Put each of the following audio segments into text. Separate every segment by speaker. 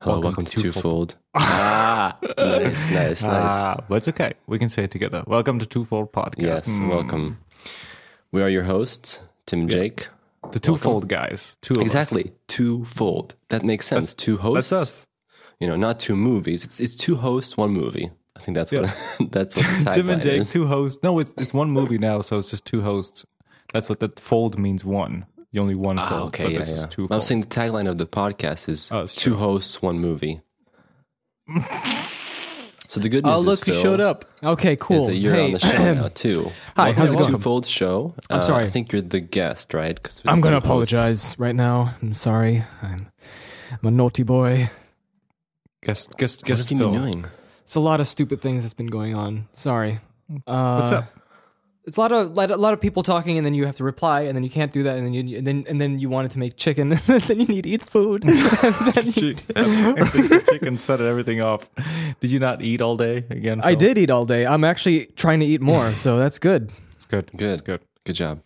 Speaker 1: Hello, welcome, to, Twofold. ah, nice, nice, nice.
Speaker 2: Ah, but it's okay. We can say it together. Welcome to Twofold Podcast.
Speaker 1: yes,
Speaker 2: Mm.
Speaker 1: welcome. We are your hosts, Tim and Jake.
Speaker 2: The Twofold guys. Two of us.
Speaker 1: Exactly, Twofold. That makes sense. two hosts.
Speaker 2: That's us.
Speaker 1: You know, not two movies. It's it's two hosts, one movie. I think that's what that's what the
Speaker 2: Tim and
Speaker 1: tagline
Speaker 2: Jake,
Speaker 1: is.
Speaker 2: two hosts. No, it's it's one movie now, so it's just two hosts. That's what that fold means. One. You only one
Speaker 1: Ah,
Speaker 2: fold.
Speaker 1: okay,
Speaker 2: but
Speaker 1: yeah,
Speaker 2: this is
Speaker 1: yeah.
Speaker 2: two
Speaker 1: I'm
Speaker 2: fold.
Speaker 1: saying the tagline of the podcast is
Speaker 2: Oh,
Speaker 1: two
Speaker 2: it's
Speaker 1: hosts, one movie. so the good news
Speaker 2: Oh,
Speaker 1: is,
Speaker 2: look, you
Speaker 1: Phil,
Speaker 2: showed up.
Speaker 3: Okay,
Speaker 1: is
Speaker 3: cool.
Speaker 1: that you're
Speaker 3: hey,
Speaker 1: on the show now too.
Speaker 3: Hi, how's
Speaker 1: Welcome to
Speaker 3: it going?
Speaker 1: Twofold show. Uh,
Speaker 3: I'm sorry.
Speaker 1: I think you're the guest, right? 'Cause we're
Speaker 3: I'm
Speaker 1: the
Speaker 3: going to
Speaker 1: two hosts.
Speaker 3: apologize right now. I'm sorry. I'm, I'm a naughty boy.
Speaker 2: Guess guess
Speaker 1: What
Speaker 2: guess
Speaker 1: have you
Speaker 2: Phil.
Speaker 1: been doing?
Speaker 3: It's a lot of stupid things that's been going on. Sorry. Uh,
Speaker 2: What's up?
Speaker 3: It's a lot of lot- a lot of people talking, and then you have to reply, and then you can't do that, and then you and then and then you wanted to make chicken, and then you need to eat food. and then you-
Speaker 2: the chicken set everything off. Did you not eat all day again?
Speaker 3: I
Speaker 2: Phil?
Speaker 3: did eat all day. I'm actually trying to eat more, so that's good.
Speaker 2: It's good.
Speaker 1: Good.
Speaker 2: It's good.
Speaker 1: Good job.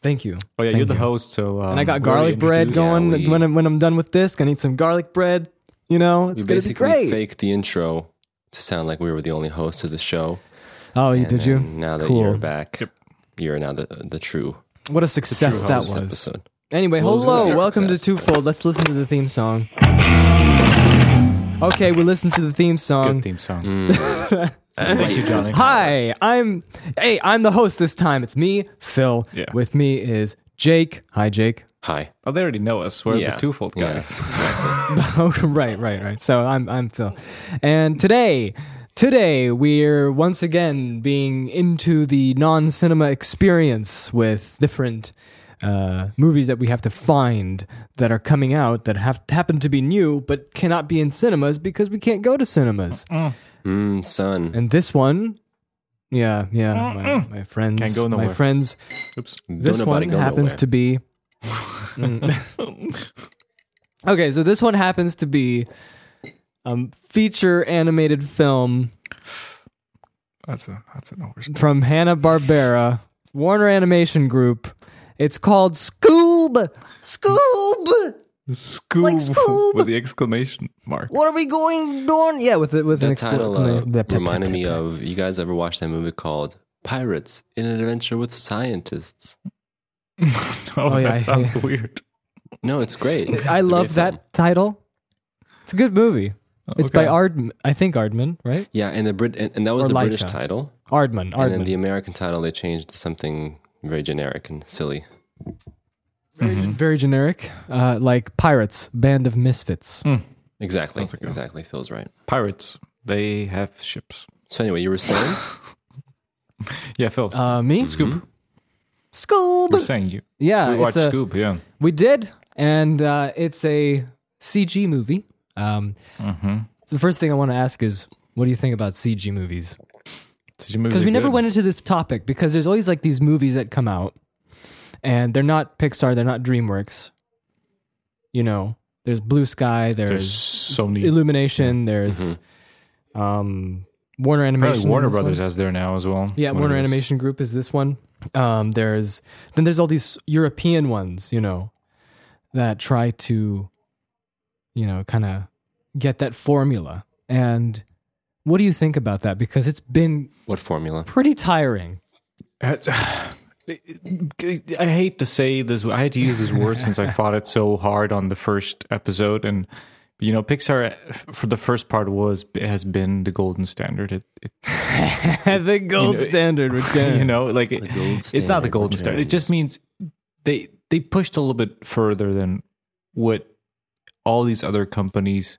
Speaker 3: Thank you.
Speaker 2: Oh yeah,
Speaker 3: Thank
Speaker 2: you're the
Speaker 3: you.
Speaker 2: host, so um,
Speaker 3: And I got
Speaker 2: we're already
Speaker 3: garlic bread
Speaker 2: introduced.
Speaker 3: going
Speaker 1: Yeah, we-
Speaker 3: when I'm when I'm done with this. Gonna eat some garlic bread. You know, it's
Speaker 1: We
Speaker 3: gonna be
Speaker 1: basically
Speaker 3: great.
Speaker 1: faked the intro to sound like we were the only host of the show.
Speaker 3: Oh, you
Speaker 1: And
Speaker 3: did
Speaker 1: then
Speaker 3: you?
Speaker 1: Now that
Speaker 3: Cool.
Speaker 1: you're back, you're now the uh, the true
Speaker 3: What a success that
Speaker 1: host
Speaker 3: was.
Speaker 1: episode.
Speaker 3: Anyway,
Speaker 1: Well, it was
Speaker 3: hello,
Speaker 1: really a
Speaker 3: welcome
Speaker 1: success.
Speaker 3: to Twofold. Let's listen to the theme song. Okay, we listen to the theme song.
Speaker 2: Good theme song.
Speaker 1: Hmm. Thank you, Johnny.
Speaker 3: Hi, I'm Hey, I'm the host this time. It's me, Phil.
Speaker 2: Yeah.
Speaker 3: With me is Jake. Hi, Jake.
Speaker 1: Hi.
Speaker 2: Oh, they already know us. We're
Speaker 1: Yeah.
Speaker 2: the twofold
Speaker 1: Yeah.
Speaker 2: guys.
Speaker 3: oh, right, right, right. So I'm I'm Phil. And today today we're once again being into the non-cinema experience with different uh, movies that we have to find that are coming out that have happen to be new but cannot be in cinemas because we can't go to cinemas.
Speaker 1: Mm, son.
Speaker 3: And this one, yeah, yeah, my, my friends,
Speaker 2: Can't go nowhere.
Speaker 3: my friends.
Speaker 2: Oops.
Speaker 3: This
Speaker 1: Don't nobody
Speaker 3: one
Speaker 1: go
Speaker 3: happens
Speaker 1: nowhere.
Speaker 3: to be. Mm. okay, so this one happens to be um feature animated film
Speaker 2: That's a that's an over.
Speaker 3: from Hanna Barbera Warner Animation Group. It's called Scoob. Scoob.
Speaker 2: Scoob
Speaker 3: Like Scoob.
Speaker 2: with the exclamation mark.
Speaker 3: What are we going doing? Yeah, with it with an
Speaker 1: That title uh,
Speaker 3: exclamation.
Speaker 1: reminded me of you guys ever watched that movie called Pirates in an Adventure with Scientists?
Speaker 2: Oh,
Speaker 3: yeah,
Speaker 2: that
Speaker 3: I-
Speaker 2: sounds weird.
Speaker 1: No, it's great. It's
Speaker 3: I
Speaker 1: a
Speaker 3: love
Speaker 1: great
Speaker 3: that
Speaker 1: film.
Speaker 3: title. It's a good movie. It's by
Speaker 2: Okay.
Speaker 3: Ard, I think Ardman, right?
Speaker 1: Yeah, and the Brit and, and that was
Speaker 3: Or
Speaker 1: the
Speaker 3: Laika.
Speaker 1: British title,
Speaker 3: Ardman,
Speaker 1: and then
Speaker 3: Ardman.
Speaker 1: the American title they changed to something very generic and silly.
Speaker 3: very,
Speaker 2: Mm-hmm.
Speaker 3: very generic, uh, like pirates, band of misfits.
Speaker 1: Exactly,
Speaker 2: Sounds like a-
Speaker 1: exactly. Feels right.
Speaker 2: Pirates. They have ships.
Speaker 1: So anyway, you were saying
Speaker 2: Yeah, Phil.
Speaker 3: Uh, me,
Speaker 2: Scoob. Hmm? We're
Speaker 3: Scoob.
Speaker 2: saying you.
Speaker 3: Yeah,
Speaker 2: Mm-hmm. we
Speaker 3: Ah, it's
Speaker 2: watched
Speaker 3: a,
Speaker 2: Scoob. Yeah.
Speaker 3: we did, and uh, it's a CG movie. Um,
Speaker 2: Mm-hmm.
Speaker 3: The first thing I want to ask is, what do you think about CG movies? Because we never went into this topic because there's always like these movies that come out, and they're not Pixar, they're not DreamWorks. You know, there's Blue Sky, there's,
Speaker 2: There's Sony.
Speaker 3: Illumination, there's um, Warner Animation.
Speaker 2: Probably Warner
Speaker 3: this one.
Speaker 2: Brothers has there now as well.
Speaker 3: Yeah,
Speaker 2: One
Speaker 3: Warner
Speaker 2: of those.
Speaker 3: Animation Group is this one. Um, there's then there's all these European ones, you know, that try to, you know, kind of get that formula. And what do you think about that? Because it's been
Speaker 1: what formula?
Speaker 3: pretty tiring.
Speaker 2: That's- I hate to say this. I had to use this word since I fought it so hard on the first episode, and you know, Pixar f- for the first part was has been the golden standard. It, it
Speaker 3: the gold standard return.
Speaker 2: you know, like it,
Speaker 1: The gold
Speaker 2: it's not the
Speaker 1: standard
Speaker 2: golden standard. It
Speaker 1: returns.
Speaker 2: just means they they pushed a little bit further than what all these other companies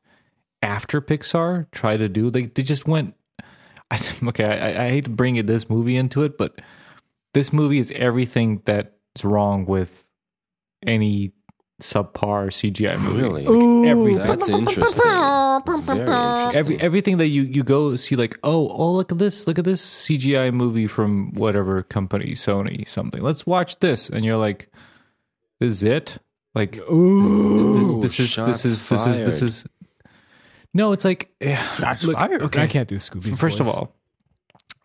Speaker 2: after Pixar try to do. They they just went. I think- okay, I, I hate to bring it, this movie into it, but this movie is everything that's wrong with any subpar CGI movie.
Speaker 1: Really?
Speaker 2: Everything.
Speaker 1: That's interesting. Very interesting.
Speaker 2: Every, everything that you, you go see like oh oh look at this look at this CGI movie from whatever company Sony something let's watch this and you're like this is it like this
Speaker 1: Ooh,
Speaker 2: this, this is
Speaker 1: shots
Speaker 2: this is this is this
Speaker 1: fired.
Speaker 2: is no it's like eh, look,
Speaker 3: I can't do Scooby.
Speaker 2: first of all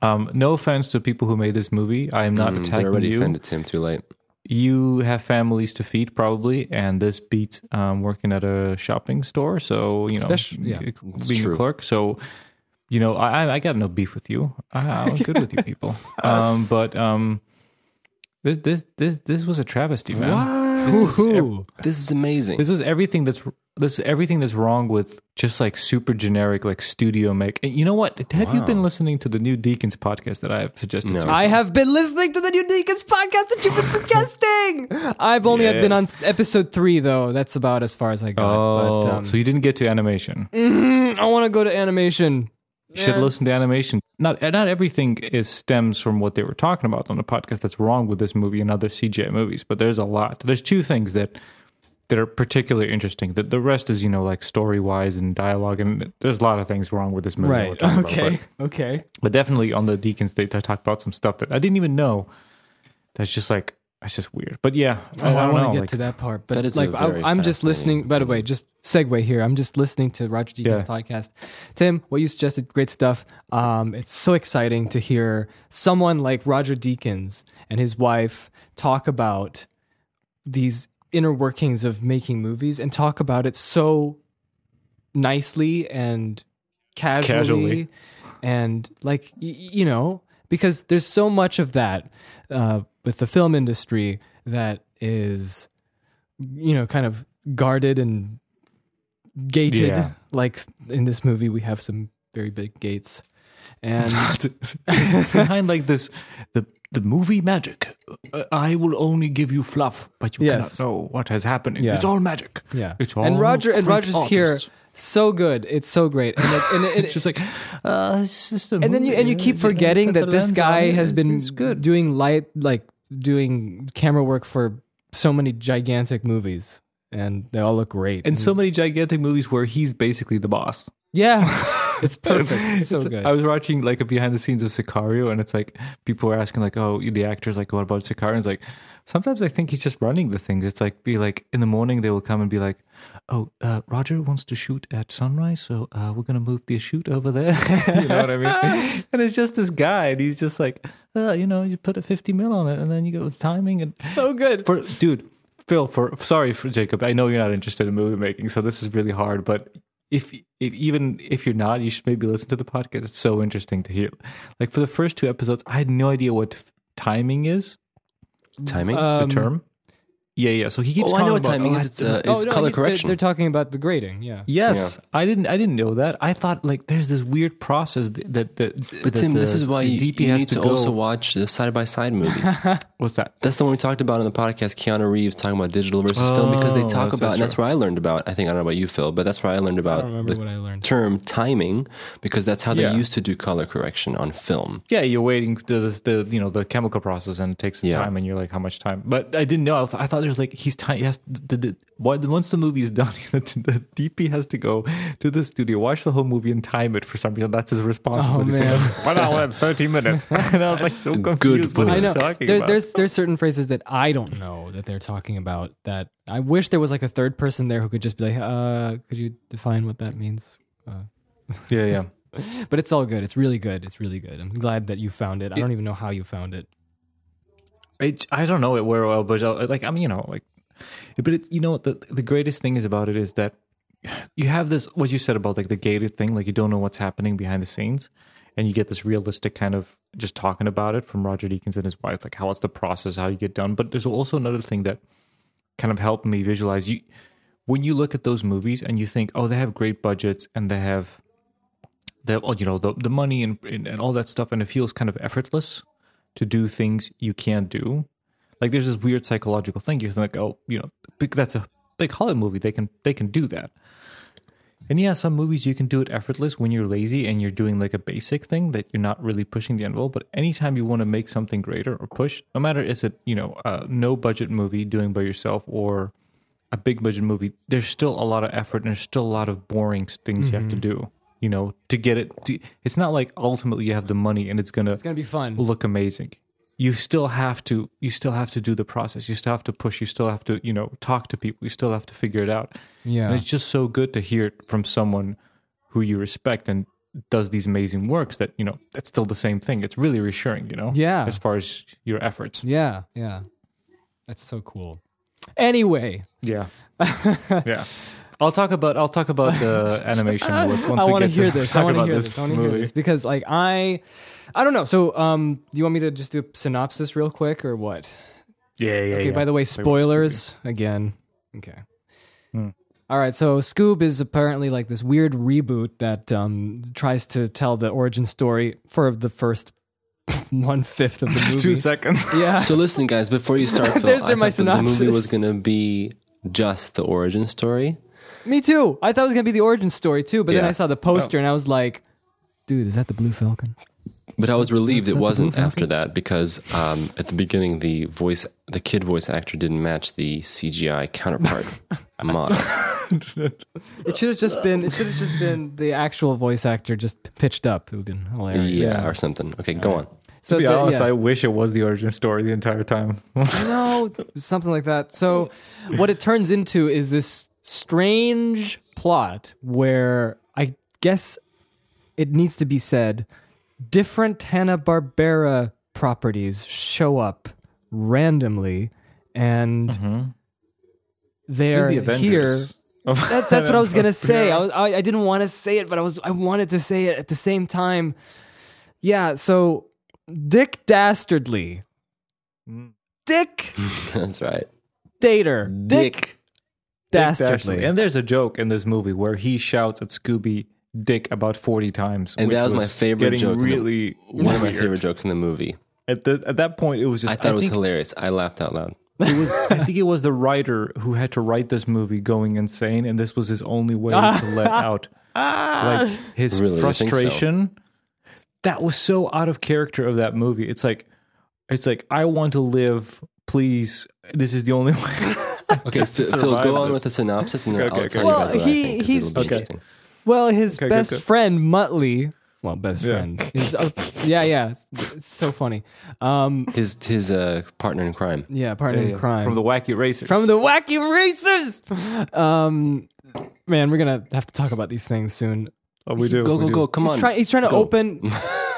Speaker 2: um no offense to people who made this movie I am not
Speaker 1: Mm, they
Speaker 2: attacking
Speaker 1: already
Speaker 2: you
Speaker 1: offended Tim too late.
Speaker 2: you have families to feed probably, and this beats um, working at a shopping store. So you know,
Speaker 3: Especially- yeah.
Speaker 2: being
Speaker 1: It's
Speaker 2: a
Speaker 1: true.
Speaker 2: clerk. So you know, I I- I got no beef with you. I, I'm good with you people.
Speaker 1: Uh,
Speaker 2: Um, but um, this this this this was a travesty, man. This is ev-
Speaker 3: Woohoo.
Speaker 1: This is amazing.
Speaker 2: this was everything that's this is everything that's wrong with just like super generic like studio make. And you know what? Have you been listening to the new Deacons podcast that I have suggested?
Speaker 1: No.
Speaker 2: to you?
Speaker 3: I have been listening to the New Deacons podcast that you've been suggesting. I've only been on s- episode three, though. That's about as far as I got.
Speaker 2: Oh,
Speaker 3: but, um,
Speaker 2: so you didn't get to animation.
Speaker 3: mm, I want to go to animation.
Speaker 2: You should listen to animation. Not not everything is stems from what they were talking about on the podcast that's wrong with this movie and other CGI movies, but there's a lot. There's two things that that are particularly interesting. That the rest is, you know, like story wise and dialogue and there's a lot of things wrong with this movie. that we're
Speaker 3: Right.
Speaker 2: talking about,
Speaker 3: Okay.
Speaker 2: but,
Speaker 3: Okay.
Speaker 2: but definitely on the Deacons they, they talk about some stuff that I didn't even know. That's just like that's just weird. But yeah,
Speaker 3: Oh, I,
Speaker 2: don't
Speaker 3: want
Speaker 2: know,
Speaker 3: to get
Speaker 2: like,
Speaker 3: to that part, but
Speaker 1: That is a
Speaker 3: like
Speaker 1: very
Speaker 3: I, I'm just
Speaker 1: fascinating
Speaker 3: listening. By the way, just segue here. I'm just listening to Roger Deakins'
Speaker 2: Yeah.
Speaker 3: podcast. Tim, what you suggested, great stuff. Um, it's so exciting to hear someone like Roger Deakins and his wife talk about these inner workings of making movies and talk about it so nicely and casually,
Speaker 2: Casually.
Speaker 3: and like y- y- you know because there's so much of that uh, with the film industry that is you know kind of guarded and gated
Speaker 2: Yeah.
Speaker 3: like in this movie we have some very big gates and
Speaker 2: it's behind like this the the movie magic. Uh, I will only give you fluff, but you
Speaker 3: Yes.
Speaker 2: cannot know what has happened.
Speaker 3: Yeah.
Speaker 2: It's all magic.
Speaker 3: yeah
Speaker 2: It's all
Speaker 3: and roger and
Speaker 2: great
Speaker 3: roger's
Speaker 2: artists.
Speaker 3: here so good it's so great and, like, and, and
Speaker 2: It's just like uh, it's just a
Speaker 3: and then you
Speaker 2: movie.
Speaker 3: and you
Speaker 2: Uh,
Speaker 3: keep
Speaker 2: yeah,
Speaker 3: forgetting
Speaker 2: put the
Speaker 3: that this
Speaker 2: lens
Speaker 3: guy
Speaker 2: on.
Speaker 3: has
Speaker 2: It's-
Speaker 3: been
Speaker 2: it's good.
Speaker 3: doing light like doing camera work for so many gigantic movies and they all look great
Speaker 2: And so many gigantic movies where he's basically the boss.
Speaker 3: yeah it's perfect it's so
Speaker 2: It's-
Speaker 3: good
Speaker 2: I was watching like a behind the scenes of Sicario, and it's like people were asking like, "Oh, the actor's like, what about Sicario?" And it's like, sometimes I think he's just running the things. It's like be like in the morning they will come and be like, "Oh, uh, Roger wants to shoot at sunrise, so uh, we're gonna move the shoot over there." you know what I mean? and it's just this guy, and he's just like, uh, you know, you put a fifty mil on it, and then you go with timing and
Speaker 3: so good
Speaker 2: for dude phil for sorry for jacob i know you're not interested in movie making so this is really hard but if, if even if you're not you should maybe listen to the podcast it's so interesting to hear like for the first two episodes i had no idea what f- timing is
Speaker 1: timing.
Speaker 3: Um,
Speaker 2: the term yeah yeah so he keeps
Speaker 1: oh, I know
Speaker 2: talking
Speaker 1: what
Speaker 2: about,
Speaker 1: timing
Speaker 2: oh,
Speaker 1: is.
Speaker 2: I-
Speaker 1: It's, uh,
Speaker 3: Oh,
Speaker 1: it's
Speaker 3: no,
Speaker 1: color
Speaker 3: he's- they're-
Speaker 1: correction.
Speaker 3: they're talking about the grading yeah
Speaker 2: yes i didn't i didn't know that i thought like there's this weird process th- that that
Speaker 1: but
Speaker 2: that
Speaker 1: Tim,
Speaker 2: the-
Speaker 1: this is why
Speaker 2: the
Speaker 1: you,
Speaker 2: DP
Speaker 1: you
Speaker 2: has
Speaker 1: need to,
Speaker 2: go-
Speaker 1: also watch the side by side movie.
Speaker 2: what's that
Speaker 1: that's the one we talked about on the podcast. Keanu Reeves talking about digital versus film because they
Speaker 2: Oh,
Speaker 1: talk
Speaker 2: that's-
Speaker 1: about,
Speaker 2: that's
Speaker 1: and that's where I learned about. I think I don't know about you, Phil, but that's where I learned
Speaker 3: i
Speaker 1: about
Speaker 3: don't remember
Speaker 1: the
Speaker 3: what i learned
Speaker 1: term timing because that's how they
Speaker 2: Yeah.
Speaker 1: used to do color correction on film.
Speaker 2: yeah, you're waiting the, the the, you know the chemical process and it takes
Speaker 1: Yeah.
Speaker 2: time and you're like how much time? But I didn't know. I, th- I thought there's like he's time. He has the, the, why- once the movie's done, the, the DP has to go to the studio, watch the whole movie, and time it for some reason. That's his responsibility.
Speaker 3: Oh, man.
Speaker 2: So it's one hour and thirty minutes. and I was like so
Speaker 1: Good
Speaker 2: confused. What
Speaker 1: boy.
Speaker 2: is
Speaker 3: I
Speaker 2: he
Speaker 3: know.
Speaker 2: talking
Speaker 3: There,
Speaker 2: about?
Speaker 3: there's there's certain phrases that I don't know that they're talking about. That I wish there was like a third person there who could just be like, uh, could you define what that means?
Speaker 2: yeah, yeah.
Speaker 3: But it's all good. It's really good. It's really good. I'm glad that you found it. I don't even know how you found it.
Speaker 2: It, I don't know it where well, but uh, like I'm, you know, like, but it, you know, the the greatest thing is about it is that you have this what you said about like the gated thing, like you don't know what's happening behind the scenes, and you get this realistic kind of just talking about it from Roger Deakins and his wife, like how it's the process, how you get done. But there's also another thing that kind of helped me visualize you when you look at those movies and you think, oh, they have great budgets and they have the oh, you know the the money and, and and all that stuff, and it feels kind of effortless to do things you can't do. Like there's this weird psychological thing. You think, oh, you know, big, that's a big Hollywood movie. They can they can do that. And yeah, some movies you can do it effortless when you're lazy and you're doing like a basic thing that you're not really pushing the envelope. But anytime you want to make something greater or push, no matter is it you know a no budget movie doing by yourself or a big budget movie, there's still a lot of effort and there's still a lot of boring things you have to do. You know, to get it, to, it's not like ultimately you have the money and it's gonna
Speaker 3: It's gonna be fun.
Speaker 2: look amazing you still have to you still have to do the process you still have to push you still have to you know talk to people you still have to figure it out and
Speaker 3: Yeah.
Speaker 2: it's just so good to hear it from someone who you respect and does these amazing works that you know that's still the same thing it's really reassuring you know
Speaker 3: Yeah.
Speaker 2: as far as your efforts
Speaker 3: Yeah. Yeah. That's so cool. Anyway,
Speaker 2: Yeah. yeah. I'll talk about I'll talk about the animation once, once
Speaker 3: I
Speaker 2: we
Speaker 3: want to
Speaker 2: get
Speaker 3: hear
Speaker 2: to
Speaker 3: this. I
Speaker 2: talk
Speaker 3: want to
Speaker 2: about
Speaker 3: hear
Speaker 2: this,
Speaker 3: this. I want to hear
Speaker 2: movie.
Speaker 3: this because, like, I, I don't know. So, um, do you want me to just do a synopsis real quick or what?
Speaker 2: Yeah, yeah,
Speaker 3: Okay,
Speaker 2: yeah.
Speaker 3: by the way,
Speaker 2: They want
Speaker 3: spoilers again. Okay.
Speaker 2: Hmm.
Speaker 3: All right, so Scoob is apparently like this weird reboot that um, tries to tell the origin story for the first one fifth of the movie.
Speaker 2: Two seconds.
Speaker 3: Yeah.
Speaker 1: So listen, guys, before you start, Phil, I
Speaker 3: There's
Speaker 1: thought
Speaker 3: my
Speaker 1: that the movie
Speaker 3: synopsis.
Speaker 1: was going to be just the origin story.
Speaker 3: Me too. I thought it was going to be the origin story too, but then
Speaker 1: Yeah.
Speaker 3: I saw the poster and I was like, dude, is that the Blue Falcon?
Speaker 1: But I was relieved
Speaker 3: Is that
Speaker 1: it
Speaker 3: the
Speaker 1: wasn't
Speaker 3: Blue Falcon?
Speaker 1: after that because um, at the beginning the voice, the kid voice actor didn't match the CGI counterpart model.
Speaker 3: It should have just been it should have just been the actual voice actor just pitched up. It would have been hilarious.
Speaker 1: Yeah, or something. Okay, go on.
Speaker 3: So
Speaker 2: to be
Speaker 3: the-
Speaker 2: honest,
Speaker 3: yeah.
Speaker 2: I wish it was the origin story the entire time.
Speaker 3: no, something like that. So, what it turns into is this strange plot where I guess it needs to be said different Hanna-Barbera properties show up randomly and they're here that, that's what I was gonna say. I, was, I, I didn't want to say it, but I was I wanted to say it at the same time. Yeah. So Dick Dastardly, Dick
Speaker 1: That's right.
Speaker 3: Dater, Dick, Dastardly.
Speaker 2: And there's a joke in this movie where he shouts at Scooby Dick about 40 times.
Speaker 1: And
Speaker 2: which
Speaker 1: that was my favorite
Speaker 2: getting
Speaker 1: joke in the-
Speaker 2: Really,
Speaker 1: One of my
Speaker 2: weird.
Speaker 1: favorite jokes in the movie.
Speaker 2: At, the, at that point, it was just.
Speaker 1: I thought it was
Speaker 2: think
Speaker 1: hilarious. I laughed out loud.
Speaker 2: it was- I think it was the writer who had to write this movie going insane, and this was his only way to let out like his
Speaker 1: Really, you think so?
Speaker 2: frustration. That was so out of character of that movie. It's like, it's like I want to live. Please, this is the only way.
Speaker 1: Okay, Phil, Phil,
Speaker 2: survive
Speaker 1: go on
Speaker 2: this.
Speaker 1: with the synopsis, and then
Speaker 2: Okay,
Speaker 1: I'll
Speaker 2: okay,
Speaker 1: tell you guys
Speaker 2: okay.
Speaker 1: what
Speaker 3: Well,
Speaker 1: I
Speaker 3: he-
Speaker 1: think. 'cause
Speaker 3: he's-
Speaker 1: it'll be
Speaker 2: Okay.
Speaker 1: interesting.
Speaker 3: Well,
Speaker 2: Okay,
Speaker 3: his
Speaker 2: good,
Speaker 3: best
Speaker 2: good.
Speaker 3: friend Muttley. Well, best
Speaker 2: Yeah.
Speaker 3: friend. His- oh, yeah, yeah. It's, it's so funny. Um,
Speaker 1: His his uh, partner in crime.
Speaker 3: yeah, partner in crime
Speaker 2: from the wacky racers.
Speaker 3: from the wacky racers. Um, man, we're gonna have to talk about these things soon.
Speaker 2: oh, we do
Speaker 1: Go
Speaker 2: we
Speaker 1: go
Speaker 2: do.
Speaker 1: go! Come on.
Speaker 3: He's, try, he's trying to
Speaker 1: Um, Go.
Speaker 3: open.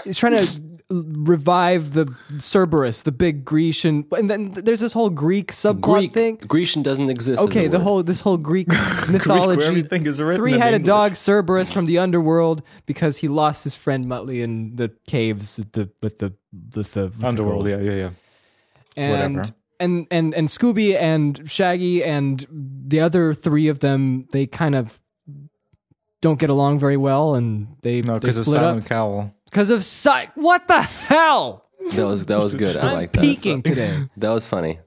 Speaker 3: he's trying to revive the Cerberus, the big Grecian, and then there's this whole Greek subplot
Speaker 1: Greek
Speaker 3: thing.
Speaker 1: Grecian doesn't exist. as
Speaker 3: Okay,
Speaker 1: a
Speaker 3: the
Speaker 1: word.
Speaker 3: whole this whole Greek mythology.
Speaker 2: everything is written in
Speaker 3: Three-headed
Speaker 2: English.
Speaker 3: dog Cerberus from the underworld because he lost his friend Muttley in the caves at the with the with the with the
Speaker 2: underworld.
Speaker 3: gold.
Speaker 2: Yeah, yeah, yeah.
Speaker 3: and
Speaker 2: whatever.
Speaker 3: and and and Scooby and Shaggy and the other three of them they kind of don't get along very well and they
Speaker 2: No,
Speaker 3: they
Speaker 2: because of
Speaker 3: split
Speaker 2: Simon
Speaker 3: up
Speaker 2: Cowell.
Speaker 3: because of psych. What the hell?
Speaker 1: that was that was good. I
Speaker 3: I'm
Speaker 1: like that.
Speaker 3: peaking today.
Speaker 1: That was funny.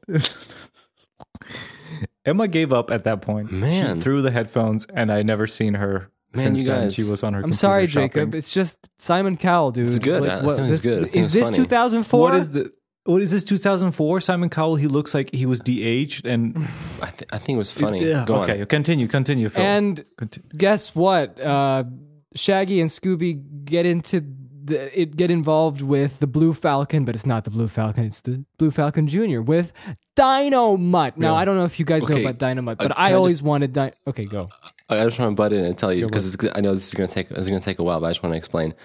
Speaker 2: Emma gave up at that point.
Speaker 1: Man.
Speaker 2: she threw the headphones, and I never seen her
Speaker 1: Man,
Speaker 2: since
Speaker 1: you
Speaker 2: then.
Speaker 1: guys-
Speaker 2: She was on her.
Speaker 3: I'm sorry,
Speaker 2: computer shopping.
Speaker 3: Jacob. It's just Simon Cowell, dude. It's
Speaker 1: good. I- I think
Speaker 3: this,
Speaker 1: it's good. I think
Speaker 3: Is
Speaker 1: it's
Speaker 3: this
Speaker 1: funny.
Speaker 3: 2004?
Speaker 2: What is the? What is this? 2004? Simon Cowell. He looks like he was de-aged and
Speaker 1: I, th- I think it was funny.
Speaker 2: Yeah.
Speaker 1: Go
Speaker 2: okay,
Speaker 1: on.
Speaker 2: continue, continue, Phil.
Speaker 3: and
Speaker 2: Conti-
Speaker 3: guess what? Uh, Shaggy and Scooby get into the, it get involved with the Blue Falcon, but it's not the Blue Falcon. It's the Blue Falcon Junior with Dynamut. Now I don't know if you guys know
Speaker 1: Okay,
Speaker 3: about Dynamut,
Speaker 1: uh,
Speaker 3: but
Speaker 1: can I
Speaker 3: I
Speaker 1: just-
Speaker 3: always wanted. Di- okay, go.
Speaker 1: I just want to butt in and tell you because I know this is gonna take it's gonna take a while, but I just want to explain.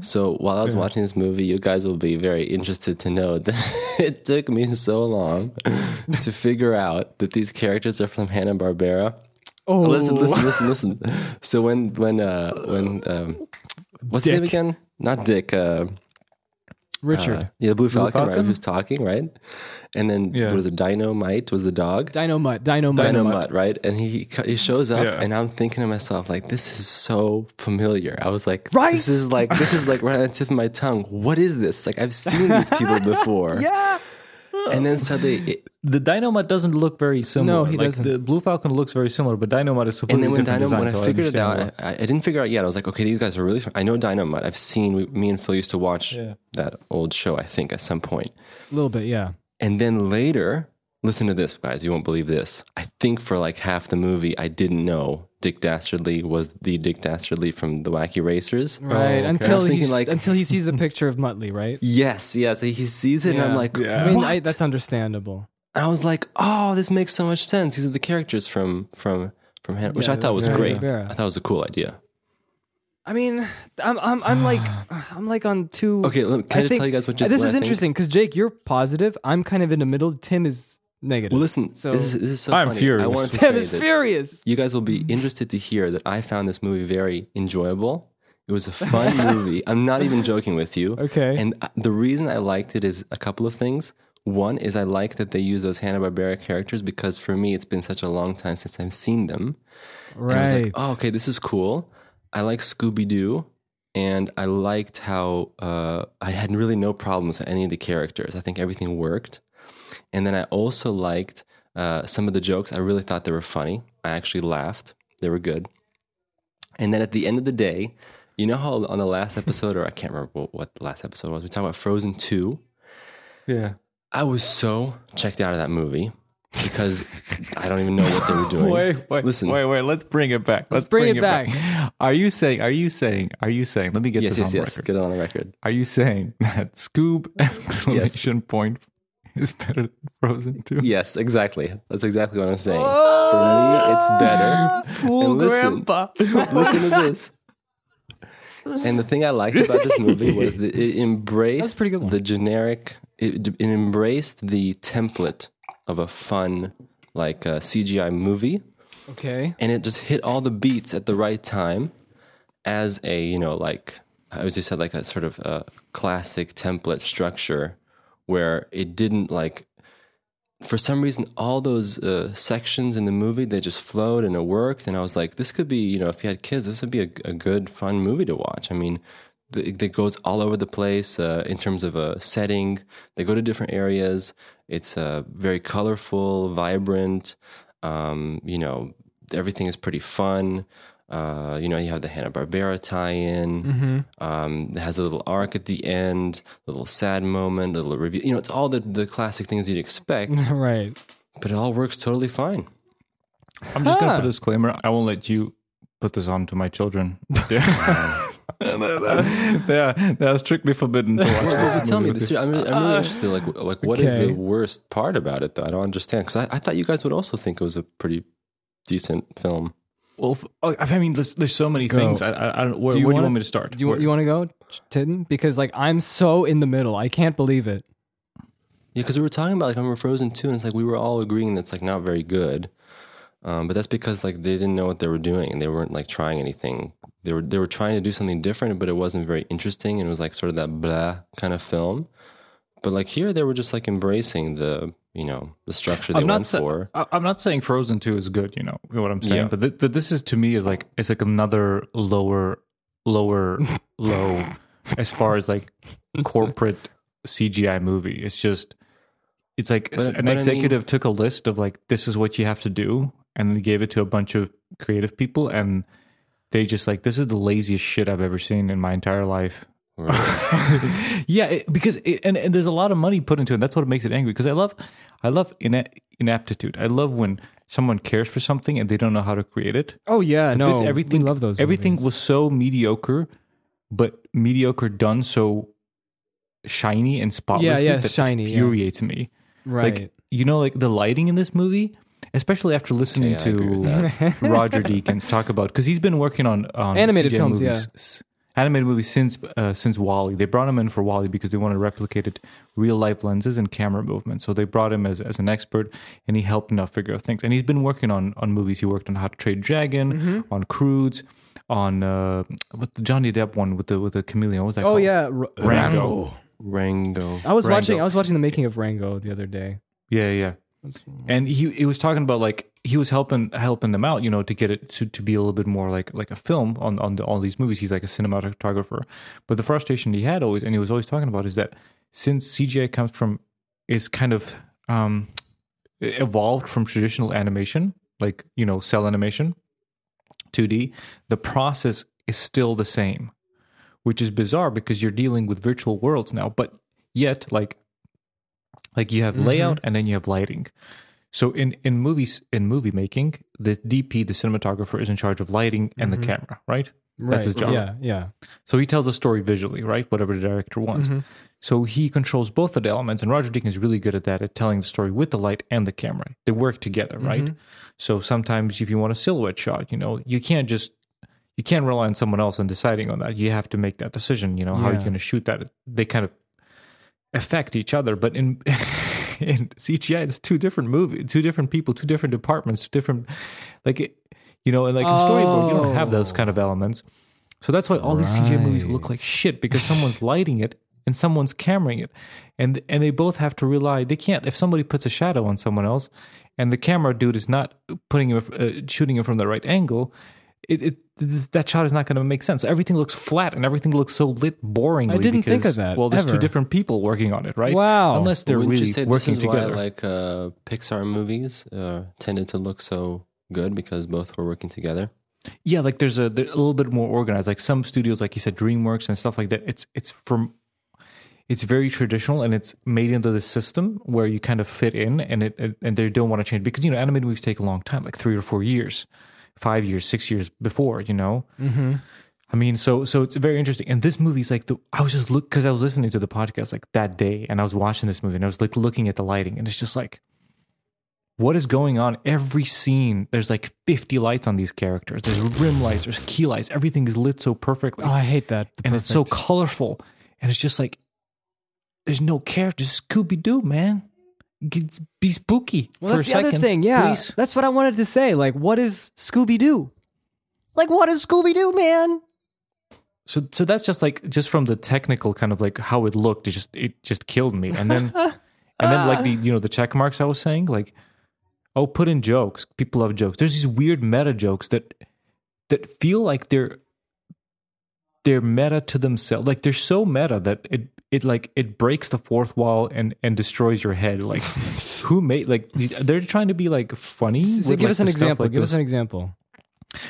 Speaker 1: So while I was watching this movie, you guys will be very interested to know that it took me so long to figure out that these characters are from Hanna Barbera.
Speaker 3: Oh,
Speaker 1: Listen, listen, listen, listen. So when when uh, when um, what's his name again? Not Dick. Uh,
Speaker 3: Richard.
Speaker 1: uh, yeah, the Blue Falcon, right?
Speaker 2: Falcon?
Speaker 1: Who's talking, right? And then
Speaker 2: Yeah.
Speaker 1: what was it? Dynamite was the dog.
Speaker 3: Dynamut. Dynamut.
Speaker 1: Dynamite, right? And he he shows up,
Speaker 2: Yeah.
Speaker 1: and I'm thinking to myself, like, this is so familiar. I was like,
Speaker 3: Right?
Speaker 1: This is like this is like right on the tip of my tongue. What is this? Like, I've seen these people before.
Speaker 3: Yeah.
Speaker 1: And then suddenly, it,
Speaker 2: the Dynomat doesn't look very similar.
Speaker 3: No, he
Speaker 2: like,
Speaker 3: doesn't.
Speaker 2: The Blue Falcon looks very similar, but Dynomat is
Speaker 1: and
Speaker 2: completely
Speaker 1: then when
Speaker 2: different.
Speaker 1: Dynamite, when
Speaker 2: design,
Speaker 1: I
Speaker 2: so
Speaker 1: figured it
Speaker 2: understand
Speaker 1: out, I, I didn't figure out yet. I was like, okay, these guys are really. Fun. I know Dynamite. I've seen. We, me and Phil used to watch
Speaker 2: Yeah.
Speaker 1: that old show. I think at some point.
Speaker 3: A little bit. Yeah.
Speaker 1: And then later, listen to this, guys. You won't believe this. I think for like half the movie, I didn't know Dick Dastardly was the Dick Dastardly from the Wacky Racers.
Speaker 3: Right.
Speaker 1: Oh,
Speaker 2: okay.
Speaker 1: I
Speaker 3: Until
Speaker 1: was
Speaker 3: he
Speaker 1: thinking, like-
Speaker 3: until he sees the picture of Muttley, right?
Speaker 1: Yes, yes. He sees it, and I'm
Speaker 3: Yeah.
Speaker 1: like,
Speaker 2: Yeah.
Speaker 3: I mean,
Speaker 1: what?
Speaker 3: I, that's understandable.
Speaker 1: I was like, oh, this makes so much sense. These are the characters from from from Han- which
Speaker 3: Yeah,
Speaker 1: I thought was
Speaker 2: yeah,
Speaker 1: great.
Speaker 3: yeah.
Speaker 1: I thought it was a cool idea.
Speaker 3: I mean, I'm I'm I'm like I'm like on two.
Speaker 1: Okay, let, can I, just
Speaker 3: think-
Speaker 1: tell you guys what you
Speaker 3: This
Speaker 1: what I
Speaker 3: is
Speaker 1: think?
Speaker 3: interesting because Jake, you're positive. I'm kind of in the middle. Tim is negative.
Speaker 1: Well, listen,
Speaker 3: So-
Speaker 1: this, is, this is so
Speaker 2: I'm
Speaker 1: funny. I
Speaker 2: furious.
Speaker 1: wanted to
Speaker 3: Tim
Speaker 1: say
Speaker 3: is
Speaker 1: that
Speaker 3: furious.
Speaker 1: you guys will be interested to hear that I found this movie very enjoyable. It was a fun movie. I'm not even joking with you.
Speaker 3: Okay.
Speaker 1: And uh, the reason I liked it is a couple of things. One is I like that they use those Hanna-Barbera characters because for me it's been such a long time since I've seen them. And I was
Speaker 3: Right.
Speaker 1: like, oh, okay, this is cool. I like Scooby Doo, and I liked how uh, I had really no problems with any of the characters. I think everything worked. And then I also liked uh, some of the jokes. I really thought they were funny. I actually laughed, they were good. And then at the end of the day, you know how on the last episode, or I can't remember what, what the last episode was, we talked about Frozen 2.
Speaker 2: Yeah.
Speaker 1: I was so checked out of that movie because I don't even know what they were doing.
Speaker 2: Wait, wait,
Speaker 1: Listen.
Speaker 2: wait, wait. Let's bring it back. Let's,
Speaker 3: bring it
Speaker 2: Are you saying? Are you saying? Are you saying? Let me get
Speaker 1: Yes,
Speaker 2: this
Speaker 1: yes,
Speaker 2: on
Speaker 1: yes.
Speaker 2: record.
Speaker 1: Get it on the record.
Speaker 2: Are you saying that Scoob exclamation point is better than Frozen Two?
Speaker 1: Yes, exactly. That's exactly what I'm saying. For me, it's better.
Speaker 2: Oh, Fool
Speaker 1: And listen. Listen to this. And the thing I liked about this movie was that it embraced
Speaker 2: pretty good one.
Speaker 1: the generic. It, it embraced the template of a fun, like uh, CGI movie,
Speaker 3: Okay.
Speaker 1: and it just hit all the beats at the right time, as a you know like I was just said like a sort of a classic template structure, where it didn't like for some reason all those uh, sections in the movie they just flowed and it worked and i was like this could be you know if you had kids this would be a, a good fun movie to watch i mean th- it goes all over the place uh, in terms of a setting they go to different areas it's uh, very colorful vibrant um, you know everything is pretty fun uh, you know you have the hanna-barbera tie-in um, it has a little arc at the end a little sad moment a little review you know it's all the, the classic things you'd expect
Speaker 3: right.
Speaker 1: but it all works totally fine.
Speaker 2: I'm just gonna
Speaker 3: Huh.
Speaker 2: put a disclaimer. I won't let you put this on to my children. They're, they're, they're strictly forbidden to watch
Speaker 1: Well,
Speaker 2: this.
Speaker 1: you tell me,
Speaker 2: movie
Speaker 1: this, I'm really, I'm really interested. Like, like what is
Speaker 3: okay.
Speaker 1: the worst part about it? Though I don't understand because I, I thought you guys would also think it was a pretty decent film.
Speaker 2: Well, f- oh, I mean, there's, there's so many
Speaker 3: Go.
Speaker 2: things. I, I, I don't. Where do
Speaker 3: Do you
Speaker 2: you, where do you
Speaker 3: wanna-
Speaker 2: want me to start?
Speaker 3: Do you,
Speaker 2: Where-
Speaker 3: you want to go, Titten? Because like I'm so in the middle. I can't believe it.
Speaker 1: Yeah, because we were talking about like remember Frozen two, and it's like we were all agreeing that's like not very good. Um, but that's because like they didn't know what they were doing, and they weren't like trying anything. They were they were trying to do something different, but it wasn't very interesting, and it was like sort of that blah kind of film. But like here, they were just like embracing the you know the structure they
Speaker 2: I'm not.
Speaker 1: went
Speaker 2: sa-
Speaker 1: for.
Speaker 2: I- I'm not saying Frozen Two is good. You know what I'm saying.
Speaker 1: Yeah.
Speaker 2: But th- th- this is to me is like it's like another lower, lower low as far as like corporate CGI movie. It's just it's like
Speaker 1: But-
Speaker 2: s- an
Speaker 1: but I mean-
Speaker 2: executive took a list of like this is what you have to do, and they gave it to a bunch of creative people, and they just like this is the laziest shit I've ever seen in my entire life. yeah, it, because it, and, and there's a lot of money put into it. That's what makes it angry. Because I love, I love ina- inaptitude. I love when someone cares for something and they don't know how to create it.
Speaker 3: Oh yeah, no.
Speaker 2: This everything,
Speaker 3: we love those.
Speaker 2: Everything
Speaker 3: movies.
Speaker 2: was so mediocre, but mediocre done so shiny and spotless.
Speaker 3: yeah,
Speaker 2: that
Speaker 3: shiny, yeah.
Speaker 2: infuriates me.
Speaker 3: right.
Speaker 2: Like you know, like the lighting in this movie, especially after listening
Speaker 1: Yeah, I agree with
Speaker 2: to Roger Deakins talk about because he's been working on, on
Speaker 3: Animated films,
Speaker 2: movies, yeah, animated movies since uh, since Wally. They brought him in for Wally because they wanted to replicate it real life lenses and camera movement. So they brought him as, as an expert, and he helped enough figure out things. And he's been working on on movies. He worked on How to Trade Dragon,
Speaker 3: Mm-hmm.
Speaker 2: on Crudes, on uh, what the Johnny Depp one with the with the chameleon. What was that?
Speaker 3: oh
Speaker 2: called?
Speaker 3: yeah, R-
Speaker 2: Rango.
Speaker 1: Rango.
Speaker 3: I was
Speaker 2: Rango.
Speaker 3: watching. I was watching the making of Rango the other day.
Speaker 2: Yeah, yeah. And he he was talking about like he was helping helping them out, you know, to get it to, to be a little bit more like like a film on on the, all these movies. He's like a cinematographer, but the frustration he had always and he was always talking about is that since CGI comes from is kind of um evolved from traditional animation, like you know cell animation, two D, the process is still the same, which is bizarre because you're dealing with virtual worlds now, but yet like like you
Speaker 3: Mm-hmm.
Speaker 2: have layout and then you have lighting so in in movies in movie making the dp the cinematographer is in charge of lighting and the camera right
Speaker 3: Mm-hmm. Right.
Speaker 2: his job.
Speaker 3: Yeah, yeah.
Speaker 2: so he tells a story visually right whatever the director wants so he controls both of the elements and roger deakins is really good at that at telling the story with the light and the camera they work together right so sometimes if you want a silhouette shot you know you can't just you can't rely on someone else in deciding on that you have to make that decision you know how you're
Speaker 3: Yeah.
Speaker 2: going to shoot that they kind of affect each other but in and CGI. It's two different movie, two different people, two different departments, two different like it, you know, and like in storyboard, you don't have those kind
Speaker 3: Oh.
Speaker 2: of elements. So that's why all these CGI movies look like shit because someone's lighting it and someone's cameraing it, and and they both have to rely. They can't if somebody puts a shadow on someone else, and the camera dude is not putting him uh, shooting him from the right angle. It, it th- that shot is not going to make sense. Everything looks flat and everything looks so lit boringly.
Speaker 3: I didn't think
Speaker 2: because,
Speaker 3: of that,
Speaker 2: Well, there's
Speaker 3: ever.
Speaker 2: two different people working on it, right?
Speaker 3: Wow.
Speaker 2: Unless they're
Speaker 1: Wouldn't
Speaker 2: really
Speaker 1: you say this
Speaker 2: working
Speaker 1: is
Speaker 2: together.
Speaker 1: why like uh, Pixar movies uh, tended to look so good because both were working together?
Speaker 2: Yeah, like there's a, they're a little bit more organized. Like some studios, like you said, DreamWorks and stuff like that. It's it's from it's very traditional and it's made into the system where you kind of fit in and it and- and they don't want to change because you know animated movies take a long time, like three or four years, five years, six years before you know. Mm-hmm. I mean, so so it's very interesting. And this movie's like the I was just look because I was listening to the podcast like that day and I was watching this movie and I was like looking at the lighting and it's just like what is going on every scene there's like 50 lights on these characters there's rim lights there's key lights everything is lit so perfectly
Speaker 3: Oh, I hate that. The
Speaker 2: and it's so
Speaker 3: perfect.
Speaker 2: colorful and it's just like there's no characters scooby-doo man Get- be spooky
Speaker 3: Well,
Speaker 2: for
Speaker 3: that's
Speaker 2: a
Speaker 3: the
Speaker 2: second
Speaker 3: other thing. Yeah,
Speaker 2: please.
Speaker 3: that's what I wanted to say. Like, what is Scooby Doo? Like, what is Scooby Doo, man?
Speaker 2: so so that's just like just from the technical kind of like how it looked it just it just killed me and then and then
Speaker 3: Ah.
Speaker 2: like the you know the check marks i was saying like oh put in jokes people love jokes there's these weird meta jokes that that feel like they're they're meta to themselves like they're so meta that it it like it breaks the fourth wall and and destroys your head like who made like they're trying to be like funny
Speaker 3: So
Speaker 2: with,
Speaker 3: give
Speaker 2: like,
Speaker 3: us an
Speaker 2: the stuff
Speaker 3: example.
Speaker 2: like
Speaker 3: give
Speaker 2: this.
Speaker 3: us an example.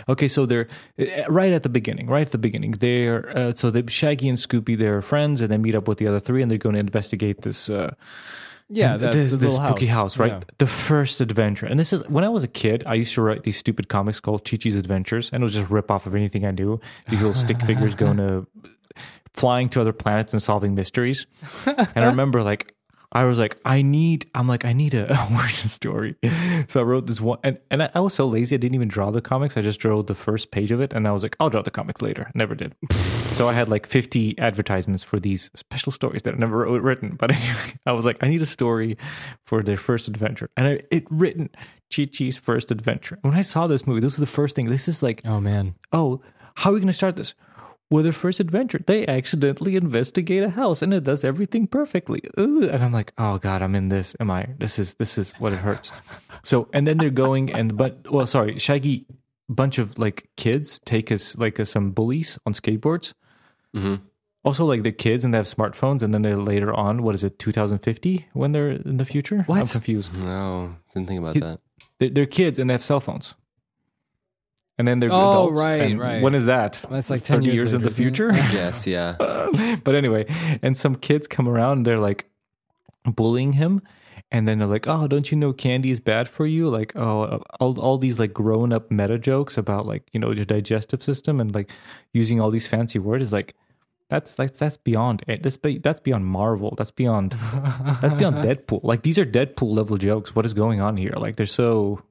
Speaker 2: Okay, so they're uh, right at the beginning. Right at the beginning, they're uh, so they Shaggy and Scoopy they're friends, and they meet up with the other three, and they're going to investigate this. Uh,
Speaker 3: Yeah, the,
Speaker 2: this,
Speaker 3: the
Speaker 2: this
Speaker 3: little
Speaker 2: spooky house, right?
Speaker 3: Yeah.
Speaker 2: The first adventure, and this is when I was a kid. I used to write these stupid comics called Chi Chi's Adventures, and it was just rip off of anything I knew. These little stick figures going to flying to other planets and solving mysteries. And I remember like I was like, I need I'm like, I need a origin story. So I wrote this one and, and I, I was so lazy I didn't even draw the comics. I just drew the first page of it and I was like, I'll draw the comics later. Never did. so I had like 50 advertisements for these special stories that I never wrote, written. But anyway, I was like, I need a story for their first adventure. And I it written Chi Chi's first adventure. When I saw this movie, this was the first thing. This is like
Speaker 3: Oh man.
Speaker 2: oh, how are we going to start this? Well, their first adventure, they accidentally investigate a house, and it does everything perfectly. Ooh, and I'm like, oh god, I'm in this. Am I? This is this is what it hurts. so, and then they're going and but well, sorry, Shaggy, bunch of like kids take us like uh, some bullies on skateboards.
Speaker 3: Mm-hmm.
Speaker 2: Also, like they're kids and they have smartphones, and then they're later on. What is it, 2050? When they're in the future? I'm
Speaker 3: What?
Speaker 2: confused.
Speaker 1: No, didn't think about
Speaker 2: He-
Speaker 1: that.
Speaker 2: They're, they're kids and they have cell phones. And then they're
Speaker 3: Oh,
Speaker 2: adults.
Speaker 3: right,
Speaker 2: and
Speaker 3: right.
Speaker 2: When is that?
Speaker 3: That's like 10
Speaker 2: thirty
Speaker 3: years
Speaker 2: years, in
Speaker 3: later,
Speaker 2: the
Speaker 3: isn't it?
Speaker 2: future.
Speaker 1: Yes, yeah.
Speaker 2: but anyway, and some kids come around and they're like bullying him. And then they're like, "Oh, don't you know candy is bad for you?" Like, oh, all, all these like grown-up meta jokes about like you know your digestive system and like using all these fancy words is like that's that's that's beyond it. That's be, that's beyond Marvel. That's beyond that's beyond Deadpool. Like these are Deadpool level jokes. What is going on here? Like they're so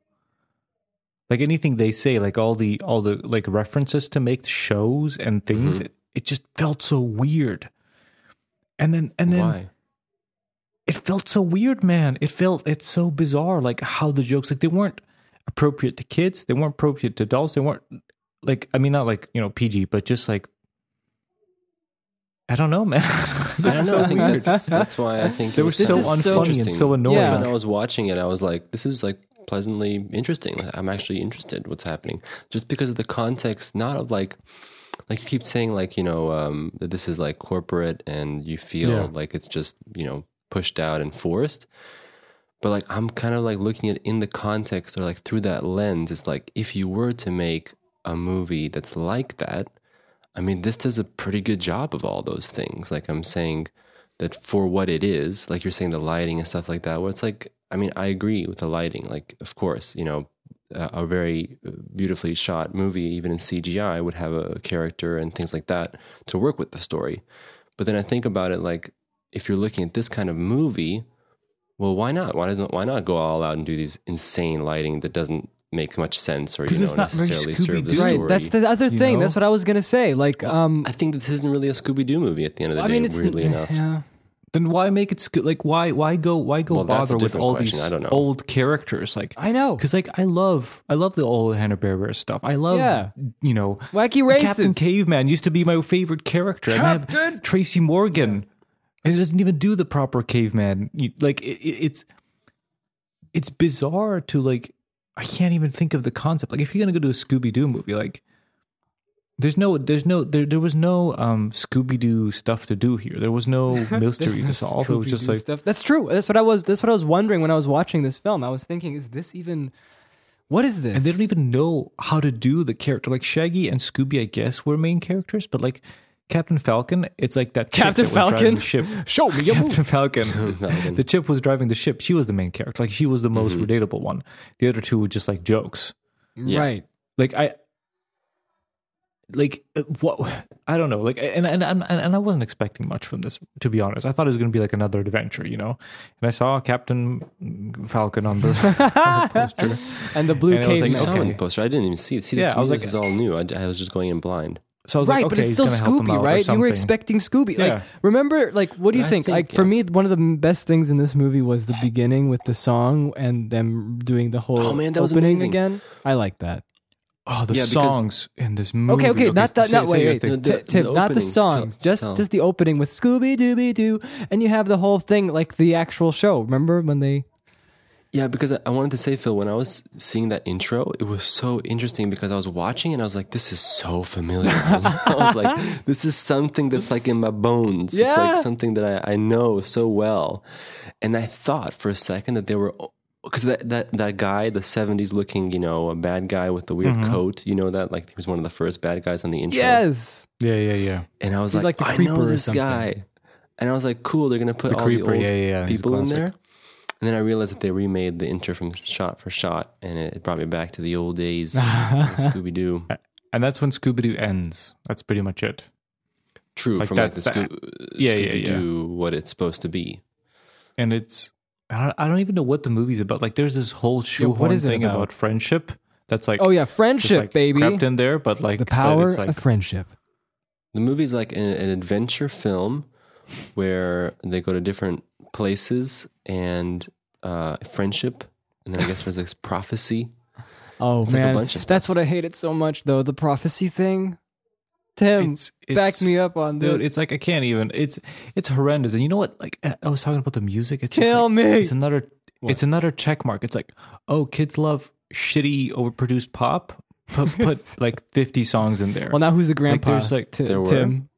Speaker 2: like anything they say, like all the all the like references to make shows and things. It, it just felt so weird. And then and then
Speaker 1: Why?
Speaker 2: it felt so weird, man. It felt it's so bizarre, like how the jokes like they weren't appropriate to kids, they weren't appropriate to adults, they weren't like I mean not like you know PG, but just like I don't know, man.
Speaker 1: I don't know. I think
Speaker 2: weird.
Speaker 1: that's that's why I think
Speaker 2: They
Speaker 1: it
Speaker 2: were
Speaker 1: was
Speaker 2: so
Speaker 1: kind of
Speaker 3: is so
Speaker 2: unfunny and
Speaker 1: interesting.
Speaker 2: so annoying.
Speaker 3: Yeah.
Speaker 1: When I was watching it, I was like, "This is like pleasantly interesting. Like, I'm actually interested. What's happening?" Just because of the context, not of like, like you keep saying, like you know, um, that this is like corporate, and you feel
Speaker 2: Yeah.
Speaker 1: like it's just you know pushed out and forced. But like, I'm kind of like looking at it in the context or like through that lens. It's like if you were to make a movie that's like that, I mean, this does a pretty good job of all those things. Like I'm saying that for what it is, like you're saying the lighting and stuff like that, where it's like, I mean, I agree with the lighting. Like, of course, you know, a a very uh, beautifully shot movie, even in CGI, would have a character and things like that to work with the story. But then I think about it like, if you're looking at this kind of movie, well, why not? Why doesn't why not go all out and do these insane lighting that doesn't make much sense or you
Speaker 2: 'Cause
Speaker 1: know
Speaker 2: it's not very
Speaker 1: necessarily serve the
Speaker 2: Scooby-Doo.
Speaker 1: story?
Speaker 3: Right. That's the other
Speaker 2: You
Speaker 3: thing.
Speaker 2: know?
Speaker 3: That's what I was gonna say. Like, um,
Speaker 1: I think this isn't really a Scooby Doo movie at the end of the
Speaker 3: I
Speaker 1: day,
Speaker 3: mean, it's
Speaker 1: weirdly enough.
Speaker 3: Yeah.
Speaker 2: Then why make it sc- like why why go why go
Speaker 1: Well, that's a
Speaker 2: bother with
Speaker 1: different
Speaker 2: all
Speaker 1: question.
Speaker 2: these
Speaker 1: I don't know.
Speaker 2: old characters like
Speaker 3: I know.
Speaker 2: because like I love I love the old Hanna Barbera stuff. I love
Speaker 3: Yeah.
Speaker 2: you know
Speaker 3: Wacky races.
Speaker 2: Captain Caveman used to be my favorite character. And I have
Speaker 3: Captain-
Speaker 2: Tracy Morgan. And It doesn't even do the proper caveman. You- Like it, it- it's it's bizarre to like. I can't even think of the concept. Like if you're gonna go do a Scooby Doo movie, like there's no there's no there there was no um Scooby Doo stuff to do here. There was no mystery to solve. It was just
Speaker 3: Scooby-Doo
Speaker 2: like
Speaker 3: stuff. that's true. That's what I was. That's what I was wondering when I was watching this film. I was thinking, is this even? What is this?
Speaker 2: and they don't even know how to do the character. Like Shaggy and Scooby, I guess, were main characters, but like Captain Falcon, it's like that chick
Speaker 3: Captain
Speaker 2: that was driving
Speaker 3: Falcon?
Speaker 2: the ship.
Speaker 3: Show me your
Speaker 2: Captain
Speaker 3: moves.
Speaker 2: Falcon.
Speaker 1: Falcon.
Speaker 2: the chip was driving the ship. She was the main character. Like she was the most
Speaker 3: Mm-hmm.
Speaker 2: relatable one. The other two were just like jokes.
Speaker 3: Right.
Speaker 2: Like I, like uh, what? I don't know. Like and and and and I wasn't expecting much from this. To be honest, I thought it was going to be like another adventure, you know. And I saw Captain Falcon on the, on the poster.
Speaker 3: And the blue
Speaker 2: And I was like,
Speaker 1: You
Speaker 3: caveman.
Speaker 2: okay.
Speaker 1: saw the poster. I didn't even see it. See,
Speaker 2: Yeah,
Speaker 1: yeah,
Speaker 2: I was
Speaker 1: this
Speaker 2: like-
Speaker 1: is all new. I, I was just going in blind.
Speaker 2: So I was
Speaker 3: Right,
Speaker 2: like, okay,
Speaker 3: but it's still
Speaker 2: he's gonna help him out
Speaker 3: Scooby,
Speaker 2: or
Speaker 3: right? You were
Speaker 2: something.
Speaker 3: expecting Scooby. Like,
Speaker 2: Yeah.
Speaker 3: remember, like, what do you
Speaker 1: I
Speaker 3: think?
Speaker 1: think,
Speaker 3: Like, for me, one of the m- best things in this movie was the beginning with the song and them doing the whole
Speaker 1: Oh, man, that was
Speaker 3: opening
Speaker 1: amazing.
Speaker 3: again. I like that.
Speaker 2: Oh, the
Speaker 1: Yeah, because-
Speaker 2: songs in this movie.
Speaker 3: Okay, okay, not that,
Speaker 2: say-
Speaker 3: not
Speaker 2: say
Speaker 3: wait,
Speaker 2: your
Speaker 3: wait,
Speaker 2: thing.
Speaker 1: No,
Speaker 3: Ti-
Speaker 1: the-
Speaker 3: Tim,
Speaker 1: the
Speaker 3: not the
Speaker 1: opening,
Speaker 3: songs,
Speaker 1: tell-
Speaker 3: just
Speaker 1: tell.
Speaker 3: just the opening with Scooby Dooby Doo, and you have the whole thing like the actual show. Remember when they?
Speaker 1: Yeah, because I I wanted to say, Phil, when I was seeing that intro, it was so interesting because I was watching and I was like, this is so familiar. I was, I was like, this is something that's like in my bones. It's
Speaker 3: Yeah.
Speaker 1: like something that I, I know so well. And I thought for a second that they were, because that, that, that guy, the 70s looking, you know, a bad guy with the weird coat, you know, that like he was one of the first bad guys on the intro.
Speaker 3: Yes,
Speaker 2: Mm-hmm. Yeah, yeah, yeah.
Speaker 1: And I was
Speaker 3: He's
Speaker 1: like,
Speaker 3: like the
Speaker 1: I
Speaker 3: creeper
Speaker 1: know
Speaker 3: or
Speaker 1: this
Speaker 3: something."
Speaker 1: guy. And I was like, cool, they're gonna put all
Speaker 2: creeper,
Speaker 1: the old
Speaker 2: yeah, yeah, yeah, he's a
Speaker 1: people in
Speaker 2: classic.
Speaker 1: there. And then I realized that they remade the intro from shot for shot, and it brought me back to the old days, Scooby Doo.
Speaker 2: And that's when Scooby Doo ends. That's pretty much it.
Speaker 1: True,
Speaker 2: Like,
Speaker 1: from like the,
Speaker 2: that's the-
Speaker 1: Scoo-
Speaker 2: yeah, yeah,
Speaker 1: Scooby Doo, what it's supposed to be.
Speaker 2: And it's I don't, I don't even know what the movie's about. Like, there's this whole shoehorn
Speaker 3: is it
Speaker 2: thing
Speaker 3: about?
Speaker 2: about? friendship. That's like
Speaker 3: oh yeah,
Speaker 2: just,
Speaker 3: friendship,
Speaker 2: like,
Speaker 3: baby,
Speaker 2: crept in there, but like
Speaker 3: the
Speaker 2: but
Speaker 3: power
Speaker 2: it's like,
Speaker 3: of friendship.
Speaker 1: The movie's like an, an adventure film where they go to different places and uh, friendship, and then I guess there's this prophecy.
Speaker 3: Oh
Speaker 1: like a
Speaker 3: man,
Speaker 1: bunch of stuff.
Speaker 3: that's what I hated so much though. The prophecy thing. Tim,
Speaker 2: It's- it's-
Speaker 3: back me up on this.
Speaker 2: Dude, it's like I can't even. It's it's horrendous. And you know what? Like I I was talking about the music. It's just
Speaker 3: Kill
Speaker 2: like-
Speaker 3: me.
Speaker 2: It's another. It's another check mark. It's like, oh, kids love shitty, overproduced pop. Put put like fifty songs in there.
Speaker 3: well, now who's the grandpa?
Speaker 2: there's, like,
Speaker 3: Ti-
Speaker 1: there were-
Speaker 3: Tim.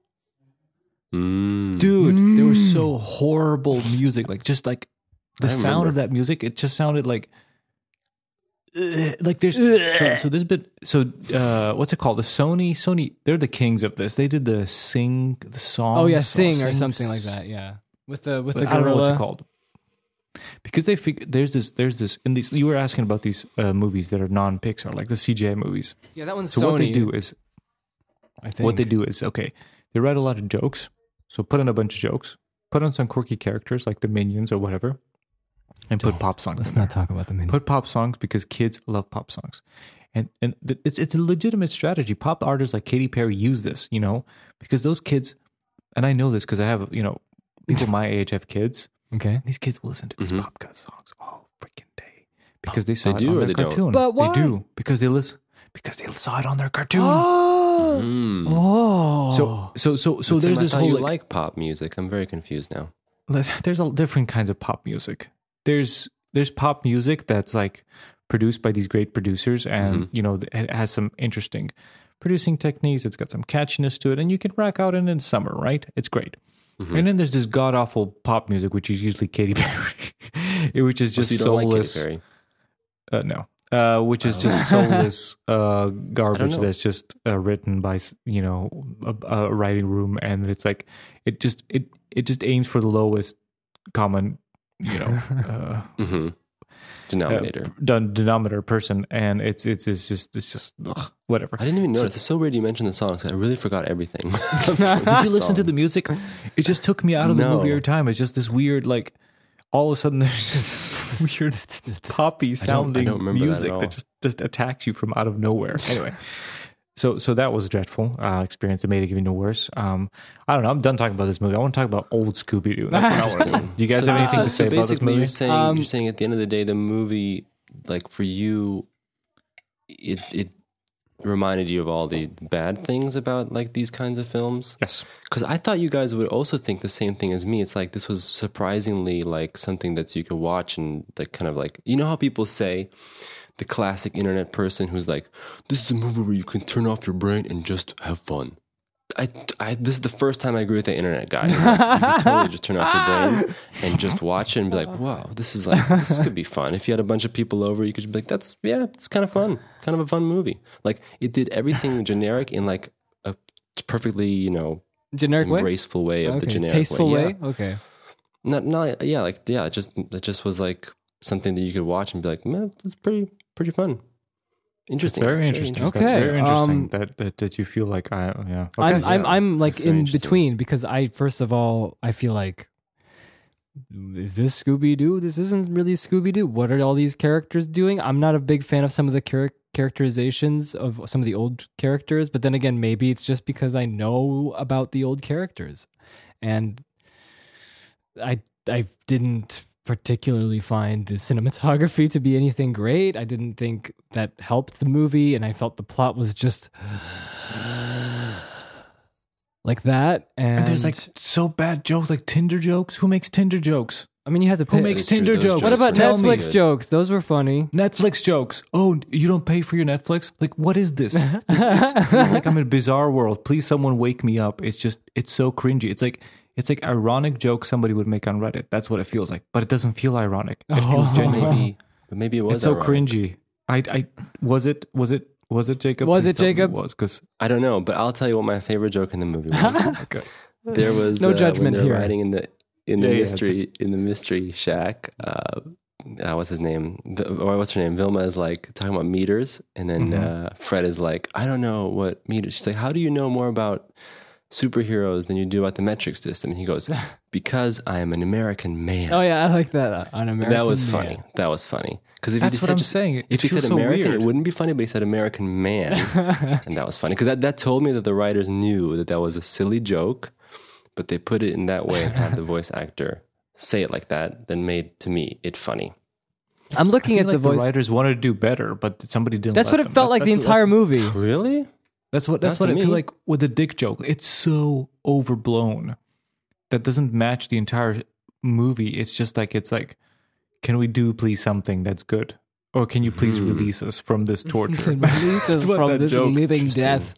Speaker 1: Mm.
Speaker 2: dude there was so horrible music like just like the
Speaker 1: I
Speaker 2: sound of
Speaker 1: remember.
Speaker 2: that music it just sounded like Ugh, like there's so, so this bit so uh what's it called the sony sony they're the kings of this they did the sing the song
Speaker 3: Oh yeah, sing or something like that. Yeah, with the with the
Speaker 2: I don't know what's
Speaker 3: gorilla.
Speaker 2: it called. Because they figure there's this there's this in these you were asking about these uh, movies that are non Pixar like the CGI movies.
Speaker 3: Yeah, that one's
Speaker 2: So
Speaker 3: Sony.
Speaker 2: what they do is
Speaker 3: I think.
Speaker 2: what they do is okay, they write a lot of jokes. So put in a bunch of jokes, put on some quirky characters like the minions or whatever, and put pop songs.
Speaker 3: Let's
Speaker 2: in there.
Speaker 3: Oh, not talk about the mini.
Speaker 2: Put pop songs because kids love pop songs. And and th- it's it's a legitimate strategy. Pop artists like Katy Perry use this, you know, because those kids and I know this because I have, you know, people my age have kids.
Speaker 3: Okay.
Speaker 2: These kids will listen to these pop cut songs all freaking day because they saw
Speaker 1: Mm-hmm. They
Speaker 2: it
Speaker 1: do
Speaker 2: on
Speaker 1: or
Speaker 2: their
Speaker 1: they don't?
Speaker 2: cartoon.
Speaker 3: But why?
Speaker 2: They do because they listen because they saw it on their cartoon.
Speaker 3: Oh.
Speaker 1: Mm.
Speaker 2: So so so
Speaker 1: Tim,
Speaker 2: so there's
Speaker 1: I
Speaker 2: this
Speaker 1: thought
Speaker 2: whole
Speaker 1: you
Speaker 2: like,
Speaker 1: like pop music. I'm very confused now.
Speaker 2: like, there's all different kinds of pop music. There's there's pop music that's like produced by these great producers, and
Speaker 1: Mm-hmm.
Speaker 2: you know it has some interesting producing techniques. It's got some catchiness to it, and you can rack out in in summer, right? It's great.
Speaker 1: Mm-hmm.
Speaker 2: And then there's this god awful pop music, which is usually Katy Perry, which is just
Speaker 1: Oh, so you don't like Katy
Speaker 2: soulless.
Speaker 1: Perry.
Speaker 2: uh, no. Uh, which is just soulless uh, garbage
Speaker 1: know.
Speaker 2: that's just uh, written by s- you know a, a writing room, and it's like it just it it just aims for the lowest common you know uh,
Speaker 1: hmm Denominator.
Speaker 2: den- denominator person, and it's it's it's just it's just ugh, whatever.
Speaker 1: I didn't even notice. it's so weird you mentioned the songs. I really forgot everything.
Speaker 2: Did you listen to the music? It just took me out of the
Speaker 1: No.
Speaker 2: movie every time. It's just this weird like all of a sudden there's just this weird poppy
Speaker 1: don't- I
Speaker 2: sounding
Speaker 1: don't remember that at
Speaker 2: music that,
Speaker 1: all.
Speaker 2: just just attacks you from out of nowhere. Anyway, So so that was a dreadful uh, experience that made it even worse. Um, I don't know. I'm done talking about this movie. I want to talk about old Scooby Doo. Do you guys
Speaker 1: So-
Speaker 2: have anything
Speaker 1: so-
Speaker 2: to say
Speaker 1: so
Speaker 2: about this
Speaker 1: basically
Speaker 2: movie?
Speaker 1: You're saying,
Speaker 3: Um,
Speaker 1: you're saying at the end of the day, the movie, like for you, it it reminded you of all the bad things about like these kinds of films.
Speaker 2: Yes.
Speaker 1: Because I thought you guys would also think the same thing as me. It's like this was surprisingly like something that you could watch and like kind of like you know how people say the classic internet person who's like, "This is a movie where you can turn off your brain and just have fun." I, I this is the first time I agree with the internet guy. He's like, you can totally just turn off your brain and just watch it and be like, "Wow, this is like this could be fun." If you had a bunch of people over, you could just be like, "That's yeah, it's kind of fun, kind of a fun movie." Like it did everything generic in like a perfectly you know
Speaker 3: Generic way.
Speaker 1: graceful way of
Speaker 3: okay.
Speaker 1: the generic
Speaker 3: Tasteful way.
Speaker 1: Yeah.
Speaker 3: Okay.
Speaker 1: Not, not yeah, like yeah, it just it just was like something that you could watch and be like, man, it's pretty pretty fun, interesting, It's
Speaker 2: Very interesting.
Speaker 3: interesting.
Speaker 2: That's
Speaker 3: Okay,
Speaker 2: very interesting
Speaker 3: um,
Speaker 2: that, that that you feel like I yeah. Okay.
Speaker 3: I'm, I'm
Speaker 1: yeah.
Speaker 3: I'm like
Speaker 1: That's so
Speaker 3: in
Speaker 1: interesting.
Speaker 3: between because I first of all I feel like is this Scooby Doo? This isn't really Scooby Doo. What are all these characters doing? I'm not a big fan of some of the charac characterizations of some of the old characters, but then again, maybe it's just because I know about the old characters, and I I didn't particularly find the cinematography to be anything great. I didn't think that helped the movie, and I felt the plot was just like that. And,
Speaker 2: and there's like so bad jokes, like Tinder jokes. Who makes Tinder jokes?
Speaker 3: I mean, you had to
Speaker 2: Who
Speaker 3: pick.
Speaker 2: makes
Speaker 1: It's true,
Speaker 2: Tinder
Speaker 1: those
Speaker 2: jokes?
Speaker 1: jokes
Speaker 3: what about
Speaker 1: are Tell me.
Speaker 3: Netflix jokes? Those were funny.
Speaker 2: Netflix jokes. Oh, you don't pay for your Netflix? Like, what is this? this it's, it's like I'm in a bizarre world. Please, someone wake me up. It's just, it's so cringy. It's like, it's like ironic jokes somebody would make on Reddit. That's what it feels like. But it doesn't feel ironic. It feels
Speaker 3: Oh.
Speaker 2: genuine.
Speaker 1: maybe, but maybe it was
Speaker 2: It's so
Speaker 1: ironic.
Speaker 2: cringy. I, I was it, was it, was it Jacob?
Speaker 3: Was
Speaker 2: Please
Speaker 3: it
Speaker 2: tell me
Speaker 3: Jacob?
Speaker 2: Was because
Speaker 1: I don't know, but I'll tell you what my favorite joke in the movie was.
Speaker 2: okay.
Speaker 1: there was
Speaker 3: No
Speaker 1: uh, when
Speaker 3: judgment
Speaker 1: they were
Speaker 3: here.
Speaker 1: Riding in the in the
Speaker 2: Yeah, yeah,
Speaker 1: mystery in the mystery shack. Uh, uh, what's his name? The, or what's her name? Vilma is like talking about meters, and then
Speaker 3: Mm-hmm.
Speaker 1: uh, Fred is like, I don't know what meters. She's like, How do you know more about superheroes than you do about the metric system? And he goes, Because I am an American man.
Speaker 3: Oh yeah, I like that. uh, on American.
Speaker 1: that was
Speaker 3: Man.
Speaker 1: funny. That was funny. Because if
Speaker 2: That's
Speaker 1: he
Speaker 2: what
Speaker 1: said
Speaker 2: I'm
Speaker 1: just-
Speaker 2: saying. It
Speaker 1: if he
Speaker 2: feels
Speaker 1: said
Speaker 2: so
Speaker 1: American,
Speaker 2: weird.
Speaker 1: it wouldn't be funny. But he said American man, and that was funny because that, that told me that the writers knew that that was a silly joke, but they put it in that way and had the voice actor say it like that. Then made to me it funny.
Speaker 3: I'm looking
Speaker 2: I
Speaker 3: at
Speaker 2: feel
Speaker 3: the
Speaker 2: like the,
Speaker 3: voice.
Speaker 2: writers wanted to do better, but somebody didn't.
Speaker 3: that's
Speaker 2: let
Speaker 3: what it
Speaker 2: them.
Speaker 3: felt
Speaker 2: That-
Speaker 3: like the
Speaker 2: that's-
Speaker 3: entire
Speaker 2: that's-
Speaker 3: movie.
Speaker 1: Really?
Speaker 2: That's what that's
Speaker 1: Not to
Speaker 2: what I feel
Speaker 1: me.
Speaker 2: like with the dick joke. It's so overblown that doesn't match the entire movie. It's just like it's like, can we do please something that's good, or can you please
Speaker 1: Hmm.
Speaker 2: release us from this torture?
Speaker 3: Releases
Speaker 2: what
Speaker 3: from
Speaker 2: that
Speaker 3: this
Speaker 2: joke-
Speaker 3: living death.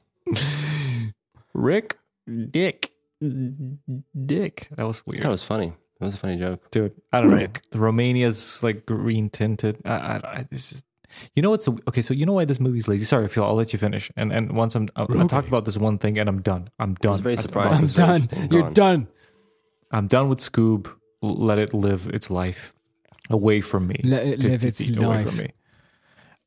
Speaker 2: Rick, dick, dick. That was weird,
Speaker 1: That was funny. That was a funny joke.
Speaker 2: dude. I don't know. Romania's like green tinted. I, I, I this is. You know what's okay? So you know why this movie's lazy? Sorry, Phil. I'll let you finish. And and once I'm, I'll, I'll talk about this one thing, and I'm done. I'm done.
Speaker 1: I was very
Speaker 2: I'm
Speaker 1: surprised.
Speaker 2: done.
Speaker 1: It
Speaker 3: I'm
Speaker 1: was very
Speaker 3: done.
Speaker 1: interesting. Go
Speaker 3: You're
Speaker 1: on.
Speaker 3: done.
Speaker 2: I'm done with Scoob. L- Let it live its life away from me.
Speaker 3: Let it
Speaker 2: 50
Speaker 3: live its
Speaker 2: feet
Speaker 3: life.
Speaker 2: me.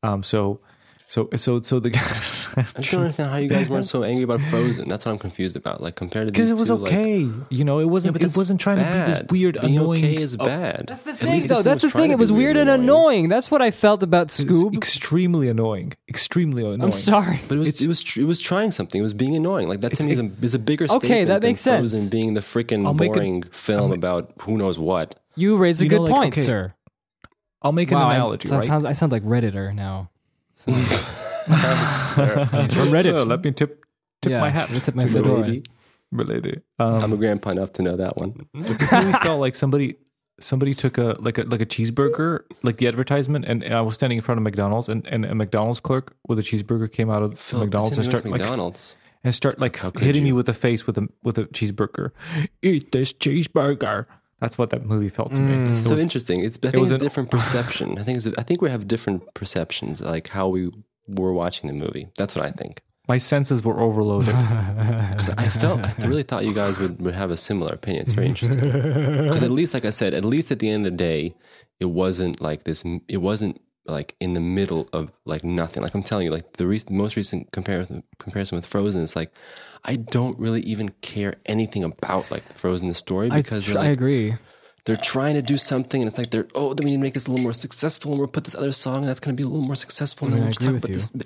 Speaker 2: Um. So, so, so, so the guys.
Speaker 1: I just don't understand how you guys weren't so angry about Frozen. That's what I'm confused about. Like compared to
Speaker 2: Because
Speaker 1: these
Speaker 2: it was
Speaker 1: two, like,
Speaker 2: okay, you know. It wasn't. it
Speaker 1: that's
Speaker 2: wasn't trying to be this
Speaker 1: bad.
Speaker 2: weird,
Speaker 1: Being
Speaker 2: annoying. Oh.
Speaker 1: Okay is bad. That's
Speaker 3: The thing, though, that's the
Speaker 1: was trying
Speaker 3: thing.
Speaker 1: to
Speaker 3: It
Speaker 1: be
Speaker 3: was weird and annoying. That's what I felt about
Speaker 2: it's
Speaker 3: Scoob.
Speaker 2: extremely annoying. Extremely annoying.
Speaker 3: I'm sorry.
Speaker 1: But it was
Speaker 2: It's-
Speaker 1: it was tr- it was trying something. It was being annoying. Like that to me is a, is a bigger
Speaker 3: Okay,
Speaker 1: statement.
Speaker 3: that
Speaker 1: than
Speaker 3: makes sense.
Speaker 1: Frozen being the freaking
Speaker 2: I'll make a-
Speaker 1: boring film about who knows what.
Speaker 3: You raise a
Speaker 2: You know,
Speaker 3: good
Speaker 2: like,
Speaker 3: point,
Speaker 2: okay,
Speaker 3: sir.
Speaker 2: I'll make an
Speaker 3: Wow, I-
Speaker 2: analogy,
Speaker 3: so-
Speaker 2: right?
Speaker 3: sounds- I sound like redditor now.
Speaker 2: He's
Speaker 3: from Reddit.
Speaker 2: So let me tip tip
Speaker 3: Yeah,
Speaker 2: my hat.
Speaker 3: Tip my
Speaker 2: to the
Speaker 3: fedora.
Speaker 2: lady. The lady. Um,
Speaker 1: I'm a grandpa enough to know that one.
Speaker 2: this movie felt like somebody somebody took a like a like a cheeseburger like the advertisement and, and i was standing in front of mcdonald's and, and a mcdonald's clerk with a cheeseburger came out of mcdonald's and
Speaker 1: Since we went
Speaker 2: start
Speaker 1: to
Speaker 2: like
Speaker 1: McDonald's.
Speaker 2: and start like
Speaker 1: could
Speaker 2: hitting me
Speaker 1: you?
Speaker 2: with the face with a with a cheeseburger eat this cheeseburger that's what that movie felt to
Speaker 3: Mm.
Speaker 2: me
Speaker 1: so interesting. It's I think
Speaker 2: was
Speaker 1: it's
Speaker 2: an-
Speaker 1: different perception. I think it's, I think we have different perceptions like how we were watching the movie. That's what I think.
Speaker 2: my senses were overloaded
Speaker 1: Because I felt I really thought you guys would, would have a similar opinion. It's very interesting. Because at least, like I said, at least at the end of the day, it wasn't like this. It wasn't like in the middle of like nothing. Like I'm telling you, like the re- most recent comparison comparison with Frozen is like I don't really even care anything about like Frozen the story
Speaker 3: I,
Speaker 1: because
Speaker 3: tr-
Speaker 1: they're,
Speaker 3: I
Speaker 1: like,
Speaker 3: agree.
Speaker 1: they're trying to do something, and it's like they're oh, then we need to make this a little more successful, and we'll put this other song, and that's going to be a little more successful. And
Speaker 3: I mean,
Speaker 1: then
Speaker 3: I
Speaker 1: we'll just talk
Speaker 3: agree with
Speaker 1: about
Speaker 3: you.
Speaker 1: this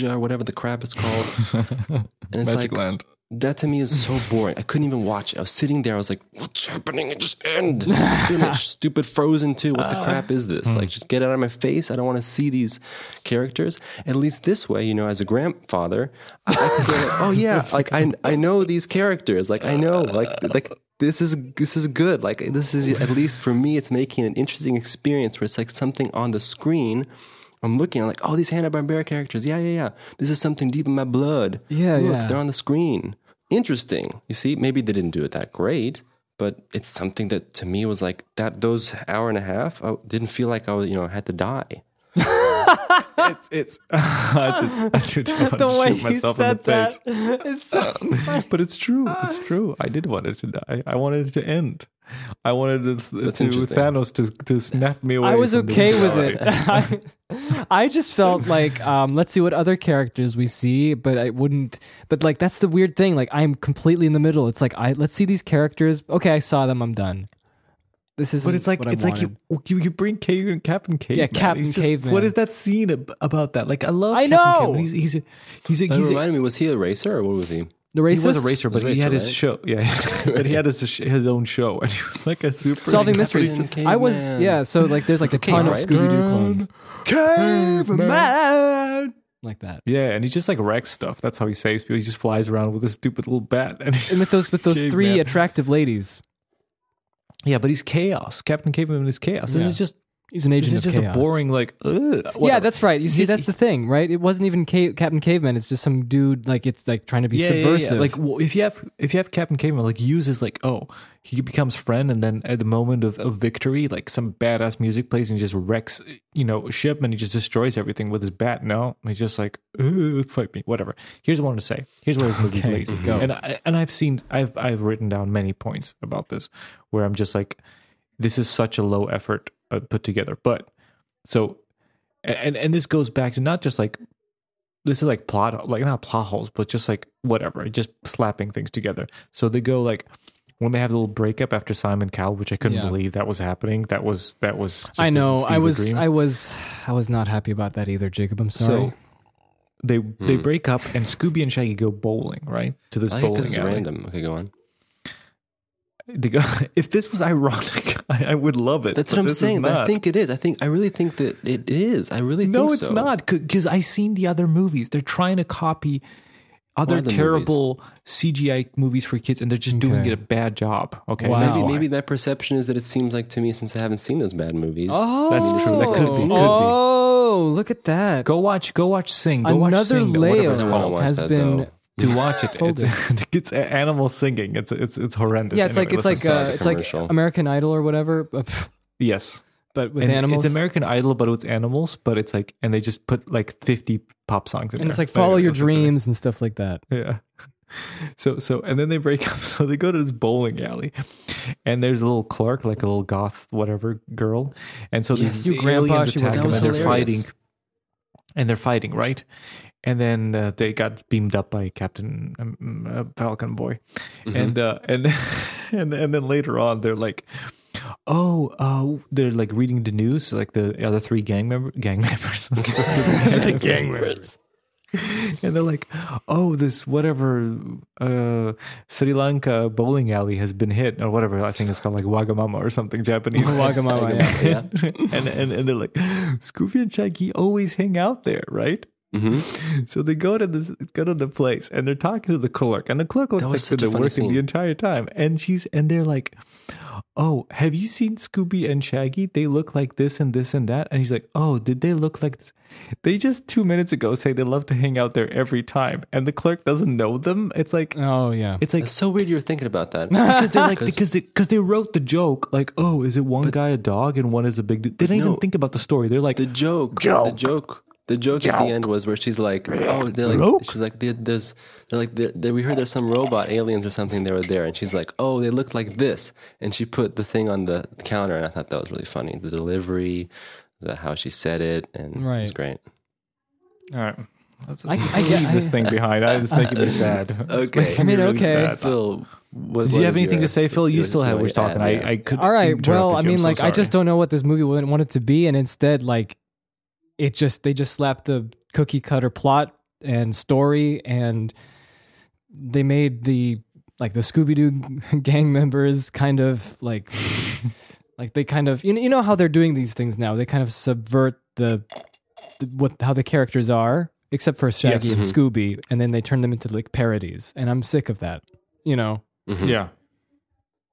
Speaker 1: the Andalasia or whatever the crap it's called. And it's like
Speaker 2: Magic Land.
Speaker 1: that to me is so boring. I couldn't even watch it. I was sitting there. I was like, "What's happening? It just end, finish, stupid Frozen two. What
Speaker 3: Uh.
Speaker 1: the crap is this?
Speaker 3: Hmm.
Speaker 1: Like, just get out of my face. I don't want to see these characters. At least this way, you know, as a grandfather, I, I could go like, oh yeah, like I I know these characters. Like I know, like like this is this is good. Like this is at least for me, it's making an interesting experience where it's like something on the screen. I'm looking, I'm like, oh, these Hanna Barbera characters. Yeah, yeah, yeah. This is something deep in my blood.
Speaker 3: Yeah,
Speaker 1: Look,
Speaker 3: yeah.
Speaker 1: they're on the screen. Interesting. You see, maybe they didn't do it that great, but it's something that to me was like that. Those hour and a half, I didn't feel like I was, you know, had to die.
Speaker 2: It's it's that's a, that's a,
Speaker 3: The way
Speaker 2: shoot
Speaker 3: you
Speaker 2: myself in
Speaker 3: said
Speaker 2: the
Speaker 3: that
Speaker 2: face.
Speaker 3: is so
Speaker 2: but it's true.
Speaker 3: Ah.
Speaker 2: It's true. I did want it to die. I wanted it to end. I wanted to, to
Speaker 1: interesting.
Speaker 2: Thanos to, to snap me away.
Speaker 3: I was
Speaker 2: from this
Speaker 3: okay with it.
Speaker 2: reality.
Speaker 3: I, I just felt like um, let's see what other characters we see, but I wouldn't. But like that's the weird thing. Like I'm completely in the middle. It's like I let's see these characters. Okay, I saw them. I'm done. This is.
Speaker 2: But it's like it's like you, oh, you you bring Cave, Captain Caveman.
Speaker 3: Yeah, Captain
Speaker 2: He's just-
Speaker 3: Caveman.
Speaker 2: What is that scene ab- about that? Like I love.
Speaker 3: I
Speaker 2: Captain
Speaker 3: know!
Speaker 2: Caveman. He's he's a, he's a,
Speaker 1: That
Speaker 2: he's a,
Speaker 1: reminded me, was he a racer or what was he?
Speaker 3: the
Speaker 2: he
Speaker 3: racist
Speaker 2: was a racer, but
Speaker 1: He's a
Speaker 2: he had
Speaker 1: racer,
Speaker 2: his
Speaker 1: right?
Speaker 2: show. Yeah, but he had his his own show, and he was like a super
Speaker 3: solving mysteries.
Speaker 1: Captain Caveman.
Speaker 3: I was yeah. So like there's like a ton of
Speaker 1: right?
Speaker 3: Scooby Doo clones
Speaker 2: Caveman.
Speaker 3: like that.
Speaker 2: Yeah, and he just like wrecks stuff. That's how he saves people. He just flies around with this stupid little bat. And,
Speaker 3: And with those with those three
Speaker 2: Caveman.
Speaker 3: attractive ladies,
Speaker 2: yeah, but he's chaos. Captain Caveman is chaos. This
Speaker 3: Yeah.
Speaker 2: is just
Speaker 3: he's an
Speaker 2: this
Speaker 3: agent
Speaker 2: is
Speaker 3: of
Speaker 2: just a
Speaker 3: chaos.
Speaker 2: boring like. Ugh,
Speaker 3: Yeah,
Speaker 2: whatever.
Speaker 3: that's right. You see,
Speaker 2: He's-
Speaker 3: that's the thing, right? It wasn't even ca- Captain Caveman. It's just some dude like it's like trying to be subversive.
Speaker 2: Like w if you have if you have Captain Caveman, like uses like oh he becomes friend, and then at the moment of, of victory, like some badass music plays and he just wrecks you know a ship and he just destroys everything with his bat. No, he's just like "Ugh, fight me, whatever. Here's what I want to say. Here's where this movie's
Speaker 3: Okay,
Speaker 2: lazy.
Speaker 3: go.
Speaker 2: And I, and I've seen I've I've written down many points about this where I'm just like this is such a low effort uh, put together, but so. And and this goes back to not just like this is like plot like not plot holes but just like whatever just slapping things together so they go like when they have a little breakup after simon cowell which i couldn't
Speaker 3: Yeah.
Speaker 2: believe that was happening that was that was just
Speaker 3: I
Speaker 2: a
Speaker 3: know. I
Speaker 2: fever
Speaker 3: was.
Speaker 2: dream.
Speaker 3: I was. I was not happy about that either, Jacob. I'm sorry.
Speaker 2: so they
Speaker 1: Hmm.
Speaker 2: they break up and scooby and shaggy go bowling right to this
Speaker 1: I think
Speaker 2: bowling
Speaker 1: Oh, it's
Speaker 2: alley.
Speaker 1: random. Okay, go on.
Speaker 2: They go, if this was ironic I, I would love it
Speaker 1: That's
Speaker 2: but
Speaker 1: what I'm
Speaker 2: this is
Speaker 1: saying. But I
Speaker 2: not.
Speaker 1: think it is. I think I really think that it is. I really
Speaker 2: no
Speaker 1: think
Speaker 2: it's
Speaker 1: so.
Speaker 2: not because i seen the other movies they're trying to copy other
Speaker 1: other movies?
Speaker 2: terrible CGI movies for kids, and they're just doing
Speaker 3: Okay.
Speaker 2: it a bad job. Okay,
Speaker 3: Wow.
Speaker 2: That's
Speaker 1: Maybe,
Speaker 2: why.
Speaker 1: maybe that perception is that it seems like to me since I haven't seen those bad movies.
Speaker 3: Oh,
Speaker 2: That's true. That could be, could be.
Speaker 3: Oh, look at that.
Speaker 2: Go watch, go watch Sing. Go watch
Speaker 3: Another
Speaker 2: Sing, or whatever it's
Speaker 1: I
Speaker 3: layer
Speaker 1: wanna
Speaker 2: called.
Speaker 1: watch
Speaker 3: has
Speaker 1: that,
Speaker 3: been.
Speaker 1: though.
Speaker 2: To watch it,
Speaker 3: Fold
Speaker 2: it's, it's animal singing. It's it's it's horrendous.
Speaker 3: Yeah, it's
Speaker 2: Anyway,
Speaker 3: like it's
Speaker 2: listen,
Speaker 3: like
Speaker 1: saw
Speaker 3: uh,
Speaker 1: the
Speaker 3: it's like
Speaker 1: commercial.
Speaker 3: American Idol or whatever, but, pff,
Speaker 2: yes,
Speaker 3: but with
Speaker 2: and
Speaker 3: animals.
Speaker 2: It's American Idol, but it's animals. But it's like, and they just put like fifty pop songs in
Speaker 3: and it's
Speaker 2: there.
Speaker 3: like follow
Speaker 2: Anyway,
Speaker 3: your
Speaker 2: listen to it.
Speaker 3: dreams and stuff like that.
Speaker 2: Yeah. So so and then they break up. So they go to this bowling alley, and there's a little clerk, like a little goth whatever girl, and so these
Speaker 3: You grandpa,
Speaker 2: aliens
Speaker 3: she was-
Speaker 1: that
Speaker 2: attack them
Speaker 1: was
Speaker 2: and they're
Speaker 1: hilarious.
Speaker 2: fighting, and they're fighting right, and then uh, they got beamed up by Captain um, uh, Falcon Boy,
Speaker 3: Mm-hmm.
Speaker 2: and uh, and and and then later on they're like. Oh, uh, they're like reading the news, like the other three gang member, gang members, gang members, and they're like, "Oh, this whatever uh, Sri Lanka bowling alley has been hit, or whatever. I think it's called like Wagamama or something Japanese."
Speaker 3: Wagamama, yeah.
Speaker 1: Yeah.
Speaker 2: and, and and they're like, "Scooby and Shaggy always hang out there, right?"
Speaker 1: hmm
Speaker 2: So they go to this go to the place and they're talking to the clerk, and the clerk looks
Speaker 1: was
Speaker 2: like
Speaker 1: such
Speaker 2: they're
Speaker 1: a funny
Speaker 2: working the
Speaker 1: scene.
Speaker 2: entire time. And she's and they're like, "Oh, have you seen Scooby and Shaggy? They look like this and this and that." And he's like, "Oh, did they look like this? They just two minutes ago say they love to hang out there every time, and the clerk doesn't know them. It's like
Speaker 3: Oh yeah.
Speaker 2: it's like."
Speaker 1: It's so weird you're thinking about that.
Speaker 2: Because they like because they, cause they wrote the joke like oh is it one guy a dog and one is a big dude they didn't
Speaker 1: no.
Speaker 2: even think about the story they're like
Speaker 1: The joke, the joke, the joke, at the end was where she's like, "Oh, they're like,
Speaker 2: Joke.
Speaker 1: she's like, there- there's, they're like, there, there, we heard there's some robot aliens or something. They were there, and she's like, oh, they looked like this, and she put the thing on the counter, and I thought that was really funny, the delivery, the how she said it, and it was
Speaker 3: Right.
Speaker 1: great.
Speaker 2: all right let's,
Speaker 3: I-
Speaker 2: let's
Speaker 3: I get-
Speaker 2: leave this
Speaker 3: I-
Speaker 2: thing behind I, it's making me sad It's
Speaker 1: Okay.
Speaker 2: making
Speaker 1: I
Speaker 3: mean,
Speaker 2: me really
Speaker 3: okay.
Speaker 2: sad.
Speaker 1: Phil, What,
Speaker 2: Do
Speaker 1: what
Speaker 2: you have
Speaker 1: is
Speaker 2: anything
Speaker 1: your-
Speaker 2: to say, Phil? You
Speaker 1: your-
Speaker 2: still have.
Speaker 1: your
Speaker 2: We're talking.
Speaker 1: ad?
Speaker 2: I, I could.
Speaker 3: All right. Well, I
Speaker 2: interrupt you.
Speaker 3: mean,
Speaker 2: I'm so
Speaker 3: like, I
Speaker 2: sorry.
Speaker 3: just don't know what this movie would- wanted to be, and instead, like, it just they just slapped the cookie cutter plot and story, and they made the like the Scooby Doo gang members kind of like like they kind of you know, you know how they're doing these things now. They kind of subvert the, the what how the characters are, except for Shaggy
Speaker 2: Yes. Mm-hmm.
Speaker 3: and Scooby, and then they turn them into like parodies, and I'm sick of that. You know,
Speaker 1: Mhm.
Speaker 2: Yeah,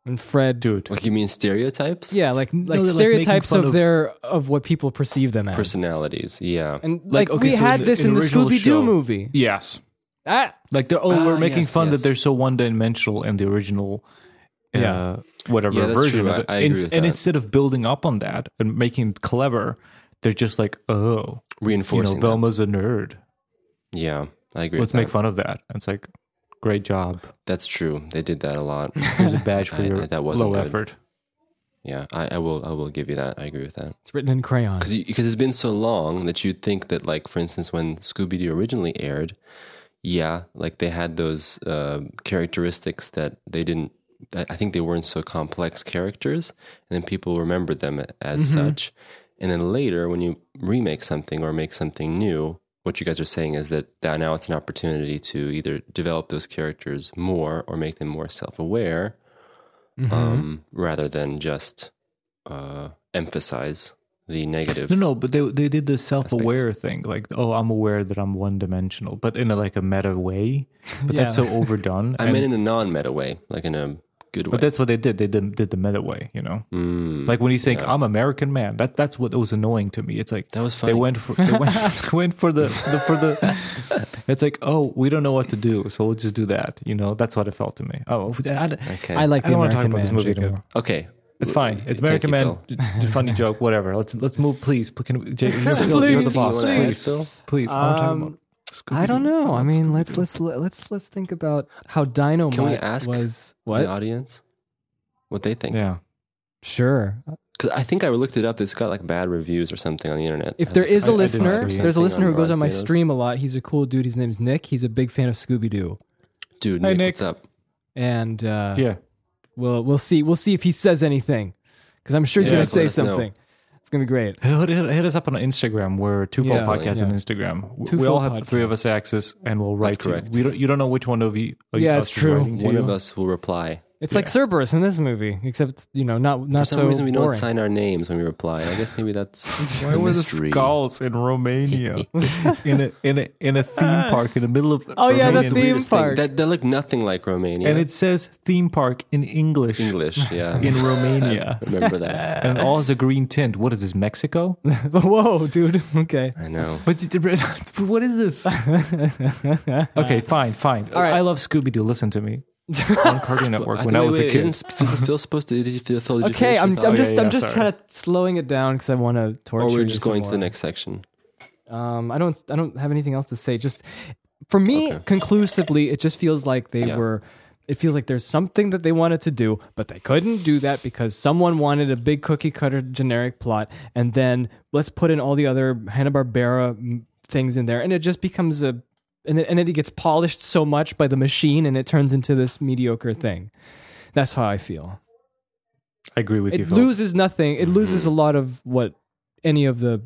Speaker 3: and Fred
Speaker 2: dude.
Speaker 1: Like you mean stereotypes?
Speaker 3: yeah, like like
Speaker 2: they're, like,
Speaker 3: stereotypes
Speaker 2: making fun
Speaker 3: of,
Speaker 2: of-
Speaker 3: their of what people perceive them as.
Speaker 1: Personalities. Yeah.
Speaker 3: And
Speaker 2: Like,
Speaker 3: like,
Speaker 2: okay,
Speaker 3: we
Speaker 2: so
Speaker 3: had
Speaker 2: in-
Speaker 3: this
Speaker 2: in
Speaker 3: in the
Speaker 2: original
Speaker 3: Scooby Doo
Speaker 2: show-
Speaker 3: movie.
Speaker 2: Yes.
Speaker 3: Ah,
Speaker 2: Like they're oh,
Speaker 1: Ah,
Speaker 2: we're making
Speaker 1: yes,
Speaker 2: fun
Speaker 1: yes.
Speaker 2: that they're so one dimensional in the original, uh,
Speaker 3: Yeah.
Speaker 2: whatever
Speaker 1: Yeah, that's
Speaker 2: version
Speaker 1: true.
Speaker 2: of it.
Speaker 1: I- I
Speaker 2: and
Speaker 1: agree with
Speaker 2: and
Speaker 1: that.
Speaker 2: instead of building up on that and making it clever, they're just like, oh, you know,
Speaker 1: Reinforcing. them.
Speaker 2: Velma's a nerd.
Speaker 1: Yeah. I agree.
Speaker 2: Let's
Speaker 1: with
Speaker 2: make
Speaker 1: that.
Speaker 2: fun of that. And it's like, great job.
Speaker 1: That's true. They did that a lot.
Speaker 2: Here's a badge for
Speaker 1: I-
Speaker 2: your
Speaker 1: I- that wasn't
Speaker 2: low
Speaker 1: good.
Speaker 2: effort.
Speaker 1: yeah. I, I will. I will give you that. I agree with that.
Speaker 3: it's written in crayon.
Speaker 1: because because it's been so long that you'd think that like for instance when Scooby Doo originally aired, yeah, like they had those uh, characteristics that they didn't. that I think they weren't so complex characters, and then people remembered them as such. And then later, when you remake something or make something new, what you guys are saying is that, that now it's an opportunity to either develop those characters more or make them more self-aware,
Speaker 3: Mm-hmm.
Speaker 1: um, rather than just uh, emphasize the negative.
Speaker 2: No, no, but they they did the self aware thing, like oh, I'm aware that I'm one dimensional, but in a, like a meta way. But that's so
Speaker 3: Yeah.
Speaker 2: overdone.
Speaker 1: I
Speaker 2: and-
Speaker 1: mean, in a non-meta way, like in a good way.
Speaker 2: but that's what they did. They did, did the meta way, you know.
Speaker 1: Mm.
Speaker 2: Like when he's saying "I'm American man," that that's what was annoying to me. It's like
Speaker 1: That was
Speaker 2: They
Speaker 1: funny.
Speaker 2: went for they went, they went for the, the for the. It's like oh, we don't know what to do, so we'll just do that. You know, that's what it felt to me. Oh, I, I,
Speaker 1: okay.
Speaker 3: I like
Speaker 2: I
Speaker 3: the
Speaker 2: don't want to
Speaker 3: American
Speaker 2: talk about
Speaker 3: man,
Speaker 2: this movie
Speaker 3: Jacob.
Speaker 2: anymore.
Speaker 1: okay.
Speaker 2: It's fine. It's
Speaker 1: Thank
Speaker 2: American
Speaker 1: you,
Speaker 2: man.
Speaker 1: Phil.
Speaker 2: J- j- Funny joke. Whatever. Let's let's move, please. P- Can we, Jacob, you're, you're the
Speaker 3: Please,
Speaker 2: boss.
Speaker 3: please.
Speaker 2: Please, please. I want to talk about.
Speaker 3: Um, I don't
Speaker 2: Scooby-Doo.
Speaker 3: know. I mean,
Speaker 2: Scooby-Doo.
Speaker 3: let's let's let's let's think about how Dino
Speaker 1: Can we ask
Speaker 3: was
Speaker 1: The
Speaker 3: what?
Speaker 1: audience, what they think?
Speaker 2: Yeah.
Speaker 3: Sure.
Speaker 1: Because I think I looked it up. It's got like bad reviews or something on the internet.
Speaker 3: If
Speaker 1: Has
Speaker 3: there is
Speaker 2: I-
Speaker 3: a
Speaker 2: I didn't see
Speaker 3: listener,
Speaker 2: anything
Speaker 3: there's a
Speaker 1: on
Speaker 3: listener who goes
Speaker 1: Rotten
Speaker 3: on my
Speaker 1: Tomatoes.
Speaker 3: stream a lot. He's a cool dude. His name's Nick. He's a big fan of Scooby Doo,
Speaker 1: dude,
Speaker 2: Hey,
Speaker 1: Nick,
Speaker 2: Nick.
Speaker 1: what's up?
Speaker 3: and uh,
Speaker 2: Yeah.
Speaker 3: we'll we'll see we'll see if he says anything because I'm sure he's
Speaker 1: Yeah,
Speaker 3: gonna
Speaker 1: let
Speaker 3: say
Speaker 1: us know.
Speaker 3: something. It's gonna be great.
Speaker 2: Hit, hit, hit us up on Instagram. We're Two Fold
Speaker 3: Yeah.
Speaker 2: Podcast
Speaker 3: Yeah.
Speaker 2: on Instagram. We-
Speaker 3: Two
Speaker 2: we all
Speaker 3: Fold
Speaker 2: have the three of us
Speaker 3: Podcast.
Speaker 2: access, and we'll write. to you.
Speaker 1: correct.
Speaker 2: We don't, you don't know which one of you. of
Speaker 3: Yeah,
Speaker 2: us
Speaker 3: it's
Speaker 2: is
Speaker 3: true.
Speaker 2: writing to
Speaker 1: One
Speaker 2: you.
Speaker 1: of us will reply.
Speaker 3: It's like Cerberus in this movie, except you know, not
Speaker 1: For
Speaker 3: not
Speaker 1: some
Speaker 3: so
Speaker 1: reason, we
Speaker 3: boring.
Speaker 1: don't sign our names when we reply. I guess maybe that's
Speaker 2: Why were the
Speaker 1: mystery.
Speaker 2: skulls in Romania in a in a in a theme park in the middle of
Speaker 3: Oh, yeah,
Speaker 2: Romania.
Speaker 3: the theme
Speaker 1: Weirdest thing.
Speaker 3: park.
Speaker 1: That that look nothing like Romania.
Speaker 2: and it says theme park in English
Speaker 1: English. Yeah,
Speaker 2: in Romania
Speaker 1: remember that.
Speaker 2: and all is a green tint. What is this Mexico?
Speaker 3: Whoa, dude. Okay.
Speaker 1: I know.
Speaker 2: But did- what is this? okay, fine, fine.
Speaker 3: right.
Speaker 2: I love Scooby Doo. Listen to me on Cartoon Network
Speaker 1: I
Speaker 2: when
Speaker 1: think-
Speaker 2: I
Speaker 1: wait,
Speaker 2: was
Speaker 1: wait,
Speaker 2: a kid.
Speaker 1: Isn't Phil Phil supposed to? Did you feel, Phil, did you
Speaker 3: Okay,
Speaker 1: finish
Speaker 3: I'm
Speaker 1: your thought?
Speaker 3: I'm just
Speaker 2: yeah,
Speaker 3: I'm just
Speaker 2: sorry.
Speaker 3: kind of slowing it down because I want to torture.
Speaker 1: Or we're
Speaker 3: you
Speaker 1: just
Speaker 3: some
Speaker 1: going to the
Speaker 3: more.
Speaker 1: next section.
Speaker 3: Um, I don't I don't have anything else to say. Just for me,
Speaker 1: Okay.
Speaker 3: conclusively, it just feels like they
Speaker 1: Yeah.
Speaker 3: were. It feels like there's something that they wanted to do, but they couldn't do that because someone wanted a big cookie cutter generic plot, and then let's put in all the other Hanna Barbera things in there, and it just becomes a and it, and it gets polished so much by the machine, and it turns into this mediocre thing. That's how I feel.
Speaker 2: I agree with you.
Speaker 3: It
Speaker 2: Phil.
Speaker 3: loses nothing. It
Speaker 1: Mm-hmm.
Speaker 3: loses a lot of what any of the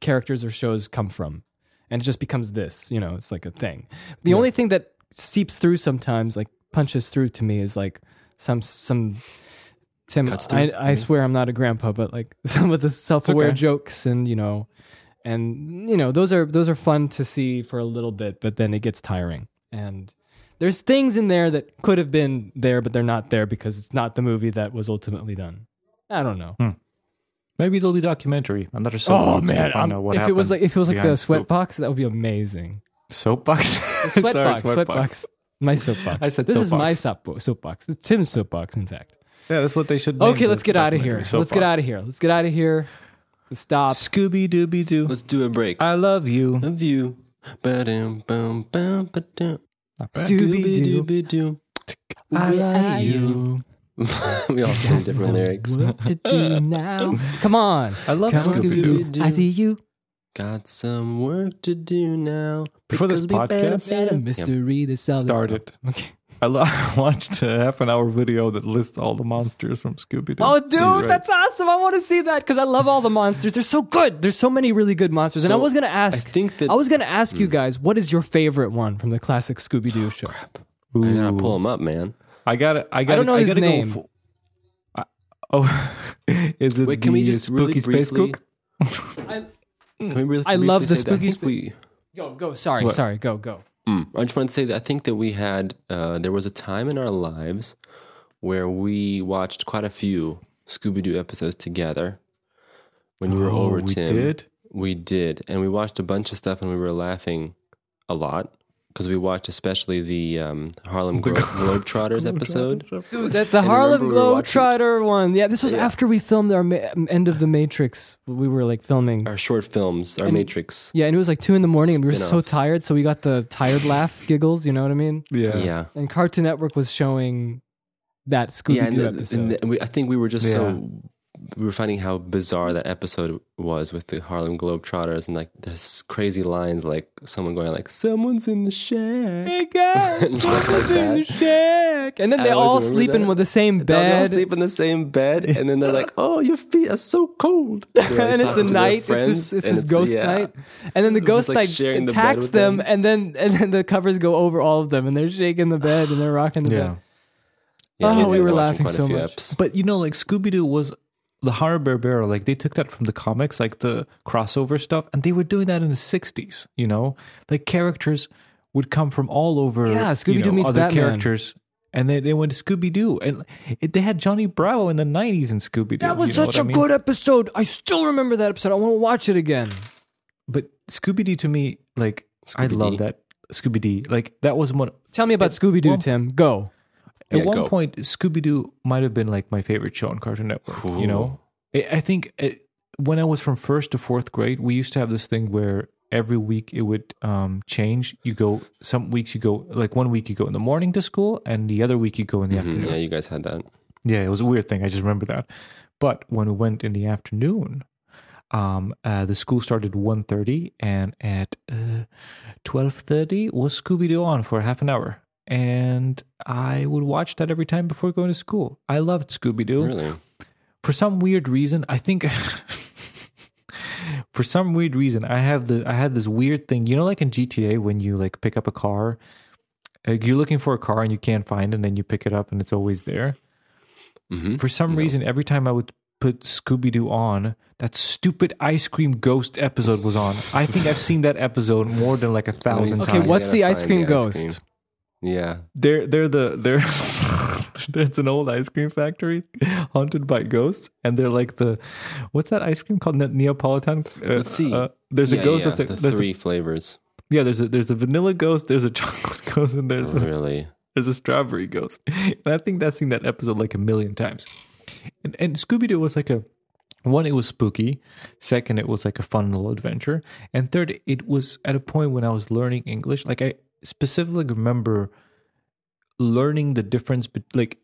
Speaker 3: characters or shows come from, and it just becomes this. You know, it's like a thing. The only thing that seeps through sometimes, like punches through to me, is like some some. Tim,
Speaker 1: Cuts through,
Speaker 3: I, I swear I'm not a grandpa, but like some of the self-aware
Speaker 2: okay.
Speaker 3: jokes and you know, and you know those are those are fun to see for a little bit, but then it gets tiring. And there's things in there that could have been there, but they're not there because it's not the movie that was ultimately done. I don't know.
Speaker 2: Hmm. Maybe there'll be documentary. Another
Speaker 3: Oh
Speaker 2: soapbox.
Speaker 3: man,
Speaker 2: I know
Speaker 3: I'm-
Speaker 2: what
Speaker 3: if it was like
Speaker 2: happened
Speaker 3: if it was like the
Speaker 2: behind
Speaker 3: sweat box, that would be amazing.
Speaker 2: soapbox,
Speaker 3: Sweat
Speaker 2: Sorry,
Speaker 3: box, sweat box. My soapbox.
Speaker 2: I said
Speaker 3: this is my
Speaker 2: soapbox.
Speaker 3: soap- soapbox. It's Tim's soapbox, in fact.
Speaker 2: Yeah, that's what they should.
Speaker 3: Okay, let's get out of here. let's get out of here. Let's get out of here. Let's stop.
Speaker 2: Scooby Dooby Doo.
Speaker 1: Let's do a break.
Speaker 2: I love you.
Speaker 1: Love you. Ba-dum, bum, bum, ba-dum.
Speaker 3: Scooby-Doo.
Speaker 1: Dooby-doo.
Speaker 2: I love you.
Speaker 1: We all sing different lyrics.
Speaker 3: What to do now? Come on.
Speaker 2: I love
Speaker 3: Come on,
Speaker 2: Scooby Doo.
Speaker 1: Scooby-Doo.
Speaker 3: I see you.
Speaker 1: Got some work to do now.
Speaker 2: Before this
Speaker 1: Because we better,
Speaker 2: podcast
Speaker 1: better-
Speaker 3: mystery to solve.
Speaker 2: started,
Speaker 3: Okay.
Speaker 2: I lo- I watched a half an hour video that lists all the monsters from Scooby Doo.
Speaker 3: Oh, dude, that's awesome! I want to see that because I love all the monsters. They're so good. There's so many really good monsters. and I
Speaker 1: So,
Speaker 3: was gonna ask.
Speaker 1: I think that-
Speaker 3: I Hmm. was gonna ask you guys, what is your favorite one from the classic Scooby Doo show?
Speaker 1: I gotta pull him up, man.
Speaker 2: I got it. I got.
Speaker 3: don't know
Speaker 2: I
Speaker 3: his
Speaker 2: gotta go
Speaker 3: name.
Speaker 2: fu- I- oh, is it
Speaker 1: Wait, can
Speaker 2: the
Speaker 1: we just
Speaker 2: spooky
Speaker 1: really
Speaker 2: space
Speaker 1: briefly-
Speaker 2: cook?
Speaker 1: Can we really
Speaker 3: I love
Speaker 1: briefly
Speaker 3: the
Speaker 1: say that? I
Speaker 3: spooky
Speaker 1: think we-
Speaker 3: Go, go. Sorry, sorry. Go, go.
Speaker 1: Mm. I just want to say that I think that we had uh, there was a time in our lives where we watched quite a few Scooby Doo episodes together. When you were
Speaker 2: Oh,
Speaker 1: over,
Speaker 2: we
Speaker 1: Tim,
Speaker 2: did?
Speaker 1: we did, and we watched a bunch of stuff, and we were laughing a lot because we watched especially the um, Harlem Glo- Globetrotters episode.
Speaker 3: Dude, that the
Speaker 1: I
Speaker 3: Harlem
Speaker 1: remember we were watching-
Speaker 3: Globetrotter one. Yeah, this was after we filmed our ma- end of the Matrix. We were like filming.
Speaker 1: Our short films, our Matrix.
Speaker 3: Yeah, and it was like two in the morning, and we were so
Speaker 1: Spin-offs.
Speaker 3: tired, so we got the tired laugh giggles. You know what I mean?
Speaker 2: Yeah.
Speaker 1: Yeah, yeah.
Speaker 3: And Cartoon Network was showing that Scooby
Speaker 1: and,
Speaker 3: Doo
Speaker 1: the-
Speaker 3: episode.
Speaker 1: and the- we, I think we were just so
Speaker 2: Yeah.
Speaker 1: we were finding how bizarre that episode was with the Harlem Globetrotters and like this crazy lines like someone going like someone's in the shack.
Speaker 3: Hey guys,
Speaker 1: And stuff like
Speaker 3: welcome to the
Speaker 1: that.
Speaker 3: shack. And then
Speaker 1: I
Speaker 3: they
Speaker 1: always
Speaker 3: all
Speaker 1: remember
Speaker 3: sleep in
Speaker 1: that.
Speaker 3: with the same
Speaker 1: They all
Speaker 3: bed.
Speaker 1: sleep in the same bed, and then they're like, "Oh, your feet are so cold." They're, like,
Speaker 3: and it's a
Speaker 1: talking to their
Speaker 3: night. It's
Speaker 1: friends,
Speaker 3: this, it's
Speaker 1: and
Speaker 3: this ghost
Speaker 1: yeah.
Speaker 3: night. And then the ghost
Speaker 1: like,
Speaker 3: night
Speaker 1: sharing the bed
Speaker 3: attacks
Speaker 1: with
Speaker 3: them,
Speaker 1: them.
Speaker 3: and then and then the covers go over all of them, and they're shaking the bed and they're rocking the
Speaker 2: Yeah.
Speaker 3: bed.
Speaker 1: Yeah,
Speaker 3: oh,
Speaker 1: and
Speaker 3: we
Speaker 1: they're
Speaker 3: were
Speaker 1: watching
Speaker 3: laughing
Speaker 1: quite a
Speaker 3: so
Speaker 1: few
Speaker 3: much.
Speaker 1: eps.
Speaker 2: But you know, like Scooby Doo was the horror bear bear. Like they took that from the comics, like the crossover stuff, and they were doing that in the '60s. You know, like characters would come from all over.
Speaker 3: Yeah,
Speaker 2: you
Speaker 3: Scooby-Doo
Speaker 2: know,
Speaker 3: meets
Speaker 2: other
Speaker 3: Batman.
Speaker 2: characters, and they they went to Scooby Doo, and it, they had Johnny Bravo in the '90s in Scooby Doo.
Speaker 3: That was such a good episode. I still remember that episode. I want to watch it again.
Speaker 2: But Scooby Doo to me, like I
Speaker 1: Scooby-Dee.
Speaker 2: love that Scooby Doo. Like that was one.
Speaker 3: Tell me about Scooby Doo,
Speaker 2: well-
Speaker 3: Tim. Go.
Speaker 2: At
Speaker 1: Yeah,
Speaker 2: one
Speaker 1: go.
Speaker 2: point, Scooby Doo might have been like my favorite show on Cartoon Network. You know, I I think it, when I was from first to fourth grade, we used to have this thing where every week it would um, change. You go some weeks you go like one week you go in the morning to school, and the other week you go in the afternoon.
Speaker 1: Yeah, you guys had that.
Speaker 2: Yeah, it was a weird thing. I just remember that. But when we went in the afternoon, um, uh, the school started 1.30 and at uh, 12.30 was Scooby-Doo on for half an hour. And I would watch that every time before going to school. I loved Scooby-Doo.
Speaker 1: Really?
Speaker 2: For some weird reason, I think... For some weird reason, I have the I had this weird thing. You know, like in GTA, when you like pick up a car, like you're looking for a car and you can't find, it, and then you pick it up and it's always there.
Speaker 1: hmm
Speaker 2: For some reason, every time I would put Scooby Doo on, that stupid ice cream ghost episode was on. I think I've seen that episode more than like a thousand
Speaker 1: Okay,
Speaker 3: Okay,
Speaker 2: times.
Speaker 1: what-
Speaker 3: what's
Speaker 1: gotta
Speaker 3: the ice
Speaker 1: find
Speaker 3: cream
Speaker 1: the ice
Speaker 3: ghost?
Speaker 1: cream. Yeah.
Speaker 2: They're they're the they're it's an old ice cream factory haunted by ghosts, and they're like the what's that ice cream called? Ne- Neapolitan. Uh,
Speaker 1: Let's see.
Speaker 2: there's
Speaker 1: Yeah,
Speaker 2: a ghost.
Speaker 1: yeah,
Speaker 2: That's a,
Speaker 1: the
Speaker 2: there's a,
Speaker 1: three flavors.
Speaker 2: yeah. There's a there's a vanilla ghost. There's a chocolate ghost, and there's a
Speaker 1: Really?
Speaker 2: there's a strawberry ghost. And I think I've seen that episode like a million times. And, and Scooby Doo was like a one, it was spooky. Second, it was like a fun little adventure. And third, it was at a point when I was learning English. Like I specifically remember learning the difference, bet like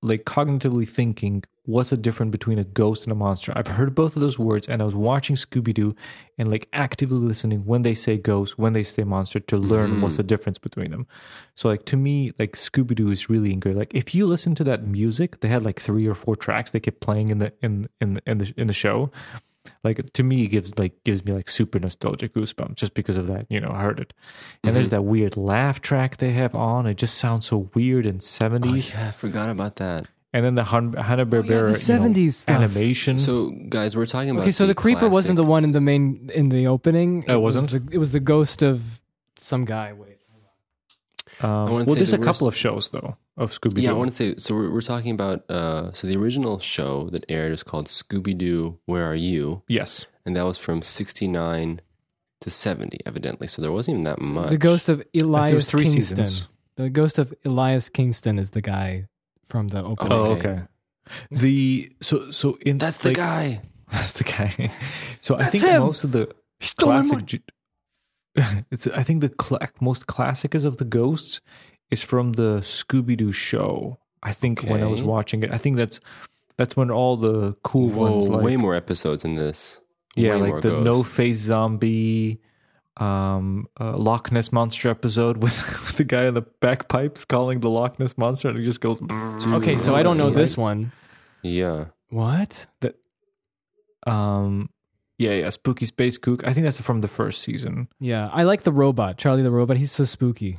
Speaker 2: like cognitively thinking what's the difference between a ghost and a monster i've heard both of those words and i was watching scooby-doo and like actively listening when they say ghost when they say monster to learn what's the difference between them so like to me like scooby-doo is really great like if you listen to that music they had like three or four tracks they kept playing in the in in, in the in the show like to me it gives like gives me like super nostalgic goosebumps just because of that you know i heard it and there's that weird laugh track they have on it just sounds so weird in 70s
Speaker 1: Oh, yeah, I forgot about that.
Speaker 2: and then the Han- Hanna Barbera
Speaker 3: Oh, the 70s stuff.
Speaker 2: animation.
Speaker 1: So, guys, we're talking about
Speaker 3: Okay, so the, creeper wasn't the one in the main in the opening.
Speaker 2: Oh, it wasn't?
Speaker 3: Was the, it was the ghost of some guy. Wait,
Speaker 2: um,
Speaker 1: wouldn't
Speaker 2: well,
Speaker 1: say
Speaker 2: there's
Speaker 1: the
Speaker 2: a couple
Speaker 1: worst-
Speaker 2: of shows though of Scooby Doo.
Speaker 1: Yeah, I want to say. So we're, we're talking about. Uh, so the original show that aired is called Scooby Doo. Where are you?
Speaker 2: yes,
Speaker 1: And that was from sixty nine to seventy, evidently. So there wasn't even that much.
Speaker 3: the ghost of
Speaker 2: there was
Speaker 3: Elias
Speaker 2: three
Speaker 3: Kingston.
Speaker 2: seasons.
Speaker 3: The ghost of Elias Kingston is the guy from the opening.
Speaker 2: Oh,
Speaker 1: Okay.
Speaker 2: okay. The so so in
Speaker 1: That's the
Speaker 2: like-
Speaker 1: guy.
Speaker 2: That's the guy. So I
Speaker 3: That's
Speaker 2: think
Speaker 3: him.
Speaker 2: most of the
Speaker 3: He's
Speaker 2: classic. ju- It's I think the cla most classic is of the ghosts is from the Scooby Doo show. I think when I was
Speaker 1: Okay.
Speaker 2: watching it, I think that's that's when all the cool
Speaker 1: Whoa,
Speaker 2: ones like
Speaker 1: way more episodes in this.
Speaker 2: yeah,
Speaker 1: Way
Speaker 2: like
Speaker 1: more
Speaker 2: the no
Speaker 1: ghosts.
Speaker 2: face zombie. um, uh, Loch Ness monster episode with, with the guy on the bagpipes calling the Loch Ness monster, and he just goes.
Speaker 3: Okay, so I don't know this one.
Speaker 1: Yeah.
Speaker 3: What?
Speaker 2: Um, yeah, yeah, spooky space kook. I think that's from the first season.
Speaker 3: Yeah, I like the robot, Charlie the robot. He's so spooky.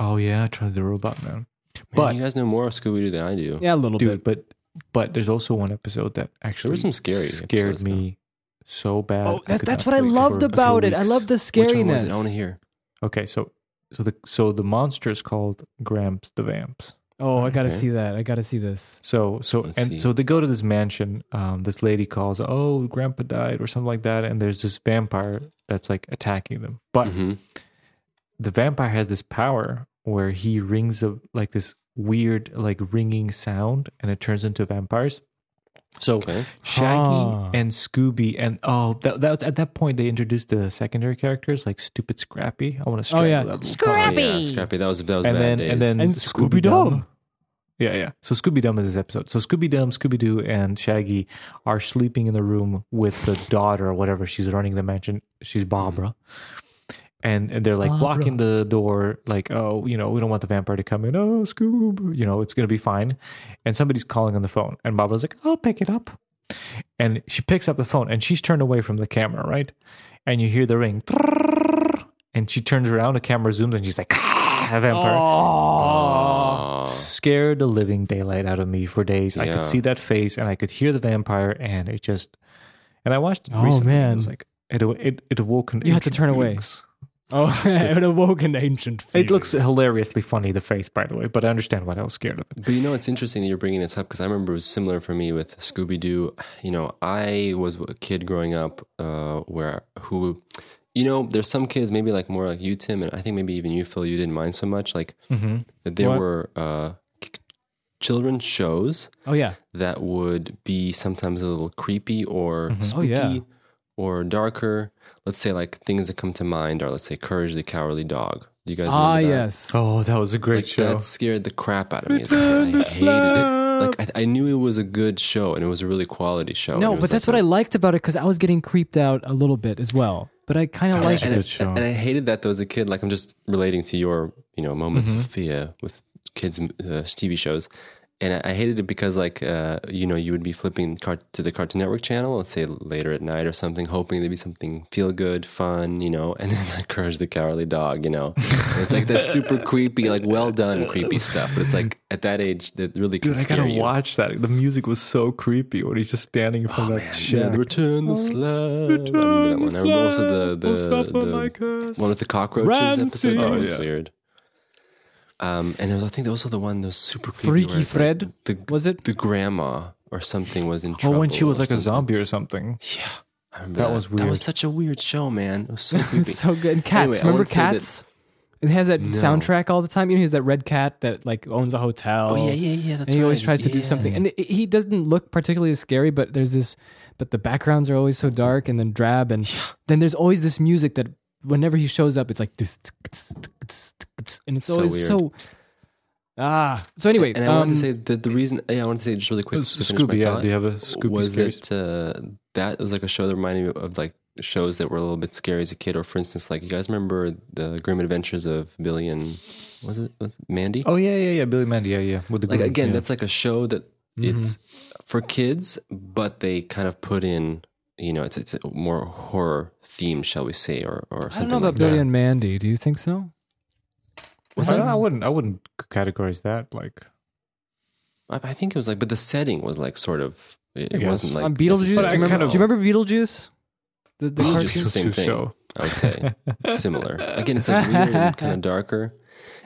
Speaker 2: Oh yeah, Charlie the Robot Man.
Speaker 1: Man,
Speaker 2: But-
Speaker 1: you guys know more of Scooby Doo than I do.
Speaker 3: Yeah, a little
Speaker 2: dude.
Speaker 3: bit.
Speaker 2: But but there's also one episode that actually
Speaker 1: some scary
Speaker 2: scared
Speaker 1: episodes,
Speaker 2: me so bad.
Speaker 3: Oh,
Speaker 2: I
Speaker 3: that,
Speaker 2: could
Speaker 3: that's
Speaker 2: not
Speaker 3: what I
Speaker 2: sleep
Speaker 3: loved
Speaker 2: for a few
Speaker 3: about it. I
Speaker 2: weeks.
Speaker 3: love the
Speaker 1: Which one was it? I want to
Speaker 3: scariness.
Speaker 1: hear.
Speaker 2: Okay, so so the so the monster is called Gramps the Vamps.
Speaker 3: Oh, I gotta
Speaker 1: Okay.
Speaker 3: see that. I gotta see this.
Speaker 2: So so
Speaker 1: Let's
Speaker 2: and
Speaker 1: see.
Speaker 2: so they go to this mansion. Um, this lady calls, "Oh, Grandpa died," or something like that. And there's this vampire that's like attacking them. But
Speaker 1: Mhm.
Speaker 2: the vampire has this power where he rings a like this weird like ringing sound, and it turns into vampires. So
Speaker 1: Okay.
Speaker 2: Shaggy
Speaker 3: Ah.
Speaker 2: and Scooby and oh that, that was, at that point they introduced the secondary characters like stupid Scrappy. I want to strangle
Speaker 3: yeah.
Speaker 2: that little
Speaker 1: Oh,
Speaker 4: Scrappy.
Speaker 1: yeah, Scrappy. That was that was
Speaker 2: and
Speaker 1: bad
Speaker 2: then,
Speaker 1: days.
Speaker 2: and then
Speaker 3: And Scooby-Dum.
Speaker 2: Yeah, yeah. So Scooby Dum is this episode. So Scooby Dum, Scooby Doo, and Shaggy are sleeping in the room with the daughter or whatever. She's running the mansion.
Speaker 1: Mm-hmm.
Speaker 2: She's Barbara. And, and they're like
Speaker 3: Barbara.
Speaker 2: blocking the door, like, oh, you know, we don't want the vampire to come in. Oh, Scoob, you know, it's going to be fine. And somebody's calling on the phone. And Barbara's like, I'll pick it up. And she picks up the phone and she's turned away from the camera, right? And you hear the ring. And she turns around, the camera zooms, and she's like, ah, a vampire
Speaker 1: Aw.
Speaker 2: scared the living daylight out of me for days. I
Speaker 1: Uh-huh. Yeah.
Speaker 2: could see that face and I could hear the vampire, and it just. And I watched it
Speaker 3: Oh,
Speaker 2: recently. and
Speaker 3: man.
Speaker 2: It was like it it it awoke. an
Speaker 3: You had to
Speaker 2: ancient
Speaker 3: turn away.
Speaker 2: feelings.
Speaker 3: Oh, an awoken ancient.
Speaker 2: It looks hilariously funny, the face, by the way, but I understand why I was scared of it.
Speaker 1: But you know, it's interesting that you're bringing this up because I remember it was similar for me with Scooby Doo. You know, I was a kid growing up uh, where who, you know, there's some kids maybe like more like you, Tim, and I think maybe even you, Phil, you didn't mind so much. Like that there
Speaker 3: What?
Speaker 1: were uh, k- children's shows
Speaker 3: Oh yeah.
Speaker 1: that would be sometimes a little creepy or
Speaker 3: Oh,
Speaker 1: spooky
Speaker 3: yeah.
Speaker 1: or darker. Let's say like things that come to mind are let's say Courage the Cowardly Dog. Do you guys
Speaker 3: Ah
Speaker 1: remember that?
Speaker 3: yes.
Speaker 2: Oh, that was a great
Speaker 1: Like,
Speaker 2: show.
Speaker 1: that scared the crap out of me. as a kid. I hated it. Like I, I knew it was a good show and it was a really quality show.
Speaker 3: No, but that's what I liked about it because I was getting creeped out a little bit as well. But I kind of
Speaker 2: was
Speaker 3: like
Speaker 2: a
Speaker 1: and,
Speaker 2: good show.
Speaker 1: and I hated that though as a kid. Like I'm just relating to your you know moments
Speaker 3: Mm-hmm.
Speaker 1: of fear with kids uh, TV shows. And I I hated it because, like, uh, you know, you would be flipping cart- to the Cartoon Network channel, let's say later at night or something, hoping there'd be something feel good, fun, you know, and then like Courage the Cowardly Dog, you know. And it's like that super creepy, like well done creepy stuff. But it's like at that age that really can
Speaker 2: Dude, I
Speaker 1: scare
Speaker 2: gotta
Speaker 1: you.
Speaker 2: watch that. The music was so creepy when he's just standing in front of that
Speaker 1: Oh, Yeah,
Speaker 2: shack.
Speaker 1: the return the slab. I remember that one. I remember also the the, the one with the cockroaches
Speaker 2: Ramsey.
Speaker 1: episode. That
Speaker 2: Oh,
Speaker 1: was
Speaker 2: yeah.
Speaker 1: weird. Um, and there was, I think there was also the one that was super creepy. where
Speaker 3: Freaky
Speaker 1: it's like
Speaker 3: Fred.
Speaker 1: the
Speaker 3: was it?
Speaker 1: the grandma or something was in
Speaker 2: Oh,
Speaker 1: trouble.
Speaker 2: when she was
Speaker 1: or
Speaker 2: like a
Speaker 1: something.
Speaker 2: zombie or something.
Speaker 1: Yeah, I remember
Speaker 2: That
Speaker 1: that,
Speaker 2: was
Speaker 1: That
Speaker 2: weird.
Speaker 1: was such a weird show, man. It was so creepy.
Speaker 3: It's so good. And cats.
Speaker 1: Anyway, I
Speaker 3: remember
Speaker 1: wanna say that-
Speaker 3: cats? It has that soundtrack all the time. You know, he's that red cat that like owns a hotel.
Speaker 1: oh yeah, yeah, yeah. That's
Speaker 3: and he always
Speaker 1: right.
Speaker 3: tries to do something.
Speaker 1: Yes.
Speaker 3: And it, he doesn't look particularly scary, but there's this. But the backgrounds are always so dark and then drab, and then there's always this music that whenever he shows up, it's like, tsk, tsk, tsk, tsk, tsk, and it's
Speaker 1: So
Speaker 3: always
Speaker 1: weird.
Speaker 3: so. Ah, so anyway,
Speaker 1: and I wanted
Speaker 3: um,
Speaker 1: to say that the reason. Yeah, I wanted to say just really quick. to finish my
Speaker 2: Scooby, yeah.
Speaker 1: thought.
Speaker 2: Do you have a Scooby
Speaker 1: was
Speaker 2: scaries?
Speaker 1: that uh, that was like a show that reminded me of like shows that were a little bit scary as a kid, or for instance, like you guys remember the Grim Adventures of Billy and was it was it Mandy?
Speaker 2: Oh yeah, yeah, yeah. Billy Mandy, yeah, yeah. With the
Speaker 1: like
Speaker 2: goons,
Speaker 1: again,
Speaker 2: yeah.
Speaker 1: that's like a show that
Speaker 3: Mm-hmm.
Speaker 1: it's for kids, but they kind of put in you know it's it's a more horror theme, shall we say, or or
Speaker 3: I don't
Speaker 1: something
Speaker 3: know about
Speaker 1: like
Speaker 3: Billy
Speaker 1: that.
Speaker 3: and Mandy. Do you think so?
Speaker 1: Was
Speaker 2: I,
Speaker 1: that?
Speaker 2: don't- I wouldn't. I wouldn't categorize that like.
Speaker 1: I, I think it was like, but the setting was like sort of it,
Speaker 2: I
Speaker 1: it
Speaker 2: guess.
Speaker 1: wasn't like
Speaker 3: On Beetlejuice,
Speaker 2: But
Speaker 3: do
Speaker 1: necessarily-
Speaker 2: I
Speaker 3: you, remember,
Speaker 2: kind of-
Speaker 3: do you remember Beetlejuice? The, the
Speaker 1: Beetlejuice.
Speaker 3: cartoon?
Speaker 1: same
Speaker 2: Beetlejuice
Speaker 1: thing.
Speaker 2: show.
Speaker 1: I would say similar. Again, it's like weird and kind of darker.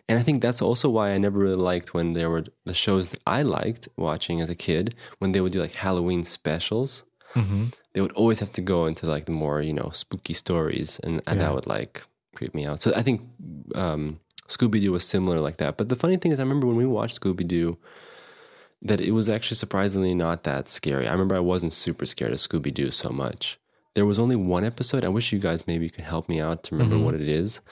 Speaker 1: And I think that's also why I never really liked when there were the shows that I liked watching as a kid when they would do like Halloween specials.
Speaker 2: Mm-hmm.
Speaker 1: They would always have to go into like the more you know spooky stories, and, and
Speaker 2: Yeah.
Speaker 1: that would like creep me out. So I think um, Scooby Doo was similar like that. But the funny thing is, I remember when we watched Scooby Doo. That it was actually surprisingly not that scary. I remember I wasn't super scared of Scooby Doo so much. There was only one episode. I wish you guys maybe could help me out to remember
Speaker 2: Mm-hmm.
Speaker 1: what it is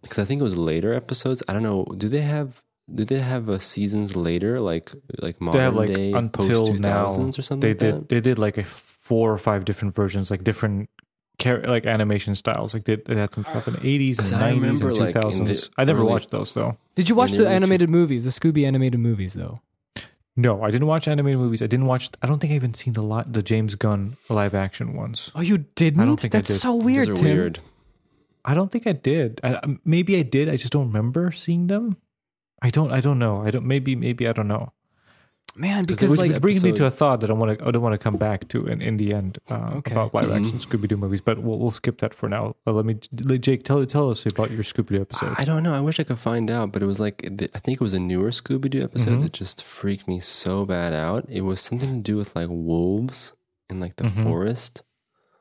Speaker 1: because I think it was later episodes. I don't know. Do they have? Did they have uh, seasons later, like like modern
Speaker 2: They have like
Speaker 1: day, post
Speaker 2: until
Speaker 1: two
Speaker 2: now.
Speaker 1: thousands or something?
Speaker 2: They
Speaker 1: like
Speaker 2: did.
Speaker 1: that?
Speaker 2: They did like a four or five different versions, like different char- like animation styles. Like they, they had some stuff in the 80s and
Speaker 1: 'Cause
Speaker 2: 90s
Speaker 1: I remember,
Speaker 2: and
Speaker 1: like, in
Speaker 2: 2000s.
Speaker 1: the
Speaker 2: I never
Speaker 1: early-
Speaker 2: watched those though.
Speaker 3: Did you watch
Speaker 1: And they
Speaker 3: the
Speaker 1: really
Speaker 3: animated movies, the Scooby animated movies though?
Speaker 2: No, I didn't watch animated movies. I didn't watch. I don't think I even seen the li- the James Gunn live action ones.
Speaker 3: Oh, you didn't?
Speaker 2: think I
Speaker 3: That's
Speaker 2: did.
Speaker 3: so
Speaker 1: Those
Speaker 3: weird,
Speaker 1: are
Speaker 3: Tim.
Speaker 1: weird.
Speaker 2: I don't think I did. I, I- maybe I did. I just don't remember seeing them. I don't. I don't know. I don't. Maybe. Maybe I don't know.
Speaker 3: Man,
Speaker 1: there
Speaker 3: because
Speaker 2: Which
Speaker 1: was
Speaker 3: like
Speaker 2: is brings me
Speaker 1: episode-
Speaker 2: to a thought that I want to. I don't want to come back to in, in the end uh,
Speaker 3: Okay.
Speaker 2: about live action Scooby Doo movies. But we'll, we'll skip that for now. Uh, let me, let Jake, tell tell us about your Scooby Doo episode.
Speaker 1: I don't know. I wish I could find out, but it was like the- I think it was a newer Scooby Doo episode
Speaker 3: Mm-hmm.
Speaker 1: that just freaked me so bad out. It was something to do with like wolves in like
Speaker 3: Mm-hmm.
Speaker 1: the forest.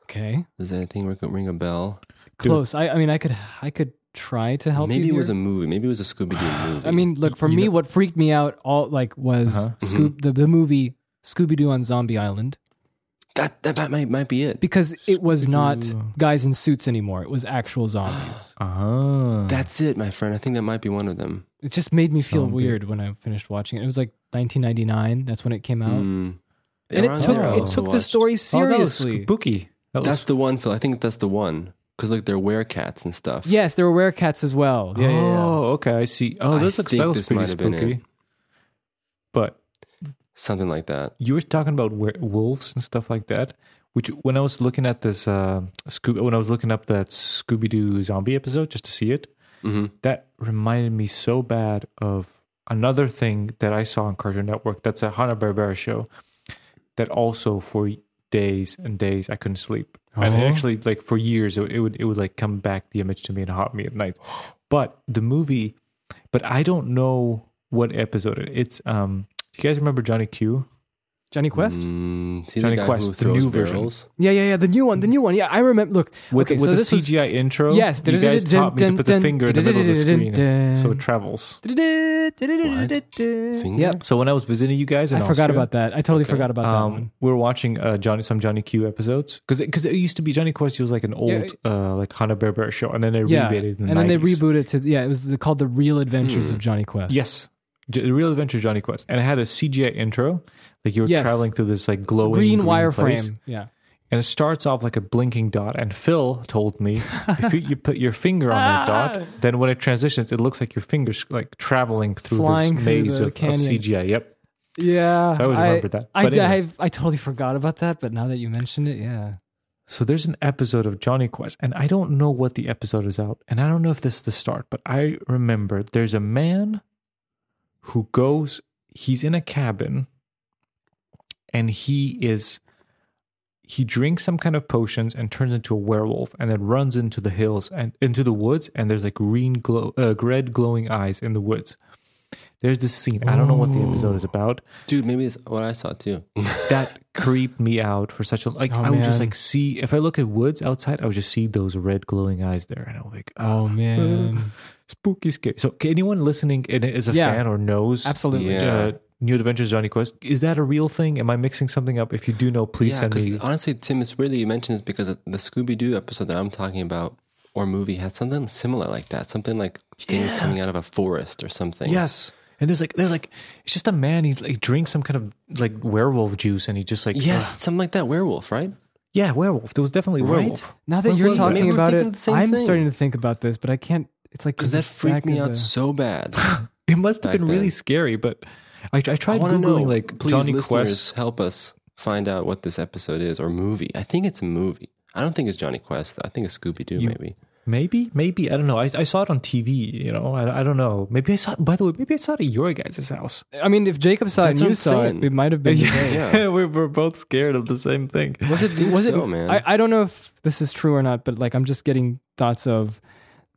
Speaker 3: Okay.
Speaker 1: Does that thing ring, ring a bell?
Speaker 3: Close. I, I mean I could I could try to help
Speaker 1: Maybe
Speaker 3: you.
Speaker 1: it was a
Speaker 3: here.
Speaker 1: movie. Maybe it was a Scooby Doo movie.
Speaker 3: I mean, look, for
Speaker 2: You
Speaker 3: me
Speaker 2: know-
Speaker 3: what freaked me out all like was
Speaker 2: Uh-huh.
Speaker 3: Scoop the, the movie Scooby Doo on Zombie Island
Speaker 1: that that, that might might be it.
Speaker 3: because it was not
Speaker 2: Scooby-Doo.
Speaker 3: guys in suits anymore. It was actual zombies.
Speaker 2: Ah,
Speaker 1: That's it, my friend. I think that might be one of them.
Speaker 3: it just made me feel
Speaker 2: Zombie.
Speaker 3: weird when I finished watching it. It was like 1999. That's when it came out.
Speaker 1: Mm.
Speaker 3: And
Speaker 1: Around
Speaker 3: it took
Speaker 1: there, I
Speaker 3: it
Speaker 1: also
Speaker 3: took the
Speaker 1: watched-
Speaker 3: story
Speaker 2: Oh, that was
Speaker 3: seriously.
Speaker 2: spooky. That
Speaker 1: That's
Speaker 2: was,
Speaker 1: the one, Phil. I think that's the one because like they're werecats and stuff.
Speaker 3: yes, there were cats as well. Yeah, yeah, yeah.
Speaker 2: Oh, okay. I see.
Speaker 1: I
Speaker 2: Oh, this looks
Speaker 1: think
Speaker 2: that was
Speaker 1: this
Speaker 2: pretty
Speaker 1: might have been it.
Speaker 2: spooky. But
Speaker 1: something like that.
Speaker 2: you were talking about wer- wolves and stuff like that. Which, when I was looking at this, uh, Scoob- when I was looking up that Scooby Doo zombie episode just to see it,
Speaker 1: hmm
Speaker 2: that reminded me so bad of another thing that I saw on Cartoon Network. That's a Hanna Barbera show. That also for days and days I couldn't sleep. And
Speaker 3: Oh.
Speaker 2: it actually, like for years, it, it would it would like come back the image to me and haunt me at night. But the movie, but I don't know what episode it. It's um. Do you guys remember Johnny Q?
Speaker 3: Johnny Quest.
Speaker 1: Mm, see
Speaker 2: Johnny
Speaker 1: the guy
Speaker 2: Quest,
Speaker 1: who
Speaker 2: the
Speaker 1: throws
Speaker 2: new version.
Speaker 1: barrels.
Speaker 3: Yeah, yeah, yeah. The new one. The new one. Yeah, I remember. Look,
Speaker 2: With,
Speaker 3: okay,
Speaker 2: with
Speaker 3: so
Speaker 2: the
Speaker 3: this was-
Speaker 2: CGI intro,
Speaker 3: Yes.
Speaker 2: you guys taught me to put the finger in the middle of the screen so it travels.
Speaker 1: Finger?
Speaker 3: Yep.
Speaker 2: So when I was visiting you guys, in
Speaker 3: I forgot
Speaker 2: Austria-
Speaker 3: about that. I totally
Speaker 1: Okay.
Speaker 3: forgot about that
Speaker 2: um,
Speaker 3: one.
Speaker 2: we were watching uh, Johnny some Johnny Q episodes because because it used to be Johnny Quest was like an old
Speaker 3: Yeah.
Speaker 2: uh, like Hanna Barbera show, and then they
Speaker 3: Yeah,
Speaker 2: rebooted it. In the
Speaker 3: and then they
Speaker 2: 90s.
Speaker 3: rebooted to yeah. It was the, called the Real Adventures of Johnny Quest.
Speaker 2: Yes, J- the Real Adventure of Johnny Quest, and it had a CGI intro, like you were
Speaker 3: Yes.
Speaker 2: traveling through this like glowing
Speaker 3: Green
Speaker 2: place,
Speaker 3: wireframe. Yeah.
Speaker 2: and it starts off like a blinking dot. And Phil told me if you, you put your finger on that dot, then when it transitions, it looks like your fingers like traveling through
Speaker 3: Flying
Speaker 2: this
Speaker 3: through
Speaker 2: maze
Speaker 3: the
Speaker 2: of, of
Speaker 3: canyon.
Speaker 2: CGI. Yep,
Speaker 3: Yeah.
Speaker 2: So I always remembered that.
Speaker 3: I,
Speaker 2: But
Speaker 3: d-
Speaker 2: anyway.
Speaker 3: I've- I totally forgot about that, but now that you mentioned it, yeah.
Speaker 2: So there's an episode of Johnny Quest, and I don't know what the episode is out, and I don't know if this is the start, but I remember there's a man who goes, he's in a cabin, and he is he drinks some kind of potions and turns into a werewolf, and then runs into the hills and into the woods, and there's like green glow, uh, red glowing eyes in the woods. There's this scene. I don't know what the episode is about,
Speaker 1: Dude, maybe it's what I saw too.
Speaker 2: that creeped me out for such a like
Speaker 3: Oh,
Speaker 2: I would just
Speaker 3: man.
Speaker 2: like see if I look at woods outside, I would just see those red glowing eyes there and I'm like, oh
Speaker 3: Oh man.
Speaker 2: spooky scary. So can anyone listening and is a
Speaker 3: Yeah.
Speaker 2: fan or knows
Speaker 3: Absolutely.
Speaker 1: Yeah.
Speaker 2: uh, New Adventures Johnny Quest, is that a real thing? Am I mixing something up? If you do know, please
Speaker 1: yeah, uh,
Speaker 2: send
Speaker 1: because
Speaker 2: me
Speaker 1: honestly, Tim, it's weird that you mentioned this because the Scooby Doo episode that I'm talking about or movie had something similar like that. Something like things coming out of a forest or something.
Speaker 2: Yes. And there's like there's like it's just a man he like drinks some kind of like werewolf juice and he just like
Speaker 1: Yes,
Speaker 2: uh,
Speaker 1: something like that. Werewolf, right?
Speaker 2: yeah, werewolf. There was definitely
Speaker 1: Right?
Speaker 2: werewolf.
Speaker 3: Now that
Speaker 1: Well,
Speaker 3: you're
Speaker 1: see,
Speaker 3: talking
Speaker 1: maybe we're
Speaker 3: about
Speaker 1: thinking
Speaker 3: it,
Speaker 1: the same
Speaker 3: I'm
Speaker 1: thing.
Speaker 3: starting to think about this, but I can't. It's like
Speaker 1: Because that freaked
Speaker 3: back
Speaker 1: me
Speaker 3: of
Speaker 1: out
Speaker 3: the-
Speaker 1: so bad.
Speaker 2: It must have
Speaker 1: Back
Speaker 2: been really
Speaker 1: then.
Speaker 2: scary, but I, I
Speaker 1: I
Speaker 2: tried
Speaker 1: want to
Speaker 2: googling
Speaker 1: know.
Speaker 2: like
Speaker 1: please,
Speaker 2: Johnny
Speaker 1: listeners,
Speaker 2: Quest
Speaker 1: help us find out what this episode is or movie. I think it's a movie. I don't think it's Johnny Quest. though. I think it's Scooby Doo,
Speaker 2: You-
Speaker 1: maybe.
Speaker 2: Maybe, maybe I don't know. I, I saw it on TV. You know, I, I don't know. Maybe I saw. By the way, maybe I saw it at your guys' house.
Speaker 3: I mean, if Jacob saw
Speaker 1: That's
Speaker 3: it, and
Speaker 1: what
Speaker 3: you
Speaker 1: I'm
Speaker 3: saw
Speaker 1: saying.
Speaker 3: it. It might have been. the same.
Speaker 1: Yeah.
Speaker 2: we were both scared of the same thing.
Speaker 1: Was it? think
Speaker 3: was it-
Speaker 1: so, man.
Speaker 3: I, I don't know if this is true or not, but like I'm just getting thoughts of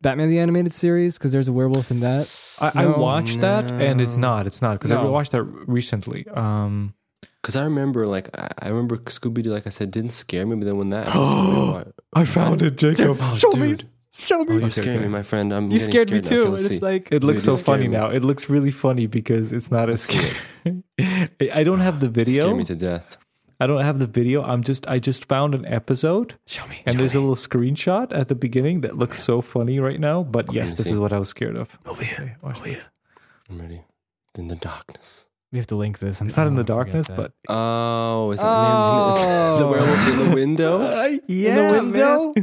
Speaker 3: Batman the animated series because there's a werewolf in that.
Speaker 2: I, I
Speaker 3: No.
Speaker 2: watched that, and it's not. It's not because I
Speaker 3: No.
Speaker 2: watched that recently. Um,
Speaker 1: Because I remember, like, I I remember Scooby Doo, like I said, didn't scare me, but then when that episode,
Speaker 2: I found it, Jacob.
Speaker 3: Show me,
Speaker 1: dude.
Speaker 3: show
Speaker 1: oh,
Speaker 3: me.
Speaker 1: you're
Speaker 2: Okay,
Speaker 1: scaring
Speaker 2: okay.
Speaker 1: me, my friend. I'm
Speaker 3: you
Speaker 1: getting
Speaker 3: scared me
Speaker 1: now.
Speaker 3: too.
Speaker 1: Okay,
Speaker 3: And
Speaker 1: let's see.
Speaker 3: it's like
Speaker 2: It looks
Speaker 1: Dude,
Speaker 2: so
Speaker 1: you scared
Speaker 2: funny
Speaker 1: me.
Speaker 2: now. It looks really funny because it's not as scary. I I don't have the
Speaker 1: Scare
Speaker 2: video.
Speaker 1: me to death.
Speaker 2: I don't have the video. I'm just. I just found an episode.
Speaker 3: show me.
Speaker 2: And there's a little screenshot at the beginning that looks so funny right now. But yes,
Speaker 1: here,
Speaker 2: this
Speaker 1: see.
Speaker 2: is what I was scared of. Over here. Over here.
Speaker 1: I'm ready. In the darkness.
Speaker 3: We have to link this. I'm-
Speaker 2: It's not
Speaker 3: I
Speaker 2: in the
Speaker 3: don't wanna forget
Speaker 2: darkness,
Speaker 3: that. Oh.
Speaker 1: Oh,
Speaker 2: but
Speaker 1: is that the werewolf in the window?
Speaker 2: Uh, yeah,
Speaker 3: in the window.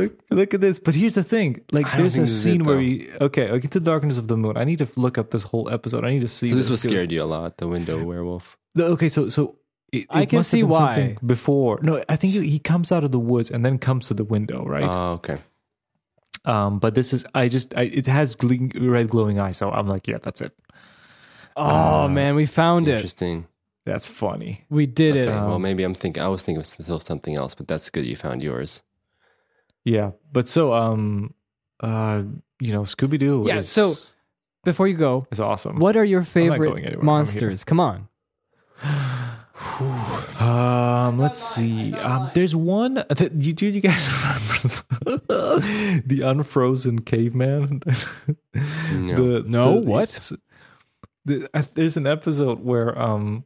Speaker 2: look, look at this. But here's the thing:
Speaker 1: I
Speaker 2: like,
Speaker 1: don't
Speaker 2: there's
Speaker 1: think
Speaker 2: a
Speaker 1: this is
Speaker 2: scene
Speaker 1: it,
Speaker 2: where
Speaker 1: though.
Speaker 2: we okay, I get to the darkness of the moon. I need to look up this whole episode. I need to see
Speaker 1: So this was
Speaker 2: 'cause-
Speaker 1: scared you a lot, the window werewolf.
Speaker 2: The- okay, so so it,
Speaker 3: I
Speaker 2: it
Speaker 3: can
Speaker 2: must have
Speaker 3: see
Speaker 2: been
Speaker 3: why.
Speaker 2: something before. No, I think he he comes out of the woods and then comes to the window, right?
Speaker 1: Oh, okay.
Speaker 2: um, but this is I just I, it has gling, red glowing eyes, so I'm like, yeah, that's it. Ah,
Speaker 3: Oh man, we found it.
Speaker 1: Interesting.
Speaker 2: That's funny.
Speaker 3: We did
Speaker 1: Okay,
Speaker 3: it.
Speaker 1: well, maybe I'm thinking. I was thinking of still something else, but that's good. You found yours.
Speaker 2: Yeah, but so um, uh, you know, Scooby Doo.
Speaker 3: Yeah,
Speaker 2: is,
Speaker 3: so- Before you go,
Speaker 2: is awesome.
Speaker 3: what are your
Speaker 2: going anywhere.
Speaker 3: favorite
Speaker 2: I'm
Speaker 3: monsters? Come on.
Speaker 2: Um, let's see. Um, there's one. uh, th- you- Do you, guys remember the, the unfrozen caveman?
Speaker 1: No.
Speaker 2: The- the-
Speaker 3: No, what?
Speaker 2: the- uh, there's an episode where um,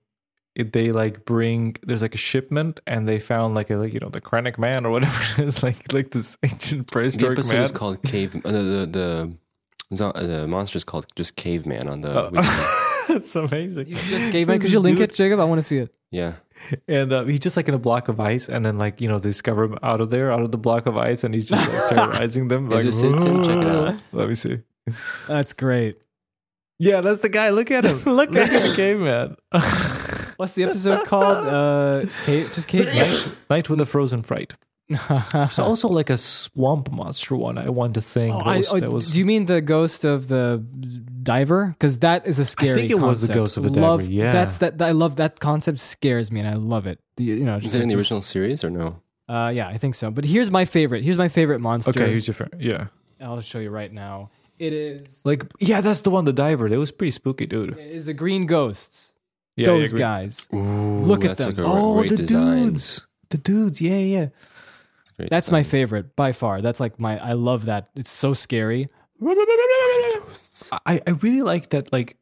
Speaker 2: it, they like bring there's like a shipment and they found like a like, you know the Krennic man or whatever it is like like this ancient
Speaker 1: The
Speaker 2: prehistoric
Speaker 1: episode
Speaker 2: man.
Speaker 1: is called Cave. Uh, the the the, zo- uh, the monster is called just Caveman on the.
Speaker 2: Uh,
Speaker 1: wiki.
Speaker 2: it's amazing.
Speaker 3: Just
Speaker 2: So
Speaker 3: Could
Speaker 2: this
Speaker 3: you link
Speaker 2: dude-
Speaker 3: it, Jacob? I want to see it.
Speaker 1: yeah.
Speaker 2: And uh, he's just like in a block of ice, and then like you know they discover him out of there, out of the block of ice, and he's just like terrorizing them. like,
Speaker 1: Is this it, Tim? Check it out.
Speaker 2: Let me see.
Speaker 3: That's great.
Speaker 2: Yeah, that's the guy. Look at him.
Speaker 3: Look
Speaker 2: Look
Speaker 3: at
Speaker 2: at the caveman.
Speaker 3: What's the episode called? Uh, cave, just cave. Right?
Speaker 2: Night with a frozen fright. There's also like a swamp monster one. I want to think
Speaker 3: Oh,
Speaker 2: that
Speaker 3: I,
Speaker 2: was,
Speaker 3: oh,
Speaker 2: that was-
Speaker 3: do you mean the ghost of the diver? Because that is a scary.
Speaker 2: think it was the
Speaker 3: concept.
Speaker 2: ghost of the diver,
Speaker 3: Love,
Speaker 2: yeah.
Speaker 3: that's that. I love that concept. Scares me, and I love it. The, you know,
Speaker 1: Is
Speaker 3: just
Speaker 1: it
Speaker 3: like
Speaker 1: in the
Speaker 3: this-
Speaker 1: original series or no?
Speaker 3: Uh, yeah, I think so. But here's my favorite. Here's my favorite monster.
Speaker 2: okay. Who's your favorite? Yeah,
Speaker 3: I'll show you right now. It is.
Speaker 2: like yeah, that's the one. The diver. That was pretty spooky, dude.
Speaker 3: It is the green ghosts.
Speaker 2: Yeah,
Speaker 3: Those
Speaker 2: yeah,
Speaker 3: guys.
Speaker 1: Ooh,
Speaker 3: Look at
Speaker 1: that's
Speaker 3: them.
Speaker 1: Like a
Speaker 2: Oh,
Speaker 1: great
Speaker 2: the
Speaker 1: design.
Speaker 2: dudes. The dudes. Yeah, yeah.
Speaker 1: Great
Speaker 3: That's my
Speaker 1: design.
Speaker 3: favorite by far. That's like my. I love that. It's so scary.
Speaker 2: I, I really like that like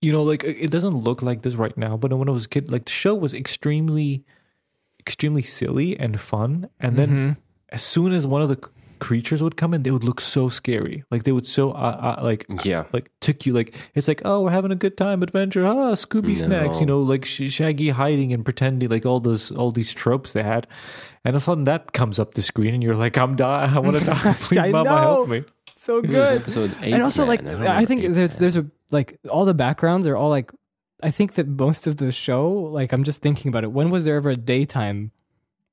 Speaker 2: you know like it doesn't look like this right now but when i was a kid like the show was extremely extremely silly and fun and
Speaker 3: Mm-hmm.
Speaker 2: then as soon as one of the c- creatures would come in they would look so scary like they would so uh, uh, like
Speaker 1: Yeah.
Speaker 2: like took you like it's like oh we're having a good time adventure ah scooby snacks you
Speaker 1: No.
Speaker 2: know like sh- shaggy hiding and pretending like all those all these tropes they had and all of a sudden that comes up the screen and you're like i'm die i want to die please
Speaker 3: I
Speaker 2: mama help
Speaker 3: know.
Speaker 2: me
Speaker 3: So
Speaker 1: Good.
Speaker 3: good.
Speaker 1: Episode eight.
Speaker 3: and also like I, think there's there's a like all the backgrounds are all like I think that most of the show like I'm just thinking about it. When was there ever a daytime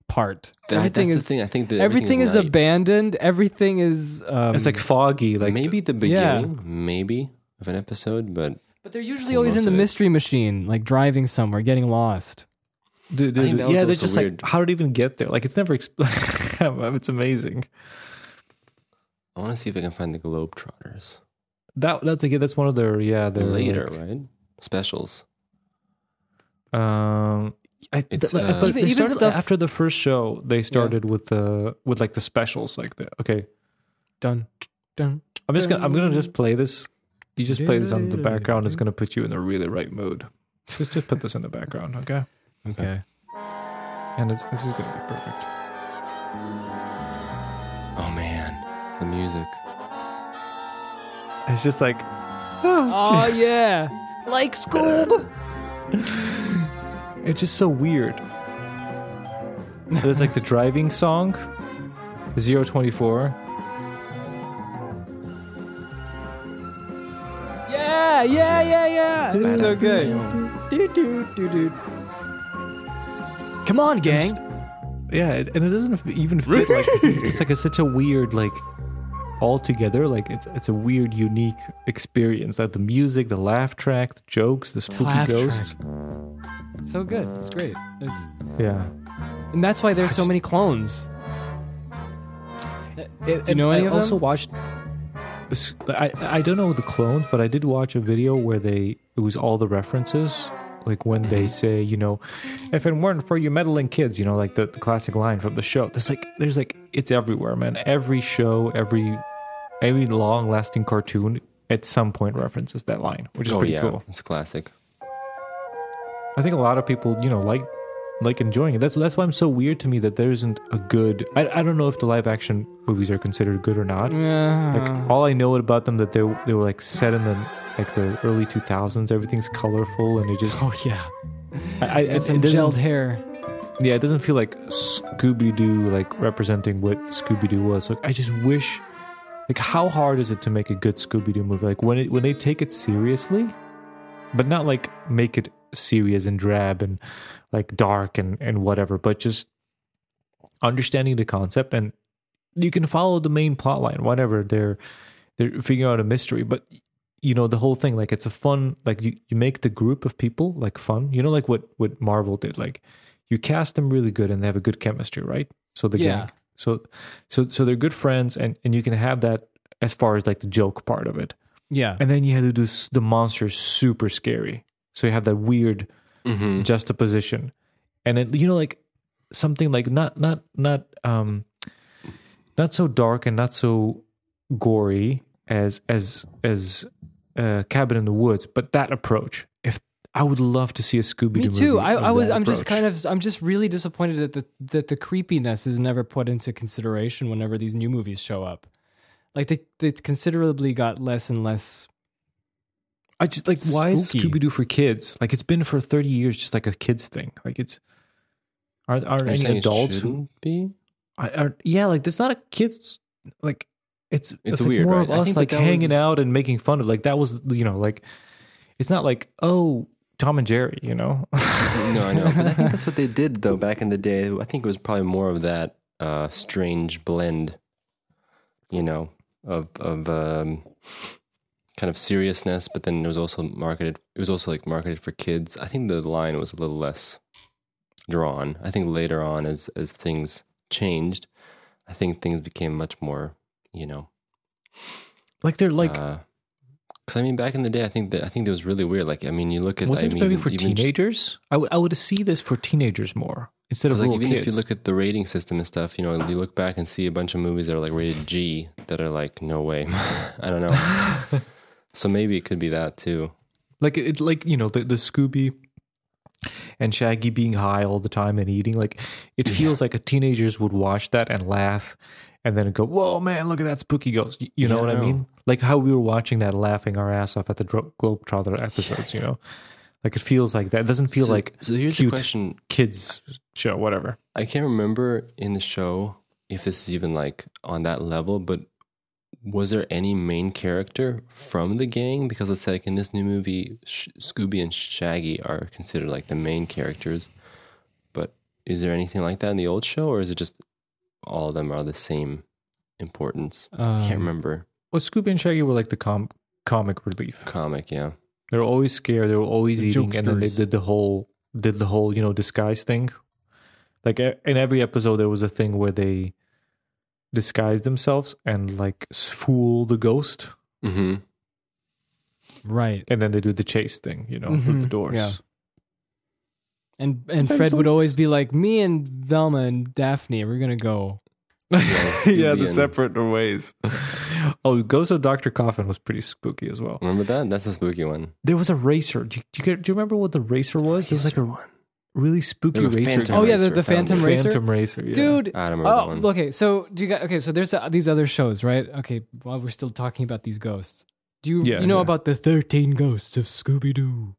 Speaker 3: part?
Speaker 1: everything
Speaker 3: everything
Speaker 1: that's
Speaker 3: is
Speaker 1: the thing. I think that
Speaker 3: everything is
Speaker 1: night.
Speaker 3: abandoned. Everything is um,
Speaker 2: it's like foggy like
Speaker 1: maybe the
Speaker 3: Yeah.
Speaker 1: beginning, maybe of an episode, but
Speaker 3: but they're usually always in
Speaker 1: most
Speaker 3: the
Speaker 1: of it.
Speaker 3: mystery machine, like driving somewhere, getting lost.
Speaker 2: The, the,
Speaker 1: I think
Speaker 2: the-
Speaker 1: that was
Speaker 2: yeah, they're
Speaker 1: also
Speaker 2: just
Speaker 1: weird.
Speaker 2: like, how did it even get there? Like, it's never explained. it's amazing.
Speaker 1: I want to see if I can find the Globetrotters
Speaker 2: That that's like that's one of their yeah their
Speaker 1: later, right? Specials.
Speaker 2: like, um, I, th-
Speaker 1: It's,
Speaker 2: like,
Speaker 1: uh,
Speaker 2: but
Speaker 3: Even-
Speaker 2: they
Speaker 3: even
Speaker 2: started
Speaker 3: stuff-
Speaker 2: after the first show. They started with the with like the specials, like the okay.
Speaker 3: Done, done.
Speaker 2: I'm just gonna I'm gonna just play this. You just play this on the background. It's gonna put you in the really right mood. Just just put this in the background, okay?
Speaker 3: Okay.
Speaker 2: And it's, this is gonna be perfect.
Speaker 1: Oh man, the music.
Speaker 2: It's just like
Speaker 3: Oh yeah, like Scoob.
Speaker 2: It's just so weird. There's like the driving song, 024.
Speaker 3: Yeah, yeah, yeah, yeah. It's so good. Come on, gang.
Speaker 2: Yeah, it, and it doesn't f- even fit. Like, it's just like it's such a weird like all together. Like it's it's a weird, unique experience. Like the music, the laugh track, the jokes, the spooky
Speaker 3: Laugh
Speaker 2: ghosts.
Speaker 3: It's so good. It's great. It's
Speaker 2: Yeah.
Speaker 3: And that's why there's so
Speaker 2: just-
Speaker 3: many clones. Do you know
Speaker 2: And
Speaker 3: any
Speaker 2: I
Speaker 3: of
Speaker 2: also
Speaker 3: them?
Speaker 2: watched. I I don't know the clones, but I did watch a video where they it was all the references, like when
Speaker 3: Mm-hmm.
Speaker 2: they say, you know, if it weren't for you meddling kids, you know, like the, the classic line from the show. There's like there's like it's everywhere, man. Every show, every every long lasting cartoon at some point references that line, which is
Speaker 1: oh
Speaker 2: pretty
Speaker 1: yeah,
Speaker 2: cool.
Speaker 1: it's classic.
Speaker 2: I think a lot of people, you know, like like enjoying it. That's that's why I'm so weird to me that there isn't a good. I I don't know if the live action movies are considered good or not.
Speaker 3: Yeah.
Speaker 2: Like all I know about them that they they were like set in the like the early 2000s. Everything's colorful and it just
Speaker 3: Oh yeah,
Speaker 2: I, I,
Speaker 3: and
Speaker 2: it,
Speaker 3: some
Speaker 2: it
Speaker 3: gelled
Speaker 2: doesn't,
Speaker 3: hair.
Speaker 2: yeah, it doesn't feel like Scooby Doo like representing what Scooby Doo was. Like I just wish like how hard is it to make a good Scooby Doo movie? Like when it when they take it seriously, but not like make it serious and drab and like dark and and whatever, but just understanding the concept and you can follow the main plot line, whatever they're they're figuring out a mystery, but you know the whole thing like it's a fun like you, you make the group of people like fun you know like what what marvel did like you cast them really good and they have a good chemistry right so the
Speaker 3: Yeah.
Speaker 2: gang so so so they're good friends and and you can have that as far as like the joke part of it
Speaker 3: Yeah,
Speaker 2: and then you had to do s- the monster super scary so you have that weird
Speaker 1: Mm-hmm.
Speaker 2: juxtaposition and then you know like something like not not not um not so dark and not so gory as as as uh cabin in the woods but that approach if i would love to see a scooby
Speaker 3: me
Speaker 2: doo
Speaker 3: too. I, I was. I'm just kind of. I'm just really disappointed that the that the creepiness is never put into consideration whenever these new movies show up. Like they they considerably got less and less.
Speaker 2: i just like why is
Speaker 3: spooky.
Speaker 2: scooby doo for kids like it's been for 30 years just like a kids thing like it's are are
Speaker 1: Are you saying
Speaker 2: any
Speaker 1: it
Speaker 2: adults who
Speaker 1: shouldn't be?
Speaker 2: I, are, yeah, like that's not a kids like it's
Speaker 1: It's
Speaker 2: like
Speaker 1: weird,
Speaker 2: more
Speaker 1: right?
Speaker 2: of
Speaker 1: I
Speaker 2: us
Speaker 1: think that
Speaker 2: like
Speaker 1: that
Speaker 2: hanging
Speaker 1: was-
Speaker 2: out and making fun of like that was you know like it's not like oh Tom and Jerry you know
Speaker 1: No, I know. But I think that's what they did though back in the day. I think it was probably more of that uh, strange blend, you know, of of um, kind of seriousness, but then it was also marketed it was also like marketed for kids. I think the line was a little less drawn. I think later on as as things changed, I think things became much more, you know,
Speaker 2: like they're like
Speaker 1: because I mean, back in the day, I think that I think that was really weird. Like, I mean, you look at I
Speaker 2: wasn't
Speaker 1: mean,
Speaker 2: it maybe for
Speaker 1: even just-
Speaker 2: teenagers I would I would see this for teenagers more instead of
Speaker 1: Like
Speaker 2: little
Speaker 1: even
Speaker 2: kids
Speaker 1: if you look at the rating system and stuff, you know, you look back and see a bunch of movies that are like rated G that are like, no way, I don't know. so maybe it could be that too.
Speaker 2: like it like you know the the Scooby and Shaggy being high all the time and eating like it feels like a teenagers would watch that and laugh and then go whoa man look at that spooky ghost you, you know
Speaker 1: Yeah,
Speaker 2: what
Speaker 1: I
Speaker 2: I
Speaker 1: know.
Speaker 2: mean like how we were watching that laughing our ass off at the Dro- Globetrotter episodes you know like it feels like that it doesn't feel
Speaker 1: so,
Speaker 2: like
Speaker 1: so here's
Speaker 2: cute.
Speaker 1: the question:
Speaker 2: kids show whatever
Speaker 1: I can't remember in the show if this is even like on that level, but was there any main character from the gang? Because let's say like in this new movie, Sh- Scooby and Shaggy are considered like the main characters. But is there anything like that in the old show, or is it just all of them are the same importance? I can't
Speaker 3: um,
Speaker 1: remember.
Speaker 2: well Scooby and Shaggy were like the com- comic relief
Speaker 1: Comic, yeah.
Speaker 2: they were always scared they were always
Speaker 3: The
Speaker 2: eating and then they
Speaker 3: jokesters.
Speaker 2: did the whole did the whole you know disguise thing like e- in every episode there was a thing where they disguised themselves and like s- fool the ghost
Speaker 1: Mm-hmm.
Speaker 3: Right.
Speaker 2: and then they do the chase thing you know through the
Speaker 3: Mhm,
Speaker 2: doors
Speaker 3: yeah. And and
Speaker 2: Same
Speaker 3: Fred would
Speaker 2: songs.
Speaker 3: always be like, "Me and Velma and Daphne, we're gonna go."
Speaker 2: yeah the
Speaker 1: Scooby and-
Speaker 2: separate ways oh ghost of dr coffin was pretty spooky as well
Speaker 1: Remember that? That's a spooky one.
Speaker 2: there was a racer do you, do you, get- do you remember what the racer was there was like a really spooky
Speaker 1: There was a
Speaker 2: racer
Speaker 1: phantom
Speaker 3: Oh, yeah, the-
Speaker 1: racer,
Speaker 3: the
Speaker 1: found it.
Speaker 3: phantom racer?
Speaker 2: phantom racer yeah.
Speaker 3: Dude,
Speaker 1: I don't remember that
Speaker 3: Oh,
Speaker 1: one.
Speaker 3: okay. So do you got okay? So there's uh, these other shows, right? Okay, while we're still talking about these ghosts, do you
Speaker 2: Yeah,
Speaker 3: you know
Speaker 2: yeah.
Speaker 3: about the thirteen ghosts of Scooby Doo?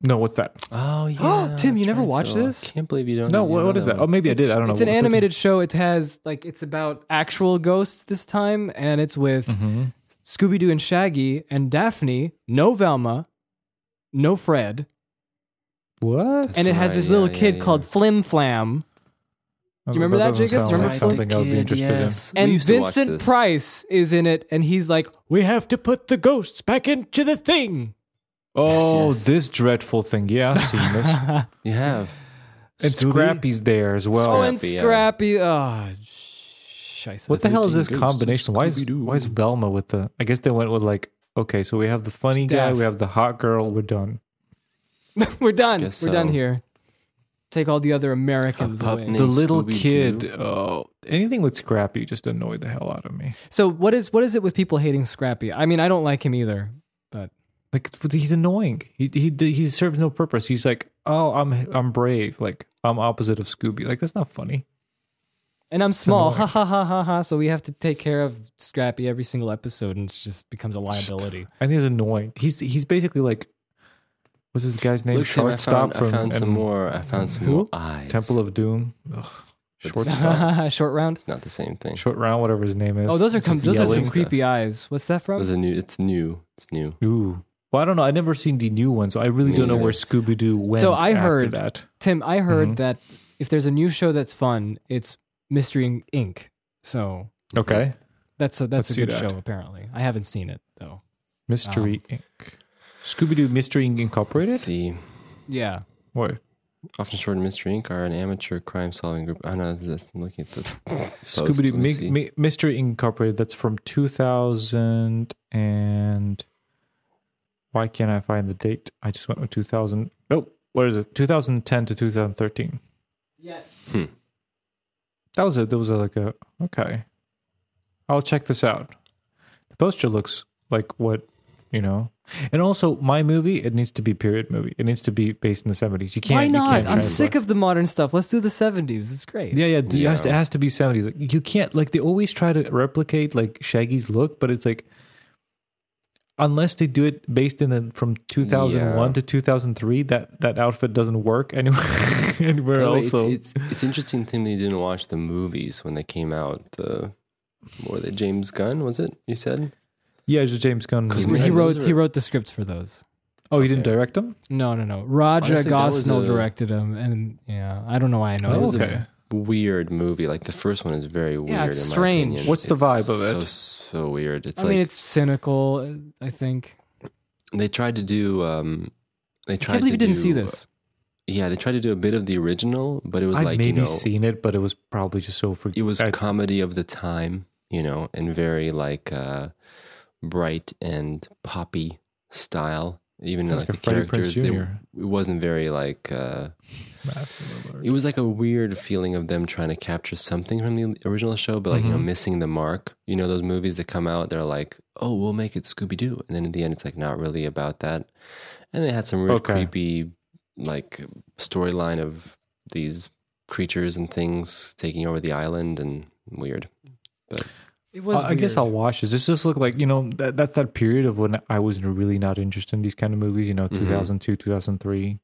Speaker 2: no what's that
Speaker 1: Oh yeah,
Speaker 3: Tim, you
Speaker 1: that's
Speaker 3: never
Speaker 1: right,
Speaker 3: watched
Speaker 1: Phil.
Speaker 3: this?
Speaker 1: I can't believe you don't.
Speaker 2: no
Speaker 1: you
Speaker 2: what,
Speaker 1: know
Speaker 2: what is that oh maybe i did i don't know
Speaker 3: It's an
Speaker 2: What- what-
Speaker 3: animated show. It has like it's about actual ghosts this time, and it's with
Speaker 2: Mhm.
Speaker 3: Scooby Doo and Shaggy and Daphne. No Velma, no Fred,
Speaker 2: What?
Speaker 1: That's
Speaker 3: and it has
Speaker 1: right,
Speaker 3: this
Speaker 1: yeah,
Speaker 3: little
Speaker 1: yeah,
Speaker 3: kid
Speaker 1: yeah.
Speaker 3: called Flim Flam,
Speaker 2: Do
Speaker 3: you remember that, Jacobs? Remember
Speaker 2: like
Speaker 3: Flip
Speaker 2: something I would be interested
Speaker 1: We
Speaker 3: and
Speaker 1: used to watch
Speaker 3: Vincent
Speaker 1: this.
Speaker 3: Price is in it, and he's like, "We have to put the ghosts back into the thing."
Speaker 2: in. Oh,
Speaker 1: Yes, yes.
Speaker 2: this dreadful thing. Yeah, I've seen this.
Speaker 1: You have.
Speaker 2: and
Speaker 1: Scooby?
Speaker 2: Scrappy's there as well.
Speaker 3: Oh, and
Speaker 1: Scrappy, yeah.
Speaker 3: Scrappy. Oh, shite.
Speaker 2: what the hell is this
Speaker 1: 13 Ghosts of
Speaker 2: combination? Why is
Speaker 1: Scooby-Doo.
Speaker 2: why is Velma with the? I guess they went with like, okay, so we have the funny guy,
Speaker 3: Daff.
Speaker 2: we have the hot girl, we're done.
Speaker 3: We're done. We're
Speaker 1: Guess
Speaker 3: done
Speaker 1: so.
Speaker 3: here. Take all the other Americans
Speaker 1: A pup
Speaker 3: away.
Speaker 1: named-
Speaker 2: The little
Speaker 1: Scooby-Doo.
Speaker 2: kid. Oh, anything with Scrappy just annoyed the hell out of me.
Speaker 3: So what is what is it with people hating Scrappy? I mean, I don't like him either. But
Speaker 2: Like he's annoying. He he he serves no purpose. He's like, oh, I'm I'm brave. Like I'm opposite of Scooby. Like that's not funny.
Speaker 3: and I'm small. Ha ha ha ha ha. So we have to take care of Scrappy every single episode, and it just becomes a liability.
Speaker 2: I think it's annoying. He's he's basically like, what's this guy's name?
Speaker 1: Look, Tim, I found, I found some
Speaker 2: um,
Speaker 1: more. I found some
Speaker 2: who?
Speaker 1: more eyes.
Speaker 2: Temple of Doom. Ugh. Shortstop,
Speaker 3: Short round.
Speaker 1: It's not the same thing.
Speaker 2: short round, whatever his name is.
Speaker 3: Oh, those are com-
Speaker 2: Just
Speaker 3: those are some
Speaker 2: yelling.
Speaker 3: creepy eyes. What's that from?
Speaker 1: There's a new. It's new. It's new.
Speaker 2: Ooh. Well, I don't know. I've never seen the new one, so I really
Speaker 1: Me
Speaker 2: don't know
Speaker 1: neither.
Speaker 2: where Scooby Doo went.
Speaker 3: So I
Speaker 2: after
Speaker 3: heard-
Speaker 2: that.
Speaker 3: Tim, I heard
Speaker 2: Mhm.
Speaker 3: that if there's a new show that's fun, it's Mystery Inc. So
Speaker 2: Okay,
Speaker 3: that's a that's
Speaker 2: Let's
Speaker 3: a
Speaker 2: do
Speaker 3: good
Speaker 2: that.
Speaker 3: show apparently. I haven't seen it though.
Speaker 2: Mystery Inc. Scooby Doo Mystery Inc.
Speaker 1: Let's
Speaker 2: Incorporated.
Speaker 1: see.
Speaker 3: Yeah.
Speaker 2: What?
Speaker 1: Often short and mystery inc. are an amateur crime solving group. I know this. I'm looking at the
Speaker 2: Scooby Doo
Speaker 1: Let me see.
Speaker 2: Mi- Mi- Mystery Incorporated. That's from 2000 and why can't I find the date? I just went with 2000. Nope. What is it? 2010 to 2013.
Speaker 3: Yes.
Speaker 1: Hmm.
Speaker 2: That was it. That was like a okay. I'll check this out. The poster looks like what you know. And also, my movie it needs to be a period movie. It needs to be based in the seventies. You can't.
Speaker 3: Why
Speaker 2: you
Speaker 3: not?
Speaker 2: can't
Speaker 3: I'm
Speaker 2: translate.
Speaker 3: sick of the modern stuff. Let's do the 70s. It's great.
Speaker 2: Yeah, yeah. It, Has to,
Speaker 1: Yeah.
Speaker 2: it has to be seventies. Like, you can't. Like they always try to replicate like Shaggy's look, but it's like unless they do it based in the, from 2001
Speaker 1: Yeah.
Speaker 2: to 2003, that that outfit doesn't work anywhere anywhere
Speaker 1: No,
Speaker 2: else.
Speaker 1: it's,
Speaker 2: so-
Speaker 1: it's it's interesting to me. You didn't watch the movies when they came out. The what were they? James Gunn was it? You said
Speaker 2: yeah, it's a James Gunn.
Speaker 1: 'Cause
Speaker 2: movie.
Speaker 3: He
Speaker 1: Those
Speaker 3: wrote
Speaker 1: are-
Speaker 3: he wrote the scripts for those.
Speaker 2: oh, he didn't
Speaker 1: okay.
Speaker 2: direct them.
Speaker 3: No, no, no. Roger
Speaker 1: Honestly, that was
Speaker 3: Gosnell
Speaker 1: a- Oh,
Speaker 3: directed him, and yeah, I don't know why I know
Speaker 2: Oh,
Speaker 1: That
Speaker 3: this.
Speaker 1: was a weird movie. Like the first one is very weird.
Speaker 3: it's
Speaker 1: in my
Speaker 3: strange.
Speaker 1: opinion.
Speaker 2: What's the
Speaker 1: It's
Speaker 2: vibe of it?
Speaker 1: So so weird. It's
Speaker 3: I
Speaker 1: like
Speaker 3: mean, it's cynical. I think.
Speaker 1: they tried to do. um They
Speaker 3: I
Speaker 1: tried.
Speaker 3: can't believe
Speaker 1: to
Speaker 3: you didn't
Speaker 1: do-
Speaker 3: see this.
Speaker 1: Yeah, they tried to do a bit of the original, but it was
Speaker 2: I'd
Speaker 1: like
Speaker 2: maybe
Speaker 1: you know,
Speaker 2: seen it, but it was probably just so for.
Speaker 1: it was
Speaker 2: I-
Speaker 1: comedy of the time, you know, and very like uh bright and poppy style. Even
Speaker 2: Sounds
Speaker 1: like
Speaker 2: like
Speaker 1: the
Speaker 2: Freddie
Speaker 1: characters,
Speaker 2: Prinze
Speaker 1: they, it
Speaker 2: Jr..
Speaker 1: wasn't very like. uh It was like a weird feeling of them trying to capture something from the original show, but like you know,
Speaker 2: Mhm.
Speaker 1: missing the mark. You know, those movies that come out, they're like, "Oh, we'll make it Scooby Doo," and then at the end, it's like not really about that. And they had some real
Speaker 2: Okay.
Speaker 1: creepy, like storyline of these creatures and things taking over the island and weird.
Speaker 2: I,
Speaker 3: It was.
Speaker 1: Uh,
Speaker 2: I guess I'll
Speaker 3: weird.
Speaker 2: watch this. This just looked like you know that, that's that period of when I was really not interested in these kind of movies. You know,
Speaker 1: Mhm.
Speaker 2: two thousand two, two thousand three,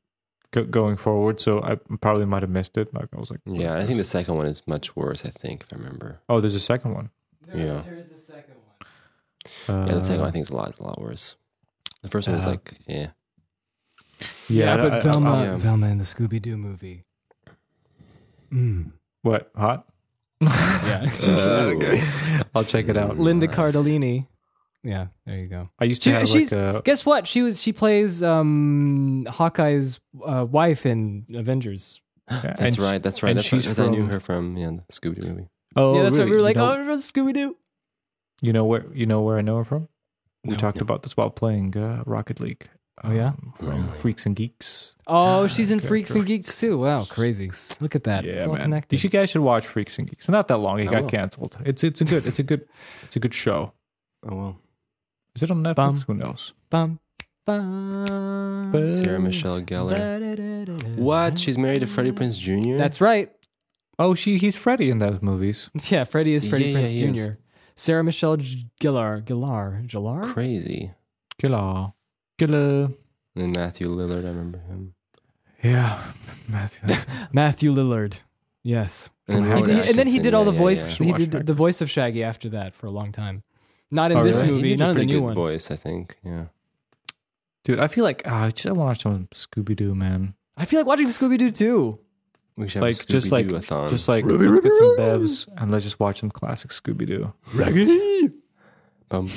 Speaker 2: go, going forward. So I probably might have missed it. Like I was like, what
Speaker 1: Yeah,
Speaker 2: is
Speaker 1: I think the
Speaker 2: this?
Speaker 1: second one is much worse. I think if I remember.
Speaker 2: Oh, there's a second one.
Speaker 1: Yeah.
Speaker 3: There is a second one.
Speaker 2: Uh,
Speaker 1: Yeah, the second one I think is a lot, a lot worse. The first one was
Speaker 2: Uh,
Speaker 1: like, yeah,
Speaker 2: Yeah, I-
Speaker 3: but
Speaker 2: I-
Speaker 3: Velma,
Speaker 2: I-
Speaker 1: yeah.
Speaker 3: Velma and the Scooby Doo movie. Mm.
Speaker 2: what hot?
Speaker 3: Yeah.
Speaker 1: Oh,
Speaker 2: okay, I'll check it out.
Speaker 3: Linda
Speaker 1: Nice.
Speaker 3: Cardellini. Yeah, there you go.
Speaker 2: I used to
Speaker 3: She-
Speaker 2: have
Speaker 3: she's-
Speaker 2: like a
Speaker 3: Guess what? She was. She plays um, Hawkeye's uh, wife in Avengers.
Speaker 1: that's right, that's right.
Speaker 2: and
Speaker 1: That's right,
Speaker 2: she's
Speaker 1: 'cause I knew
Speaker 2: from-
Speaker 1: her from yeah, the Scooby Doo movie.
Speaker 2: Oh,
Speaker 3: yeah, that's
Speaker 2: really?
Speaker 3: what we were
Speaker 2: You
Speaker 3: like.
Speaker 2: know-
Speaker 3: Oh, Scooby Doo.
Speaker 2: You know where you know where I know her from? We
Speaker 3: No.
Speaker 2: talked
Speaker 1: No.
Speaker 2: about this while playing uh, Rocket League. Um,
Speaker 3: Oh, yeah?
Speaker 2: from Freaks and Geeks.
Speaker 3: Oh, she's in Freaks
Speaker 2: character.
Speaker 3: and Geeks too. Wow, crazy. Look at that. it's all connected.
Speaker 2: You guys should watch Freaks and Geeks. Not that long. It
Speaker 1: I
Speaker 2: got
Speaker 1: will.
Speaker 2: canceled. It's it's a good it's a good it's a good show.
Speaker 1: Oh well,
Speaker 2: Is it on Netflix?
Speaker 3: Bum.
Speaker 2: Who knows?
Speaker 3: Bum, bum.
Speaker 2: But-
Speaker 1: Sarah Michelle Gellar. What? She's married to Freddie Prince Jr.
Speaker 3: That's right.
Speaker 2: Oh, she he's Freddy in those movies.
Speaker 3: Yeah, Freddie is Freddie
Speaker 1: Yeah,
Speaker 3: Prince
Speaker 1: yeah, he
Speaker 3: Jr.
Speaker 1: is.
Speaker 3: Sarah Michelle G- Gellar, Gellar, Gellar.
Speaker 1: crazy.
Speaker 2: Killer, killer.
Speaker 1: And Matthew Lillard, I remember him.
Speaker 2: Yeah, Matthew. that's-
Speaker 3: Matthew Lillard. Yes,
Speaker 1: then
Speaker 2: From
Speaker 1: Rowan
Speaker 2: Hackers.
Speaker 3: and, he- and then he
Speaker 1: Atkinson,
Speaker 3: did all
Speaker 1: yeah,
Speaker 3: the
Speaker 1: yeah,
Speaker 3: voice.
Speaker 1: yeah.
Speaker 3: He
Speaker 2: Watch
Speaker 3: did the
Speaker 2: Hackers.
Speaker 3: voice of Shaggy after that for a long time. Not in
Speaker 2: Oh,
Speaker 3: this
Speaker 2: really?
Speaker 1: He
Speaker 3: movie.
Speaker 1: did
Speaker 3: None
Speaker 1: a
Speaker 3: of the
Speaker 1: pretty
Speaker 3: new
Speaker 1: good
Speaker 3: one.
Speaker 1: voice, I think. Yeah.
Speaker 2: Dude, I feel like ah, I just watched some Scooby Doo, man.
Speaker 3: I feel like watching Scooby Doo too.
Speaker 1: We should have
Speaker 2: Like
Speaker 1: like, a
Speaker 2: just like
Speaker 1: a thon.
Speaker 2: just like let's get some bevs and let's just watch some classic Scooby Doo.
Speaker 1: bum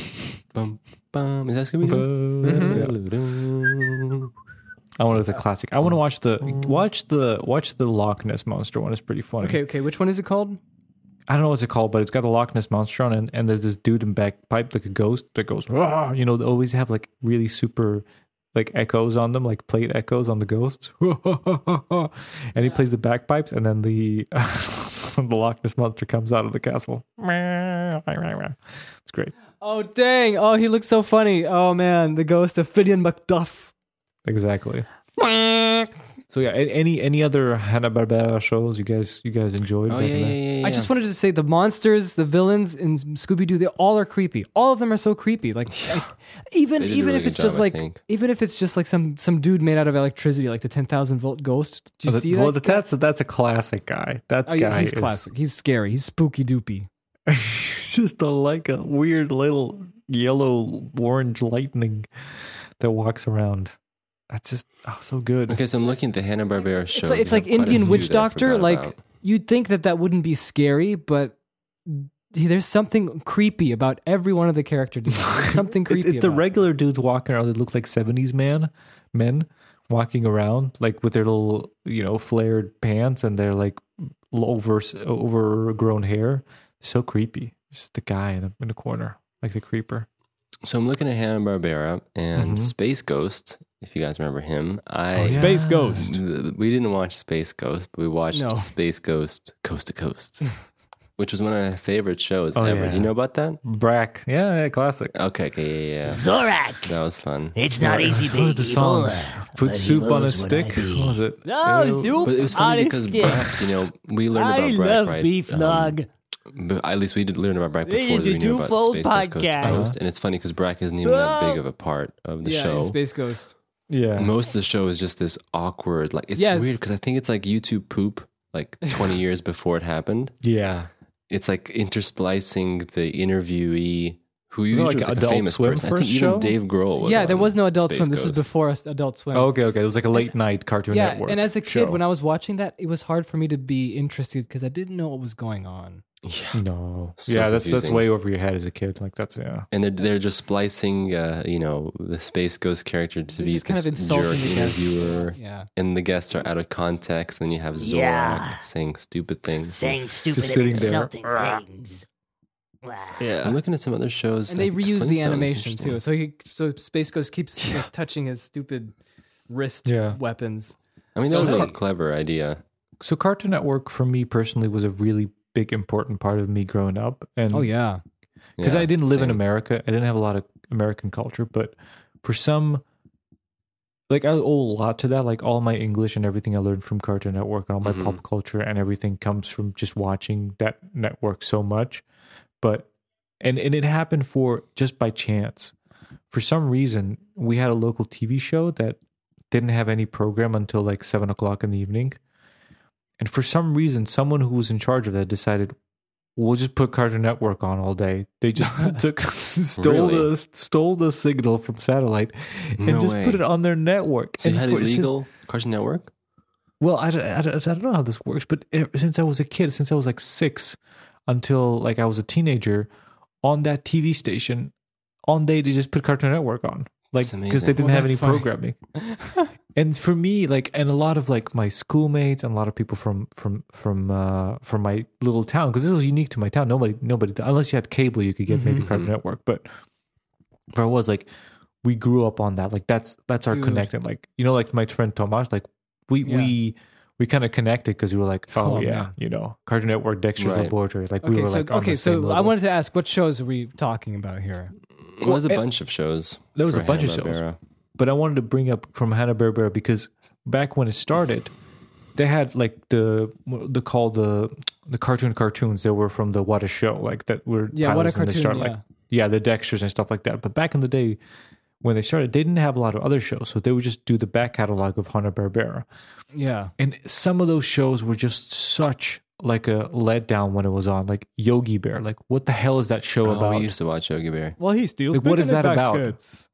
Speaker 1: bum bum. Is that
Speaker 3: Mm-hmm.
Speaker 1: Scooby Doo?
Speaker 2: Yeah. I want to the classic. I want to watch the watch the watch the Loch Ness monster one. It's pretty funny.
Speaker 3: Okay, okay. Which one is it called?
Speaker 2: I don't know what's it called, but it's got the Loch Ness monster on, it, and, and there's this dude in bagpipe like a ghost that goes. "Rah!" You know, they always have like really super like echoes on them, like plate echoes on the ghosts. and he plays the bagpipes, and then the the Loch Ness monster comes out of the castle. It's great.
Speaker 3: Oh dang! Oh, he looks so funny. Oh man, the ghost of Finian Macduff.
Speaker 2: Exactly. So yeah, a- any any other Hanna Barbera shows you guys you guys enjoyed?
Speaker 1: Oh
Speaker 2: back
Speaker 1: yeah,
Speaker 2: in
Speaker 1: yeah,
Speaker 2: the-
Speaker 1: yeah,
Speaker 3: I just wanted to say the monsters, the villains in Scooby Doo, they all are creepy. All of them are so creepy. Like, like, even
Speaker 1: They did a
Speaker 3: even
Speaker 1: really
Speaker 3: if
Speaker 1: good
Speaker 3: it's just
Speaker 1: job, I
Speaker 3: like
Speaker 1: think.
Speaker 3: even if it's just like some some dude made out of electricity, like the ten thousand volt ghost. Do you
Speaker 2: Well,
Speaker 3: see
Speaker 2: that- Oh, well,
Speaker 3: that?
Speaker 2: that's that's a classic guy. That
Speaker 3: Oh,
Speaker 2: guy
Speaker 3: yeah, he's
Speaker 2: is
Speaker 3: classic. He's scary. He's spooky doopy.
Speaker 2: just a, like a weird little yellow orange lightning that walks around. That's just oh, so good.
Speaker 1: Okay, so I'm looking at the Hanna Barbera show.
Speaker 3: It's like, it's like Indian witch doctor. Like you'd think that that wouldn't be scary, but he- there's something creepy about every one of the character designs. There's something creepy.
Speaker 2: It's, it's the
Speaker 3: about it.
Speaker 2: regular dudes walking around that look like seventies man men walking around like with their little you know flared pants and their like over overgrown hair. So creepy. Just the guy in the, in the corner, like the creeper.
Speaker 1: so I'm looking at Hanna Barbera and
Speaker 2: Mhm.
Speaker 1: Space Ghost. If you guys remember him, I
Speaker 2: Oh, yeah.
Speaker 4: Space Ghost.
Speaker 1: Th- We didn't watch Space Ghost, but we watched
Speaker 3: No.
Speaker 1: Space Ghost Coast to Coast, which was one of my favorite shows
Speaker 2: Oh,
Speaker 1: ever.
Speaker 2: yeah.
Speaker 1: Do you know about that?
Speaker 2: Brack. Yeah, yeah classic.
Speaker 1: Okay, okay, yeah, yeah, yeah.
Speaker 4: Zorak!
Speaker 1: That was fun.
Speaker 4: It's not easy
Speaker 2: What are
Speaker 4: being
Speaker 2: the
Speaker 4: evil.
Speaker 2: songs? Put
Speaker 4: but
Speaker 2: soup on a
Speaker 4: evil's what
Speaker 2: stick.
Speaker 4: I be.
Speaker 2: What was it?
Speaker 1: But it was funny because Brack, you know, we learned about Brack, right? Um, but at least we did learn about Brack
Speaker 4: This
Speaker 1: before
Speaker 4: is a
Speaker 1: we knew about
Speaker 4: two-fold
Speaker 1: Space Coast, Coast to
Speaker 4: podcast.
Speaker 1: Coast. And it's funny because Brack isn't even that big of a part of the
Speaker 3: yeah,
Speaker 1: show.
Speaker 3: in Space Ghost.
Speaker 2: Yeah.
Speaker 1: Most of the show is just this awkward, like, it's
Speaker 3: Yes.
Speaker 1: weird because I think it's like YouTube poop, like 20 years before it happened.
Speaker 2: Yeah.
Speaker 1: it's like intersplicing the interviewee who
Speaker 2: it
Speaker 1: usually
Speaker 2: like
Speaker 1: was like a
Speaker 2: Adult
Speaker 1: famous
Speaker 2: Swim
Speaker 1: person. I
Speaker 2: first
Speaker 1: think even
Speaker 2: show?
Speaker 1: Dave Grohl. Was
Speaker 3: yeah, there
Speaker 1: on
Speaker 3: was no Adult
Speaker 1: Space
Speaker 3: Swim. This is
Speaker 1: Ghost.
Speaker 3: before us- Adult Swim.
Speaker 2: Oh, Okay, okay. It was like a late night Cartoon
Speaker 3: yeah,
Speaker 2: Network.
Speaker 3: and as a kid,
Speaker 2: show.
Speaker 3: when I was watching that, it was hard for me to be interested because I didn't know what was going on.
Speaker 1: Yeah.
Speaker 2: No.
Speaker 1: So
Speaker 2: yeah, that's that's
Speaker 1: confusing.
Speaker 2: way over your head as a kid. Like that's yeah.
Speaker 1: And they're, they're just splicing, uh, you know, the Space Ghost character to
Speaker 3: They're
Speaker 1: be
Speaker 3: just kind of
Speaker 1: this
Speaker 3: insulting
Speaker 1: jerk
Speaker 3: the guests.
Speaker 1: interviewer.
Speaker 3: Yeah,
Speaker 1: And the guests are out of context. And then you have Zorak
Speaker 4: Yeah.
Speaker 1: saying stupid things.
Speaker 4: Saying stupid
Speaker 2: Just
Speaker 4: and
Speaker 2: sitting there.
Speaker 4: insulting things. Wow.
Speaker 1: I'm looking at some other shows.
Speaker 3: and they
Speaker 1: like
Speaker 3: reused
Speaker 1: Flintstones
Speaker 3: the
Speaker 1: is
Speaker 3: animation
Speaker 1: interesting.
Speaker 3: too. So he, so Space Ghost keeps like, touching his stupid wrist
Speaker 2: Yeah.
Speaker 3: weapons.
Speaker 1: I mean, that
Speaker 3: So
Speaker 1: was a
Speaker 3: Car-
Speaker 1: clever idea.
Speaker 2: So Cartoon Network for me personally was a really big important part of me growing up. And
Speaker 3: Oh, yeah,
Speaker 2: because I didn't live in
Speaker 1: Oh, same.
Speaker 2: America. I didn't have a lot of American culture, but for some, like I owe a lot to that. Like all my English and everything I learned from Cartoon Network and all my
Speaker 1: Mhm.
Speaker 2: pop culture and everything comes from just watching that network so much. But and and it happened for just by chance. For some reason, we had a local TV show that didn't have any program until like seven o'clock in the evening. And for some reason, someone who was in charge of that decided we'll just put Cartoon Network on all day. They just took stole
Speaker 1: Really?
Speaker 2: the stole the signal from satellite and
Speaker 1: No
Speaker 2: just put
Speaker 1: way.
Speaker 2: it on their network.
Speaker 1: So you
Speaker 2: and
Speaker 1: had
Speaker 2: for-
Speaker 1: illegal Cartoon Network?
Speaker 2: well, I, don't- I, don't- I don't know how this works, but ever since I was a kid, since I was like six until like I was a teenager, on that TV station, on day they just put Cartoon Network on, like
Speaker 1: That's
Speaker 2: because
Speaker 1: amazing.
Speaker 2: they didn't
Speaker 3: Well,
Speaker 2: have any
Speaker 3: that's funny.
Speaker 2: programming. and for me, like, and a lot of like my schoolmates and a lot of people from from from uh, from my little town, because this was unique to my town. Nobody, nobody, unless you had cable, you could get
Speaker 1: Mm-hmm,
Speaker 2: maybe
Speaker 3: Mhm.
Speaker 2: Cartoon Network, but where I was like, we grew up on that. Like that's that's our
Speaker 3: Dude.
Speaker 2: connecting. Like you know, like my friend Tomas, like we
Speaker 3: Yeah.
Speaker 2: we we kind of connected because we were like, oh,
Speaker 3: Oh,
Speaker 2: yeah,
Speaker 3: man.
Speaker 2: you know, Cartoon Network, Dexter's
Speaker 1: Right.
Speaker 2: Laboratory. Like we
Speaker 3: okay,
Speaker 2: were
Speaker 3: so
Speaker 2: like, on
Speaker 3: okay,
Speaker 2: the
Speaker 3: so
Speaker 2: same
Speaker 3: I
Speaker 2: level.
Speaker 3: wanted to ask, what shows are we talking about here?
Speaker 1: Well, there's a bunch of shows.
Speaker 2: there was
Speaker 1: for
Speaker 2: a bunch of shows.
Speaker 1: Hanna-Barbera.
Speaker 2: but I wanted to bring up from Hanna Barbera because back when it started, they had like the the call the the cartoon cartoons that were from the What a Show, like that were
Speaker 3: Yeah, What a
Speaker 2: pilots when they
Speaker 3: Cartoon,
Speaker 2: started,
Speaker 3: yeah.
Speaker 2: like yeah, the Dexters and stuff like that. But back in the day, when they started, they didn't have a lot of other shows, so they would just do the back catalog of Hanna Barbera,
Speaker 3: Yeah,
Speaker 2: and some of those shows were just such like a letdown when it was on, like Yogi Bear. Like, what the hell is that show
Speaker 1: Oh,
Speaker 2: about?
Speaker 1: we used to watch Yogi Bear.
Speaker 3: well, he steals.
Speaker 2: Like, what is
Speaker 3: picnic
Speaker 2: that about?
Speaker 3: baskets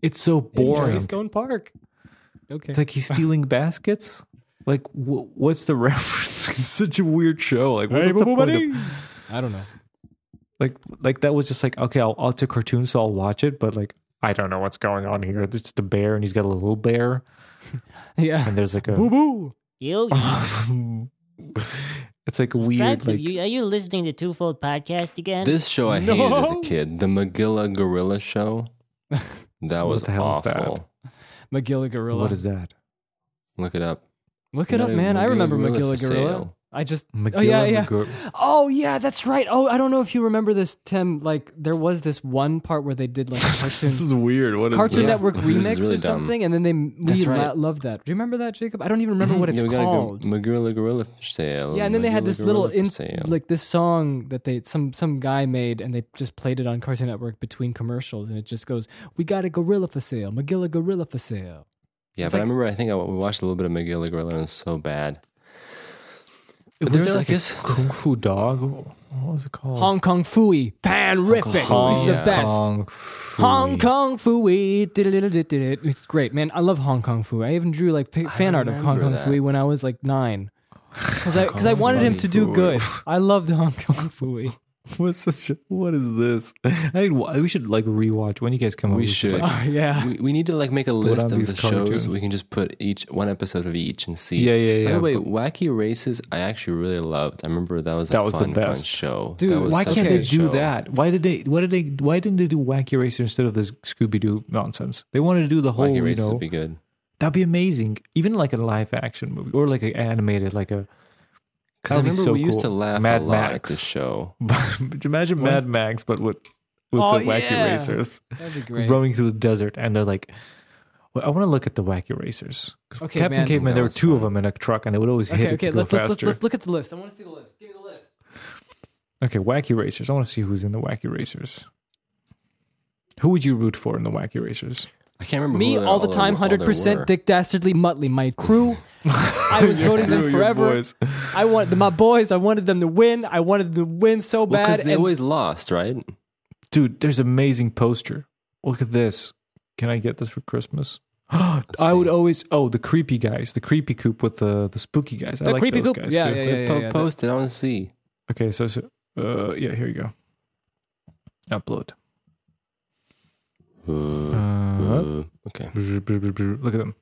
Speaker 2: It's so
Speaker 3: in
Speaker 2: boring.
Speaker 3: Yellowstone Park. Okay,
Speaker 2: It's like he's stealing baskets. Like, wh- what's the reference? it's such a weird show. Like, what's the point of,
Speaker 3: I don't know.
Speaker 2: like, like that was just like okay, I'll, I'll to cartoon, so I'll watch it. But like, I don't know what's going on here. It's just a bear, and he's got a little bear,
Speaker 3: Yeah,
Speaker 2: and there's like a.
Speaker 3: boo boo.
Speaker 4: You,
Speaker 2: it's like
Speaker 4: Frank,
Speaker 2: weird. Like,
Speaker 4: you, are you listening to Twofold Podcast again?
Speaker 1: This show I hated as
Speaker 3: No.
Speaker 1: a kid, the Magilla Gorilla Show. That was
Speaker 2: the hell is
Speaker 1: awful.
Speaker 2: that?
Speaker 3: McGilla Gorilla.
Speaker 2: what is that?
Speaker 1: Look it up.
Speaker 3: Look it up,
Speaker 1: Another
Speaker 3: man. I
Speaker 1: Magilla
Speaker 3: remember
Speaker 1: Gorilla
Speaker 3: McGilla
Speaker 1: for
Speaker 3: Gorilla.
Speaker 1: sale.
Speaker 3: I just
Speaker 2: McGill
Speaker 3: oh yeah
Speaker 2: and
Speaker 3: yeah
Speaker 2: McGor-
Speaker 3: oh yeah that's right. Oh, I don't know if you remember this, Tim. Like there was this one part where they did like a cartoon
Speaker 2: This is weird. What is
Speaker 3: Cartoon
Speaker 2: this?
Speaker 3: Network
Speaker 1: This is
Speaker 3: remix
Speaker 1: really dumb.
Speaker 3: or something, and then they we
Speaker 1: That's right.
Speaker 3: la- loved that. Do you remember that, Jacob? I don't even remember what it's
Speaker 1: yeah, we gotta
Speaker 3: called.
Speaker 1: go Magula Gorilla for sale.
Speaker 3: Yeah, and then they had
Speaker 1: Magula
Speaker 3: this little
Speaker 1: Gorilla
Speaker 3: in,
Speaker 1: for sale.
Speaker 3: like this song that they some some guy made, and they just played it on Cartoon Network between commercials, and it just goes, "We got a gorilla for sale, McGilla gorilla for sale."
Speaker 1: yeah,
Speaker 3: it's
Speaker 1: but I
Speaker 3: like-
Speaker 1: remember I think I, we watched a little bit of Magula Gorilla and it was so bad. But
Speaker 2: was
Speaker 1: there's
Speaker 2: there
Speaker 1: like this
Speaker 2: Kung Fu Dog. What was it called?
Speaker 3: Hong Kong Fooey, panrific,
Speaker 2: Hong
Speaker 3: is the best.
Speaker 2: Oh. Kong Fu.
Speaker 3: Hong Kong Fooey, diddle-diddle-diddle-diddle. it's great, man. I love Hong Kong Fooey. I even drew like pic- fan art of Hong
Speaker 1: remember
Speaker 3: Kong
Speaker 1: that.
Speaker 3: Fooey when I was like nine, because I because I wanted him
Speaker 1: Kong
Speaker 3: to do
Speaker 1: Fooey.
Speaker 3: good. I loved Hong Kong Fooey.
Speaker 2: What's this? What is this? I we should like rewatch when you guys come. over,
Speaker 1: we should.
Speaker 2: Like,
Speaker 3: Oh yeah,
Speaker 1: we, we need to like make a list
Speaker 2: on
Speaker 1: of
Speaker 2: these
Speaker 1: the shows.
Speaker 2: cartoons.
Speaker 1: We can just put each one episode of each and see.
Speaker 2: yeah, yeah, yeah.
Speaker 1: By the way, Wacky Races, I actually really loved. I remember that was a
Speaker 2: That was the
Speaker 1: fun, fun
Speaker 2: best.
Speaker 1: show.
Speaker 3: Dude,
Speaker 1: That was
Speaker 2: why
Speaker 1: such a
Speaker 2: can't they
Speaker 1: good
Speaker 2: do
Speaker 1: show.
Speaker 2: that? Why did they? Why did they? Why didn't they do Wacky Racer instead of this Scooby Doo nonsense? They wanted to do the whole.
Speaker 1: Wacky
Speaker 2: you
Speaker 1: Races
Speaker 2: know,
Speaker 1: would be good.
Speaker 2: that'd be amazing. Even like a live action movie or like an animated, like a.
Speaker 1: Because I
Speaker 2: That'd be
Speaker 1: remember
Speaker 2: so
Speaker 1: we used to
Speaker 2: cool.
Speaker 1: laugh
Speaker 2: Mad
Speaker 1: a lot at
Speaker 2: Max.
Speaker 1: this show.
Speaker 2: But imagine Mad Max, but with with
Speaker 3: Oh,
Speaker 2: the Wacky
Speaker 3: yeah.
Speaker 2: Racers
Speaker 3: that'd be great.
Speaker 2: roaming through the desert, and they're like. Well, I want to look at the Wacky Racers. 'Cause
Speaker 3: Okay,
Speaker 2: Captain
Speaker 3: man.
Speaker 2: Caveman,
Speaker 1: That
Speaker 2: there were
Speaker 1: was
Speaker 2: two of
Speaker 1: fun.
Speaker 2: them in a truck, and they would always hit it to go
Speaker 3: let's,
Speaker 2: faster.
Speaker 3: let's, let's, let's look at the list. I want to see the list. Give me the list.
Speaker 2: Okay, Wacky Racers. I want to see who's in the Wacky Racers. Who would you root for in the Wacky Racers?
Speaker 1: I can't remember.
Speaker 3: Me
Speaker 1: who there-
Speaker 3: all the
Speaker 1: there-
Speaker 3: time,
Speaker 1: all there
Speaker 3: hundred percent.
Speaker 1: were.
Speaker 3: Dick Dastardly, Muttley, my crew. I was voting them forever. I want my boys. I wanted them to win. I wanted them to win so
Speaker 1: Well,
Speaker 3: bad.
Speaker 1: because they
Speaker 3: and-
Speaker 1: always lost, right?
Speaker 2: Dude, there's amazing poster. Look at this. Can I get this for Christmas? I would
Speaker 1: see.
Speaker 2: always oh the creepy guys, the creepy coop with the the spooky guys. I
Speaker 3: The
Speaker 2: like
Speaker 3: creepy
Speaker 2: those
Speaker 3: coop.
Speaker 2: guys
Speaker 3: Yeah,
Speaker 2: too.
Speaker 3: yeah, yeah.
Speaker 1: Po- post it. I want to see.
Speaker 2: Okay, so, so uh yeah, here you go. Upload. Uh,
Speaker 1: Uh, okay.
Speaker 2: look at them.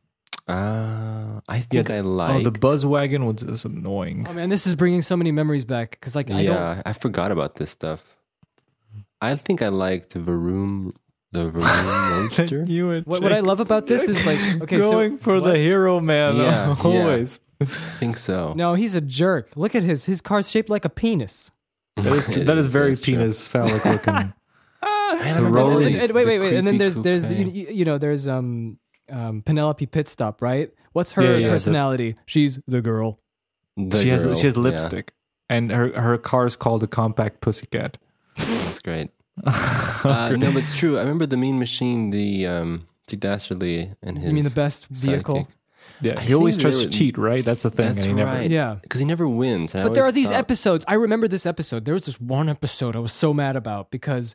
Speaker 1: Uh, I think I
Speaker 2: Oh,
Speaker 1: like.
Speaker 2: the buzz wagon was, was annoying.
Speaker 3: oh man, this is bringing so many memories back because like I don't.
Speaker 1: yeah, I forgot about this stuff. I think I liked Varum, the Varum Monster.
Speaker 2: You and
Speaker 3: What, what I
Speaker 2: Jake
Speaker 3: love about this is like okay,
Speaker 2: going
Speaker 3: so
Speaker 2: for the hero man
Speaker 1: Yeah,
Speaker 2: always.
Speaker 1: I think so.
Speaker 3: no, he's a jerk. Look at his his car's shaped like a penis.
Speaker 2: That is,
Speaker 1: It
Speaker 2: that is very
Speaker 1: that's true.
Speaker 2: penis phallic looking.
Speaker 1: I remember
Speaker 2: Rolling.
Speaker 1: these-
Speaker 3: And, and wait,
Speaker 1: the
Speaker 3: wait, wait. And
Speaker 1: creepy
Speaker 3: then there's there's
Speaker 1: coupe.
Speaker 3: you, you you know there's um um Penelope Pitstop, right? What's her
Speaker 2: Yeah, yeah, the-
Speaker 3: personality? She's the girl.
Speaker 1: The
Speaker 2: she has
Speaker 1: girl,
Speaker 2: she has
Speaker 1: yeah,
Speaker 2: lipstick, and her her car is called a compact pussycat.
Speaker 1: that's great.
Speaker 3: Oh,
Speaker 1: Uh, no, but it's true. I remember the Mean Machine, the um, Dick Dastardly, and his.
Speaker 3: You mean the best vehicle?
Speaker 2: Yeah,
Speaker 1: I
Speaker 2: he always
Speaker 1: think
Speaker 2: tries
Speaker 1: they
Speaker 2: to
Speaker 1: were-
Speaker 2: cheat, right? That's the thing.
Speaker 1: That's
Speaker 2: and he never-
Speaker 1: right.
Speaker 3: Yeah.
Speaker 1: Because he never wins. and I
Speaker 3: But there are
Speaker 1: always
Speaker 3: these
Speaker 1: thought-
Speaker 3: episodes. I remember this episode. There was this one episode I was so mad about because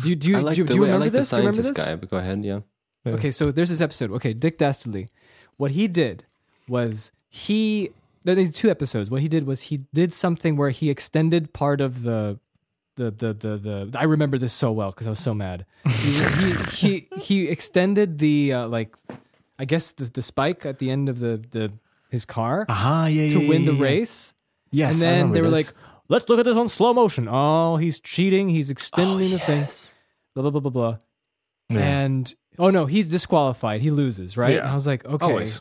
Speaker 3: do you do you,
Speaker 1: I like
Speaker 3: do, you-
Speaker 1: the
Speaker 3: do you
Speaker 1: way I
Speaker 3: remember
Speaker 1: like
Speaker 3: this?
Speaker 1: the
Speaker 3: Do you remember
Speaker 1: scientist
Speaker 3: this?
Speaker 1: guy. But go ahead, yeah.
Speaker 3: Okay, so there's this episode. Okay, Dick Dastardly. What he did was he there these two episodes. What he did was he did something where he extended part of the the the the, the I remember this so well because I was so mad. He he he, he extended the uh, like I guess the, the spike at the end of the the his car
Speaker 2: Ah, yeah, yeah,
Speaker 3: to win the
Speaker 2: yeah, yeah.
Speaker 3: race.
Speaker 2: Yes,
Speaker 3: And
Speaker 2: I
Speaker 3: then
Speaker 2: remember
Speaker 3: they were
Speaker 2: this.
Speaker 3: like, let's look at this on slow motion. Oh, he's cheating. He's extending the thing. Blah, blah, blah, blah, blah.
Speaker 2: Yeah.
Speaker 3: And oh no, he's disqualified. He loses, right?
Speaker 2: Yeah.
Speaker 3: And I was like,
Speaker 1: "Oh,
Speaker 3: okay.
Speaker 2: always.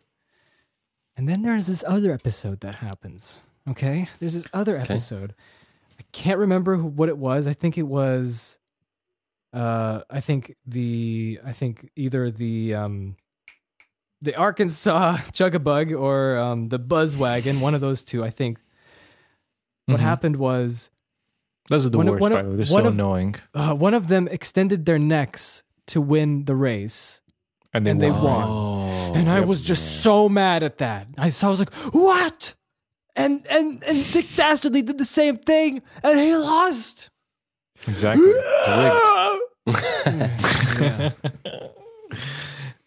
Speaker 3: And then there's this other episode that happens. Okay. There's this other episode. I can't remember who, what it was. I think it was, uh, I think the, I think either the, um, the Arkansas Chugabug or um, the Buzzwagon, one of those two, I think. What
Speaker 2: Mhm.
Speaker 3: happened was
Speaker 2: Those are the
Speaker 3: one of-
Speaker 2: worst,
Speaker 3: one of-
Speaker 2: by the way. They're
Speaker 3: one
Speaker 2: so
Speaker 3: of-
Speaker 2: annoying,
Speaker 3: uh, one of them extended their necks to win the race.
Speaker 2: and they
Speaker 3: and they
Speaker 2: won.
Speaker 3: won.
Speaker 1: Oh,
Speaker 3: and I
Speaker 2: yep.
Speaker 3: was just so mad at that. I, s- I was like, what? And and and Dick Dastardly did the same thing and he lost.
Speaker 2: Exactly. It's rigged.
Speaker 3: Yeah.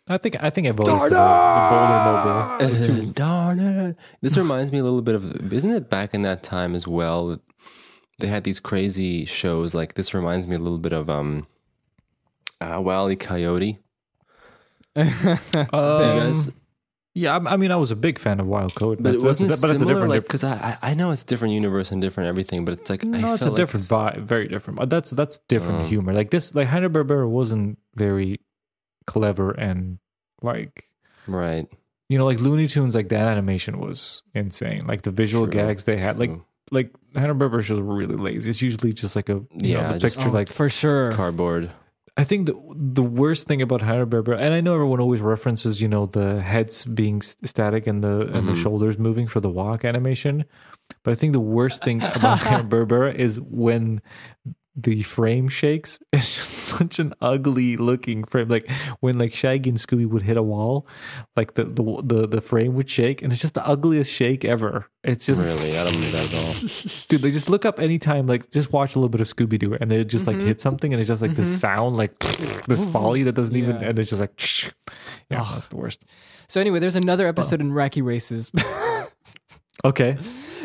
Speaker 2: I think I think I voted for the, the Boulder Mobile.
Speaker 1: Darn it. This reminds me a little bit of, isn't it back in that time as well? that They had these crazy shows. Like, this reminds me a little bit of um, uh, Wile E. Coyote. Do you
Speaker 2: Um,
Speaker 1: guys,
Speaker 2: yeah, I, I mean, I was a big fan of Wild Code,
Speaker 1: but it wasn't
Speaker 2: but it's a
Speaker 1: similar,
Speaker 2: different,
Speaker 1: like, because I, I I know it's different universe and different everything, but it's like, I
Speaker 2: No, it's a
Speaker 1: felt like
Speaker 2: different vibe, very different. Uh, That's that's different
Speaker 1: Um,
Speaker 2: humor. Like this, like Hanna Barbera wasn't very clever and like
Speaker 1: Right.
Speaker 2: you know, like Looney Tunes, like that animation was insane. Like the visual
Speaker 1: True,
Speaker 2: gags they had, like
Speaker 1: true.
Speaker 2: like Hanna Barbera shows were really lazy. It's usually just like a you
Speaker 1: Yeah,
Speaker 2: know, the
Speaker 1: just-
Speaker 2: picture. like
Speaker 3: for sure.
Speaker 1: cardboard.
Speaker 2: I think the the worst thing about Hanna Barbera, and I know everyone always references, you know, the heads being s- static and the and the
Speaker 1: Mhm.
Speaker 2: shoulders moving for the walk animation, but I think the worst thing about Hanna Barbera is when the frame shakes. It's just such an ugly looking frame. Like when like Shaggy and Scooby would hit a wall, like the the the, the frame would shake, and it's just the ugliest shake ever. It's just
Speaker 1: Really, I don't need that at all.
Speaker 2: dude like just look up anytime like just watch a little bit of scooby-doo and they just
Speaker 3: Mm-hmm.
Speaker 2: like hit something and it's just like this sound like this folly that doesn't even
Speaker 3: Yeah.
Speaker 2: and it's just like yeah that's the worst
Speaker 3: So anyway, there's another episode in Racky Races.
Speaker 2: okay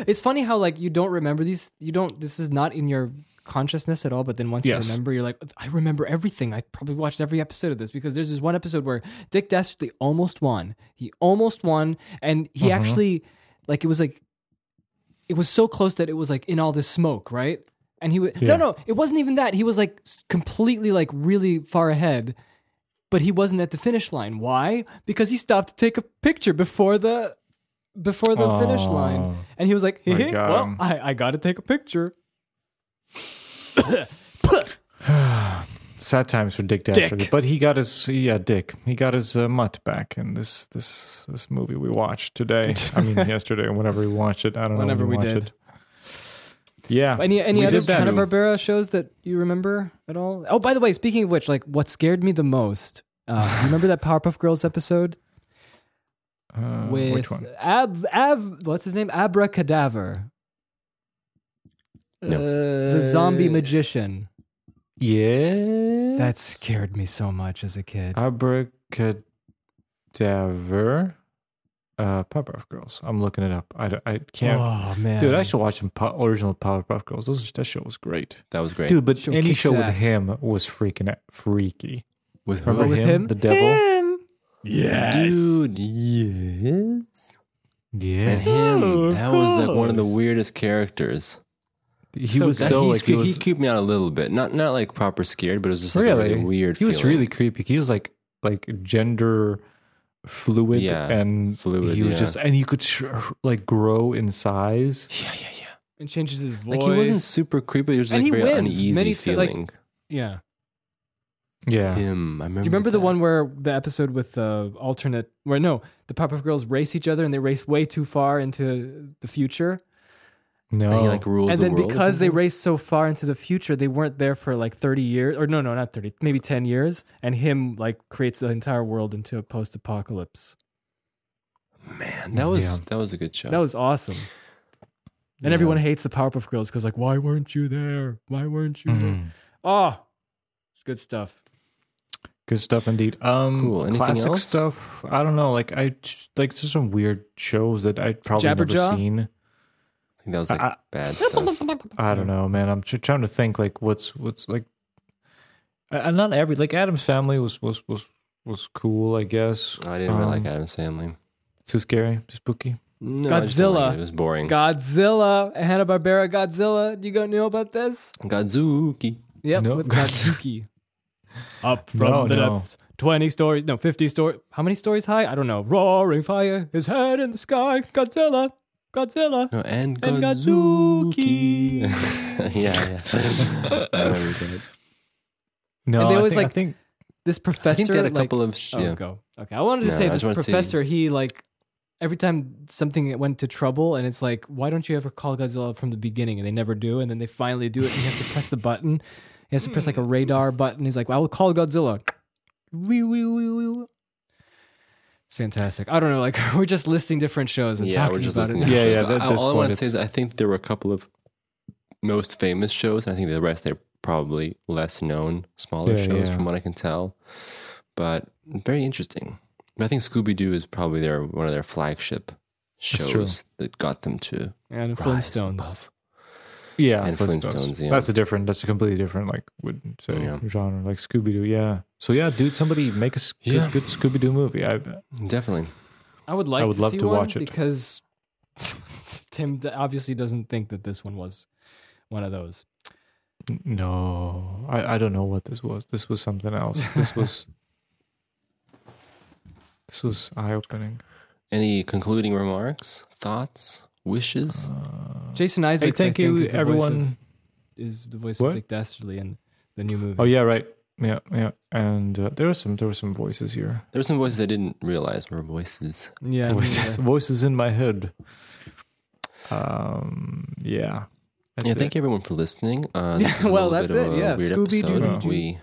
Speaker 3: it's funny how like you don't remember these. You don't. This is not in your consciousness at all. But then once
Speaker 2: Yes.
Speaker 3: you remember, you're like, I remember everything. I probably watched every episode of this because there's this one episode where Dick Dastardly almost won. He almost won, and he
Speaker 2: Uh-huh.
Speaker 3: actually like it was like it was so close that it was like in all this smoke, right? And he was
Speaker 2: Yeah.
Speaker 3: no, no, it wasn't even that. He was like s- completely like really far ahead, but he wasn't at the finish line. Why? Because he stopped to take a picture before the before the finish line,
Speaker 2: Oh.
Speaker 3: and he was like,
Speaker 2: I
Speaker 3: "Heh,
Speaker 2: got
Speaker 3: "Well,
Speaker 2: him.
Speaker 3: I, I got to take a picture."
Speaker 2: sad times for dick dastardly but he got his yeah dick he got his uh, mutt back in this this this movie we watched today i mean yesterday or whenever we watched it i don't
Speaker 3: Whenever
Speaker 2: know when
Speaker 3: we
Speaker 2: watched
Speaker 3: did.
Speaker 2: it. yeah
Speaker 3: Any any
Speaker 2: We
Speaker 3: other
Speaker 2: did that.
Speaker 3: Hanna Barbera shows that you remember at all? Oh, by the way, speaking of which, like what scared me the most, uh, you remember that Powerpuff Girls episode
Speaker 2: uh,
Speaker 3: with
Speaker 2: which one
Speaker 3: Ab Ab? What's his name? Abracadaver, Uh,
Speaker 1: No.
Speaker 3: the zombie magician.
Speaker 2: yeah
Speaker 3: That scared me so much as a kid. Oh,
Speaker 2: Abracadaver. Uh, Powerpuff Girls. I'm looking it up. I, d- I can't.
Speaker 3: Oh man,
Speaker 2: Dude, I should watch some po- original Powerpuff Girls. Those, that show was great.
Speaker 1: That was great.
Speaker 2: Dude, but
Speaker 3: Show
Speaker 2: any
Speaker 3: kicks
Speaker 2: show with
Speaker 3: ass.
Speaker 2: him was freaking a- freaky.
Speaker 1: with
Speaker 2: Remember
Speaker 3: with
Speaker 2: him,
Speaker 3: him?
Speaker 2: The devil?
Speaker 1: Dude, yes. And
Speaker 2: Yes.
Speaker 1: him.
Speaker 2: Oh, of
Speaker 1: that was like one of the
Speaker 2: course.
Speaker 1: weirdest characters.
Speaker 2: He
Speaker 3: So
Speaker 2: was
Speaker 3: good.
Speaker 2: so
Speaker 1: he,
Speaker 2: like, he was,
Speaker 1: creeped me out a little bit. Not not like proper scared, but it was just like a
Speaker 2: really
Speaker 1: really weird.
Speaker 2: He was
Speaker 1: feeling.
Speaker 2: really creepy. He was like, like gender fluid
Speaker 1: Yeah,
Speaker 2: and
Speaker 1: fluid,
Speaker 2: He was
Speaker 1: yeah.
Speaker 2: just, and he could sh- like grow in size.
Speaker 1: Yeah, yeah, yeah.
Speaker 3: and changes his voice.
Speaker 1: Like he wasn't super creepy. He was just
Speaker 3: And
Speaker 1: like
Speaker 3: he
Speaker 1: very
Speaker 3: wins
Speaker 1: uneasy
Speaker 3: many t- like-
Speaker 1: feeling.
Speaker 3: yeah.
Speaker 2: Yeah.
Speaker 1: him. I remember.
Speaker 3: Do you remember the
Speaker 1: that.
Speaker 3: one where the episode with the alternate, where no, the Powerpuff Girls race each other and they race way too far into the future,
Speaker 2: No.
Speaker 1: And he like rules
Speaker 3: and
Speaker 1: the
Speaker 3: then
Speaker 1: world or
Speaker 3: because they
Speaker 1: something?
Speaker 3: raced so far into the future, they weren't there for like thirty years, or no, no, not thirty, maybe ten years, and him like creates the entire world into a post-apocalypse.
Speaker 1: man, that was
Speaker 2: Yeah.
Speaker 1: that was a good show.
Speaker 3: That was awesome, and
Speaker 2: Yeah.
Speaker 3: everyone hates the Powerpuff Girls because like, why weren't you there? Why weren't
Speaker 1: Mm-hmm.
Speaker 3: you there?
Speaker 2: Mhm.
Speaker 3: Oh, it's good stuff.
Speaker 2: Good stuff indeed. Um,
Speaker 1: Cool. Anything
Speaker 2: classic
Speaker 1: else?
Speaker 2: stuff. I don't know. Like I like there's some weird shows that I probably
Speaker 3: Jabberjaw?
Speaker 2: never seen.
Speaker 1: I think that was like
Speaker 2: I-
Speaker 1: bad stuff.
Speaker 2: I don't know, man. I'm tr- trying to think like what's what's like. And not every like Adam's Family was was was was cool. I guess.
Speaker 1: I didn't really like
Speaker 2: Um,
Speaker 1: Adam's Family.
Speaker 2: Too scary. Too spooky.
Speaker 1: No, I just didn't like it. It was boring.
Speaker 3: Godzilla, Hanna Barbera, Godzilla. Do you guys know about this?
Speaker 1: Godzuki.
Speaker 3: Yep,
Speaker 2: No.
Speaker 3: with Katsuki. Up from
Speaker 2: No,
Speaker 3: the
Speaker 2: no.
Speaker 3: depths, twenty stories, no, fifty stories. How many stories high? I don't know. Roaring fire, his head in the sky. Godzilla, Godzilla.
Speaker 1: No, and
Speaker 3: And
Speaker 1: Godzuki. yeah, yeah. I remember that.
Speaker 2: No,
Speaker 3: And they
Speaker 2: I
Speaker 3: always,
Speaker 2: think, I
Speaker 3: like,
Speaker 2: think
Speaker 3: This
Speaker 1: I
Speaker 3: professor,
Speaker 1: think they had a
Speaker 3: like,
Speaker 1: couple of sh-
Speaker 3: oh,
Speaker 1: yeah.
Speaker 3: go. Okay, I wanted to
Speaker 1: No,
Speaker 3: say
Speaker 1: I
Speaker 3: this
Speaker 1: just wanted to see-
Speaker 3: professor. He like every time something went to trouble, and it's like, why don't you ever call Godzilla from the beginning? And they never do, and then they finally do it, and you have to press the button. He has to press like a radar button. He's like, well, I will call Godzilla. Wee wee wee wee. wee. It's fantastic. I don't know. Like we're just listing different shows and
Speaker 1: Yeah,
Speaker 3: talking
Speaker 1: we're just
Speaker 3: about
Speaker 1: listening.
Speaker 3: it.
Speaker 1: to
Speaker 2: Yeah,
Speaker 1: shows.
Speaker 2: yeah, that-
Speaker 1: I-
Speaker 2: that's
Speaker 1: all I
Speaker 2: what
Speaker 1: want to say is
Speaker 2: it's-
Speaker 1: I think there were a couple of most famous shows. and I think the rest they're probably less known, smaller
Speaker 2: Yeah,
Speaker 1: shows
Speaker 2: yeah.
Speaker 1: from what I can tell. But very interesting. I think Scooby Doo is probably their one of their flagship
Speaker 2: That's true.
Speaker 1: shows that got them to
Speaker 3: And
Speaker 1: rise
Speaker 3: Flintstones.
Speaker 1: above.
Speaker 2: yeah,
Speaker 1: and Flintstones, yeah.
Speaker 2: That's a different. That's a completely different like would say
Speaker 1: Yeah.
Speaker 2: genre like Scooby Doo. Yeah. So yeah, dude, somebody make a s- good,
Speaker 1: Yeah.
Speaker 2: good Scooby Doo movie. I
Speaker 1: Definitely.
Speaker 3: I would like.
Speaker 2: I would
Speaker 3: to
Speaker 2: love
Speaker 3: see
Speaker 2: to
Speaker 3: one
Speaker 2: watch it.
Speaker 3: because Tim d- obviously doesn't think that this one was one of those.
Speaker 2: No, I, I don't know what this was. This was something else. This was this was eye opening.
Speaker 1: Any concluding remarks, thoughts, wishes?
Speaker 3: Uh,
Speaker 2: Uh,
Speaker 3: Jason Isaacs.
Speaker 2: thank
Speaker 3: I think,
Speaker 2: you,
Speaker 3: is the
Speaker 2: everyone.
Speaker 3: Voice of, is the voice
Speaker 2: What?
Speaker 3: of Dick Dastardly in the new movie.
Speaker 2: Oh yeah, right. Yeah, yeah. And uh, there were some there were some voices here.
Speaker 1: There were some voices I didn't realize were voices.
Speaker 3: yeah. I mean,
Speaker 2: Voices,
Speaker 3: uh,
Speaker 2: voices in my head. Um. Yeah. That's
Speaker 1: yeah,
Speaker 2: it.
Speaker 1: thank you everyone for listening. Uh, this
Speaker 3: Yeah,
Speaker 1: was a
Speaker 3: well,
Speaker 1: little bit
Speaker 3: that's
Speaker 1: of
Speaker 3: it,
Speaker 1: a
Speaker 3: yeah,
Speaker 1: weird
Speaker 3: Scooby-Doo
Speaker 1: episode. uh,
Speaker 2: Doo.
Speaker 1: We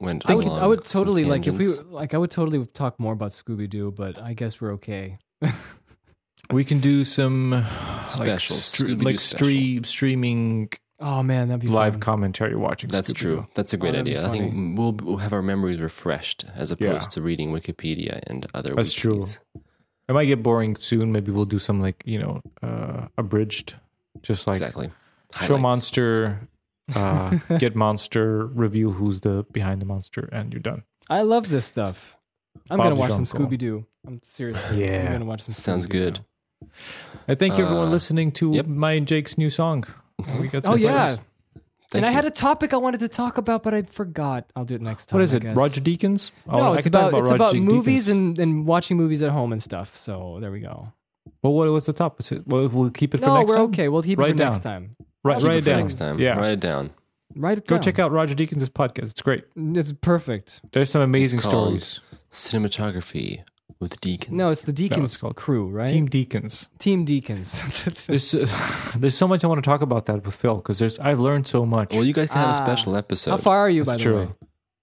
Speaker 1: went.
Speaker 3: I would,
Speaker 1: along
Speaker 3: I would
Speaker 1: some
Speaker 3: totally like if we
Speaker 1: tangents.
Speaker 3: like. I would totally talk more about Scooby Doo, but I guess we're okay.
Speaker 2: We can do some uh, like,
Speaker 1: Special,
Speaker 2: stre-
Speaker 1: Scooby-Doo
Speaker 2: like
Speaker 1: special.
Speaker 2: stream streaming
Speaker 3: Oh man, that'd be
Speaker 2: live
Speaker 3: fun.
Speaker 2: commentary watching.
Speaker 1: That's
Speaker 2: Scooby-Doo.
Speaker 1: true. That's a
Speaker 3: Oh,
Speaker 1: great
Speaker 3: that'd be
Speaker 1: idea. I
Speaker 3: funny.
Speaker 1: think we'll, we'll have our memories refreshed as opposed
Speaker 2: Yeah.
Speaker 1: to reading Wikipedia and other.
Speaker 2: That's
Speaker 1: wikis.
Speaker 2: true. It might get boring soon. Maybe we'll do some like you know uh, abridged, just like
Speaker 1: exactly.
Speaker 2: show
Speaker 1: Highlights.
Speaker 2: monster, uh, get monster, reveal who's the behind the monster, and you're done.
Speaker 3: I love this stuff. I'm
Speaker 2: Bob
Speaker 3: gonna watch some
Speaker 2: Junko.
Speaker 3: Scooby Doo. I'm seriously.
Speaker 2: Yeah.
Speaker 3: I'm gonna watch some.
Speaker 1: Sounds good.
Speaker 3: Scooby-Doo
Speaker 2: I thank you everyone
Speaker 1: Uh,
Speaker 2: listening to
Speaker 1: yep.
Speaker 2: my and Jake's new song. We got
Speaker 3: now. Oh
Speaker 2: some-
Speaker 3: yeah,
Speaker 1: Thank
Speaker 3: and I
Speaker 1: you.
Speaker 3: had a topic I wanted to talk about, but I forgot. I'll do it next time.
Speaker 2: What is
Speaker 3: I
Speaker 2: it?
Speaker 3: guess.
Speaker 2: Roger Deakins? Oh,
Speaker 3: no,
Speaker 2: I
Speaker 3: it's
Speaker 2: can talk
Speaker 3: about, it's about
Speaker 2: Roger
Speaker 3: movies
Speaker 2: Deakins.
Speaker 3: and, and watching movies at home and stuff. So there we go.
Speaker 2: Well, what was the top? Is it, well, we'll keep it for
Speaker 3: no,
Speaker 2: next
Speaker 3: we're
Speaker 2: time.
Speaker 3: okay. We'll keep it
Speaker 2: Write
Speaker 3: for
Speaker 2: down.
Speaker 3: next time.
Speaker 2: Right,
Speaker 3: Keep
Speaker 1: Keep
Speaker 2: write it
Speaker 1: it for
Speaker 2: down.
Speaker 1: next time.
Speaker 2: Yeah,
Speaker 1: Write it down.
Speaker 3: Write it
Speaker 2: go
Speaker 3: down.
Speaker 2: check out Roger Deakins' podcast. It's great.
Speaker 3: It's perfect.
Speaker 2: There's some amazing
Speaker 1: called
Speaker 2: stories.
Speaker 1: Cinematography with Deacons.
Speaker 3: No, it's the
Speaker 2: it's
Speaker 3: Deacons
Speaker 2: called
Speaker 3: crew, right?
Speaker 2: Team Deakins.
Speaker 3: Team Deacons.
Speaker 2: There's uh, there's so much I want to talk about that with Phil because there's I've learned so much.
Speaker 1: Well, you guys can have a
Speaker 3: Ah.
Speaker 1: special episode.
Speaker 3: How far are you, by
Speaker 2: That's
Speaker 3: the
Speaker 2: true.
Speaker 3: way?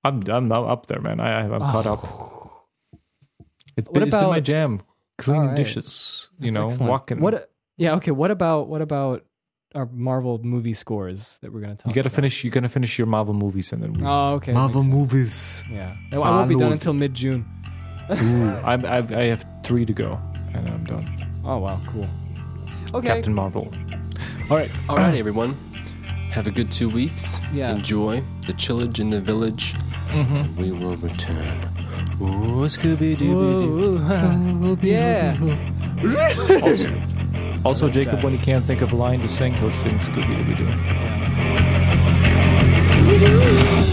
Speaker 2: I'm I'm not up there, man. I I'm caught up. Oh. It's been,
Speaker 3: What
Speaker 2: it's been my
Speaker 3: about-
Speaker 2: jam. Cleaning
Speaker 3: Alright.
Speaker 2: dishes, you
Speaker 3: That's
Speaker 2: know,
Speaker 3: excellent.
Speaker 2: walking.
Speaker 3: What? Yeah. Okay. What about what about our Marvel movie scores that we're gonna talk?
Speaker 2: you gotta
Speaker 3: about?
Speaker 2: finish. You gotta finish your Marvel movies, and then we,
Speaker 3: Oh, okay.
Speaker 2: Marvel
Speaker 3: makes sense.
Speaker 2: movies.
Speaker 3: Yeah. I I won't be done
Speaker 2: Marvel.
Speaker 3: until mid June.
Speaker 2: Ooh, I'm, I've, I have three to go, and I'm done.
Speaker 3: Oh wow, cool. Okay.
Speaker 2: Captain Marvel. All right.
Speaker 1: All right, everyone. Have a good two weeks.
Speaker 3: Yeah.
Speaker 1: Enjoy the chillage in the village. We will return. Ooh, Scooby Doo.
Speaker 3: Ooh, yeah.
Speaker 2: Also, also Jacob, when he can't think of a line to sing, he'll sing Scooby Doo.
Speaker 3: yeah.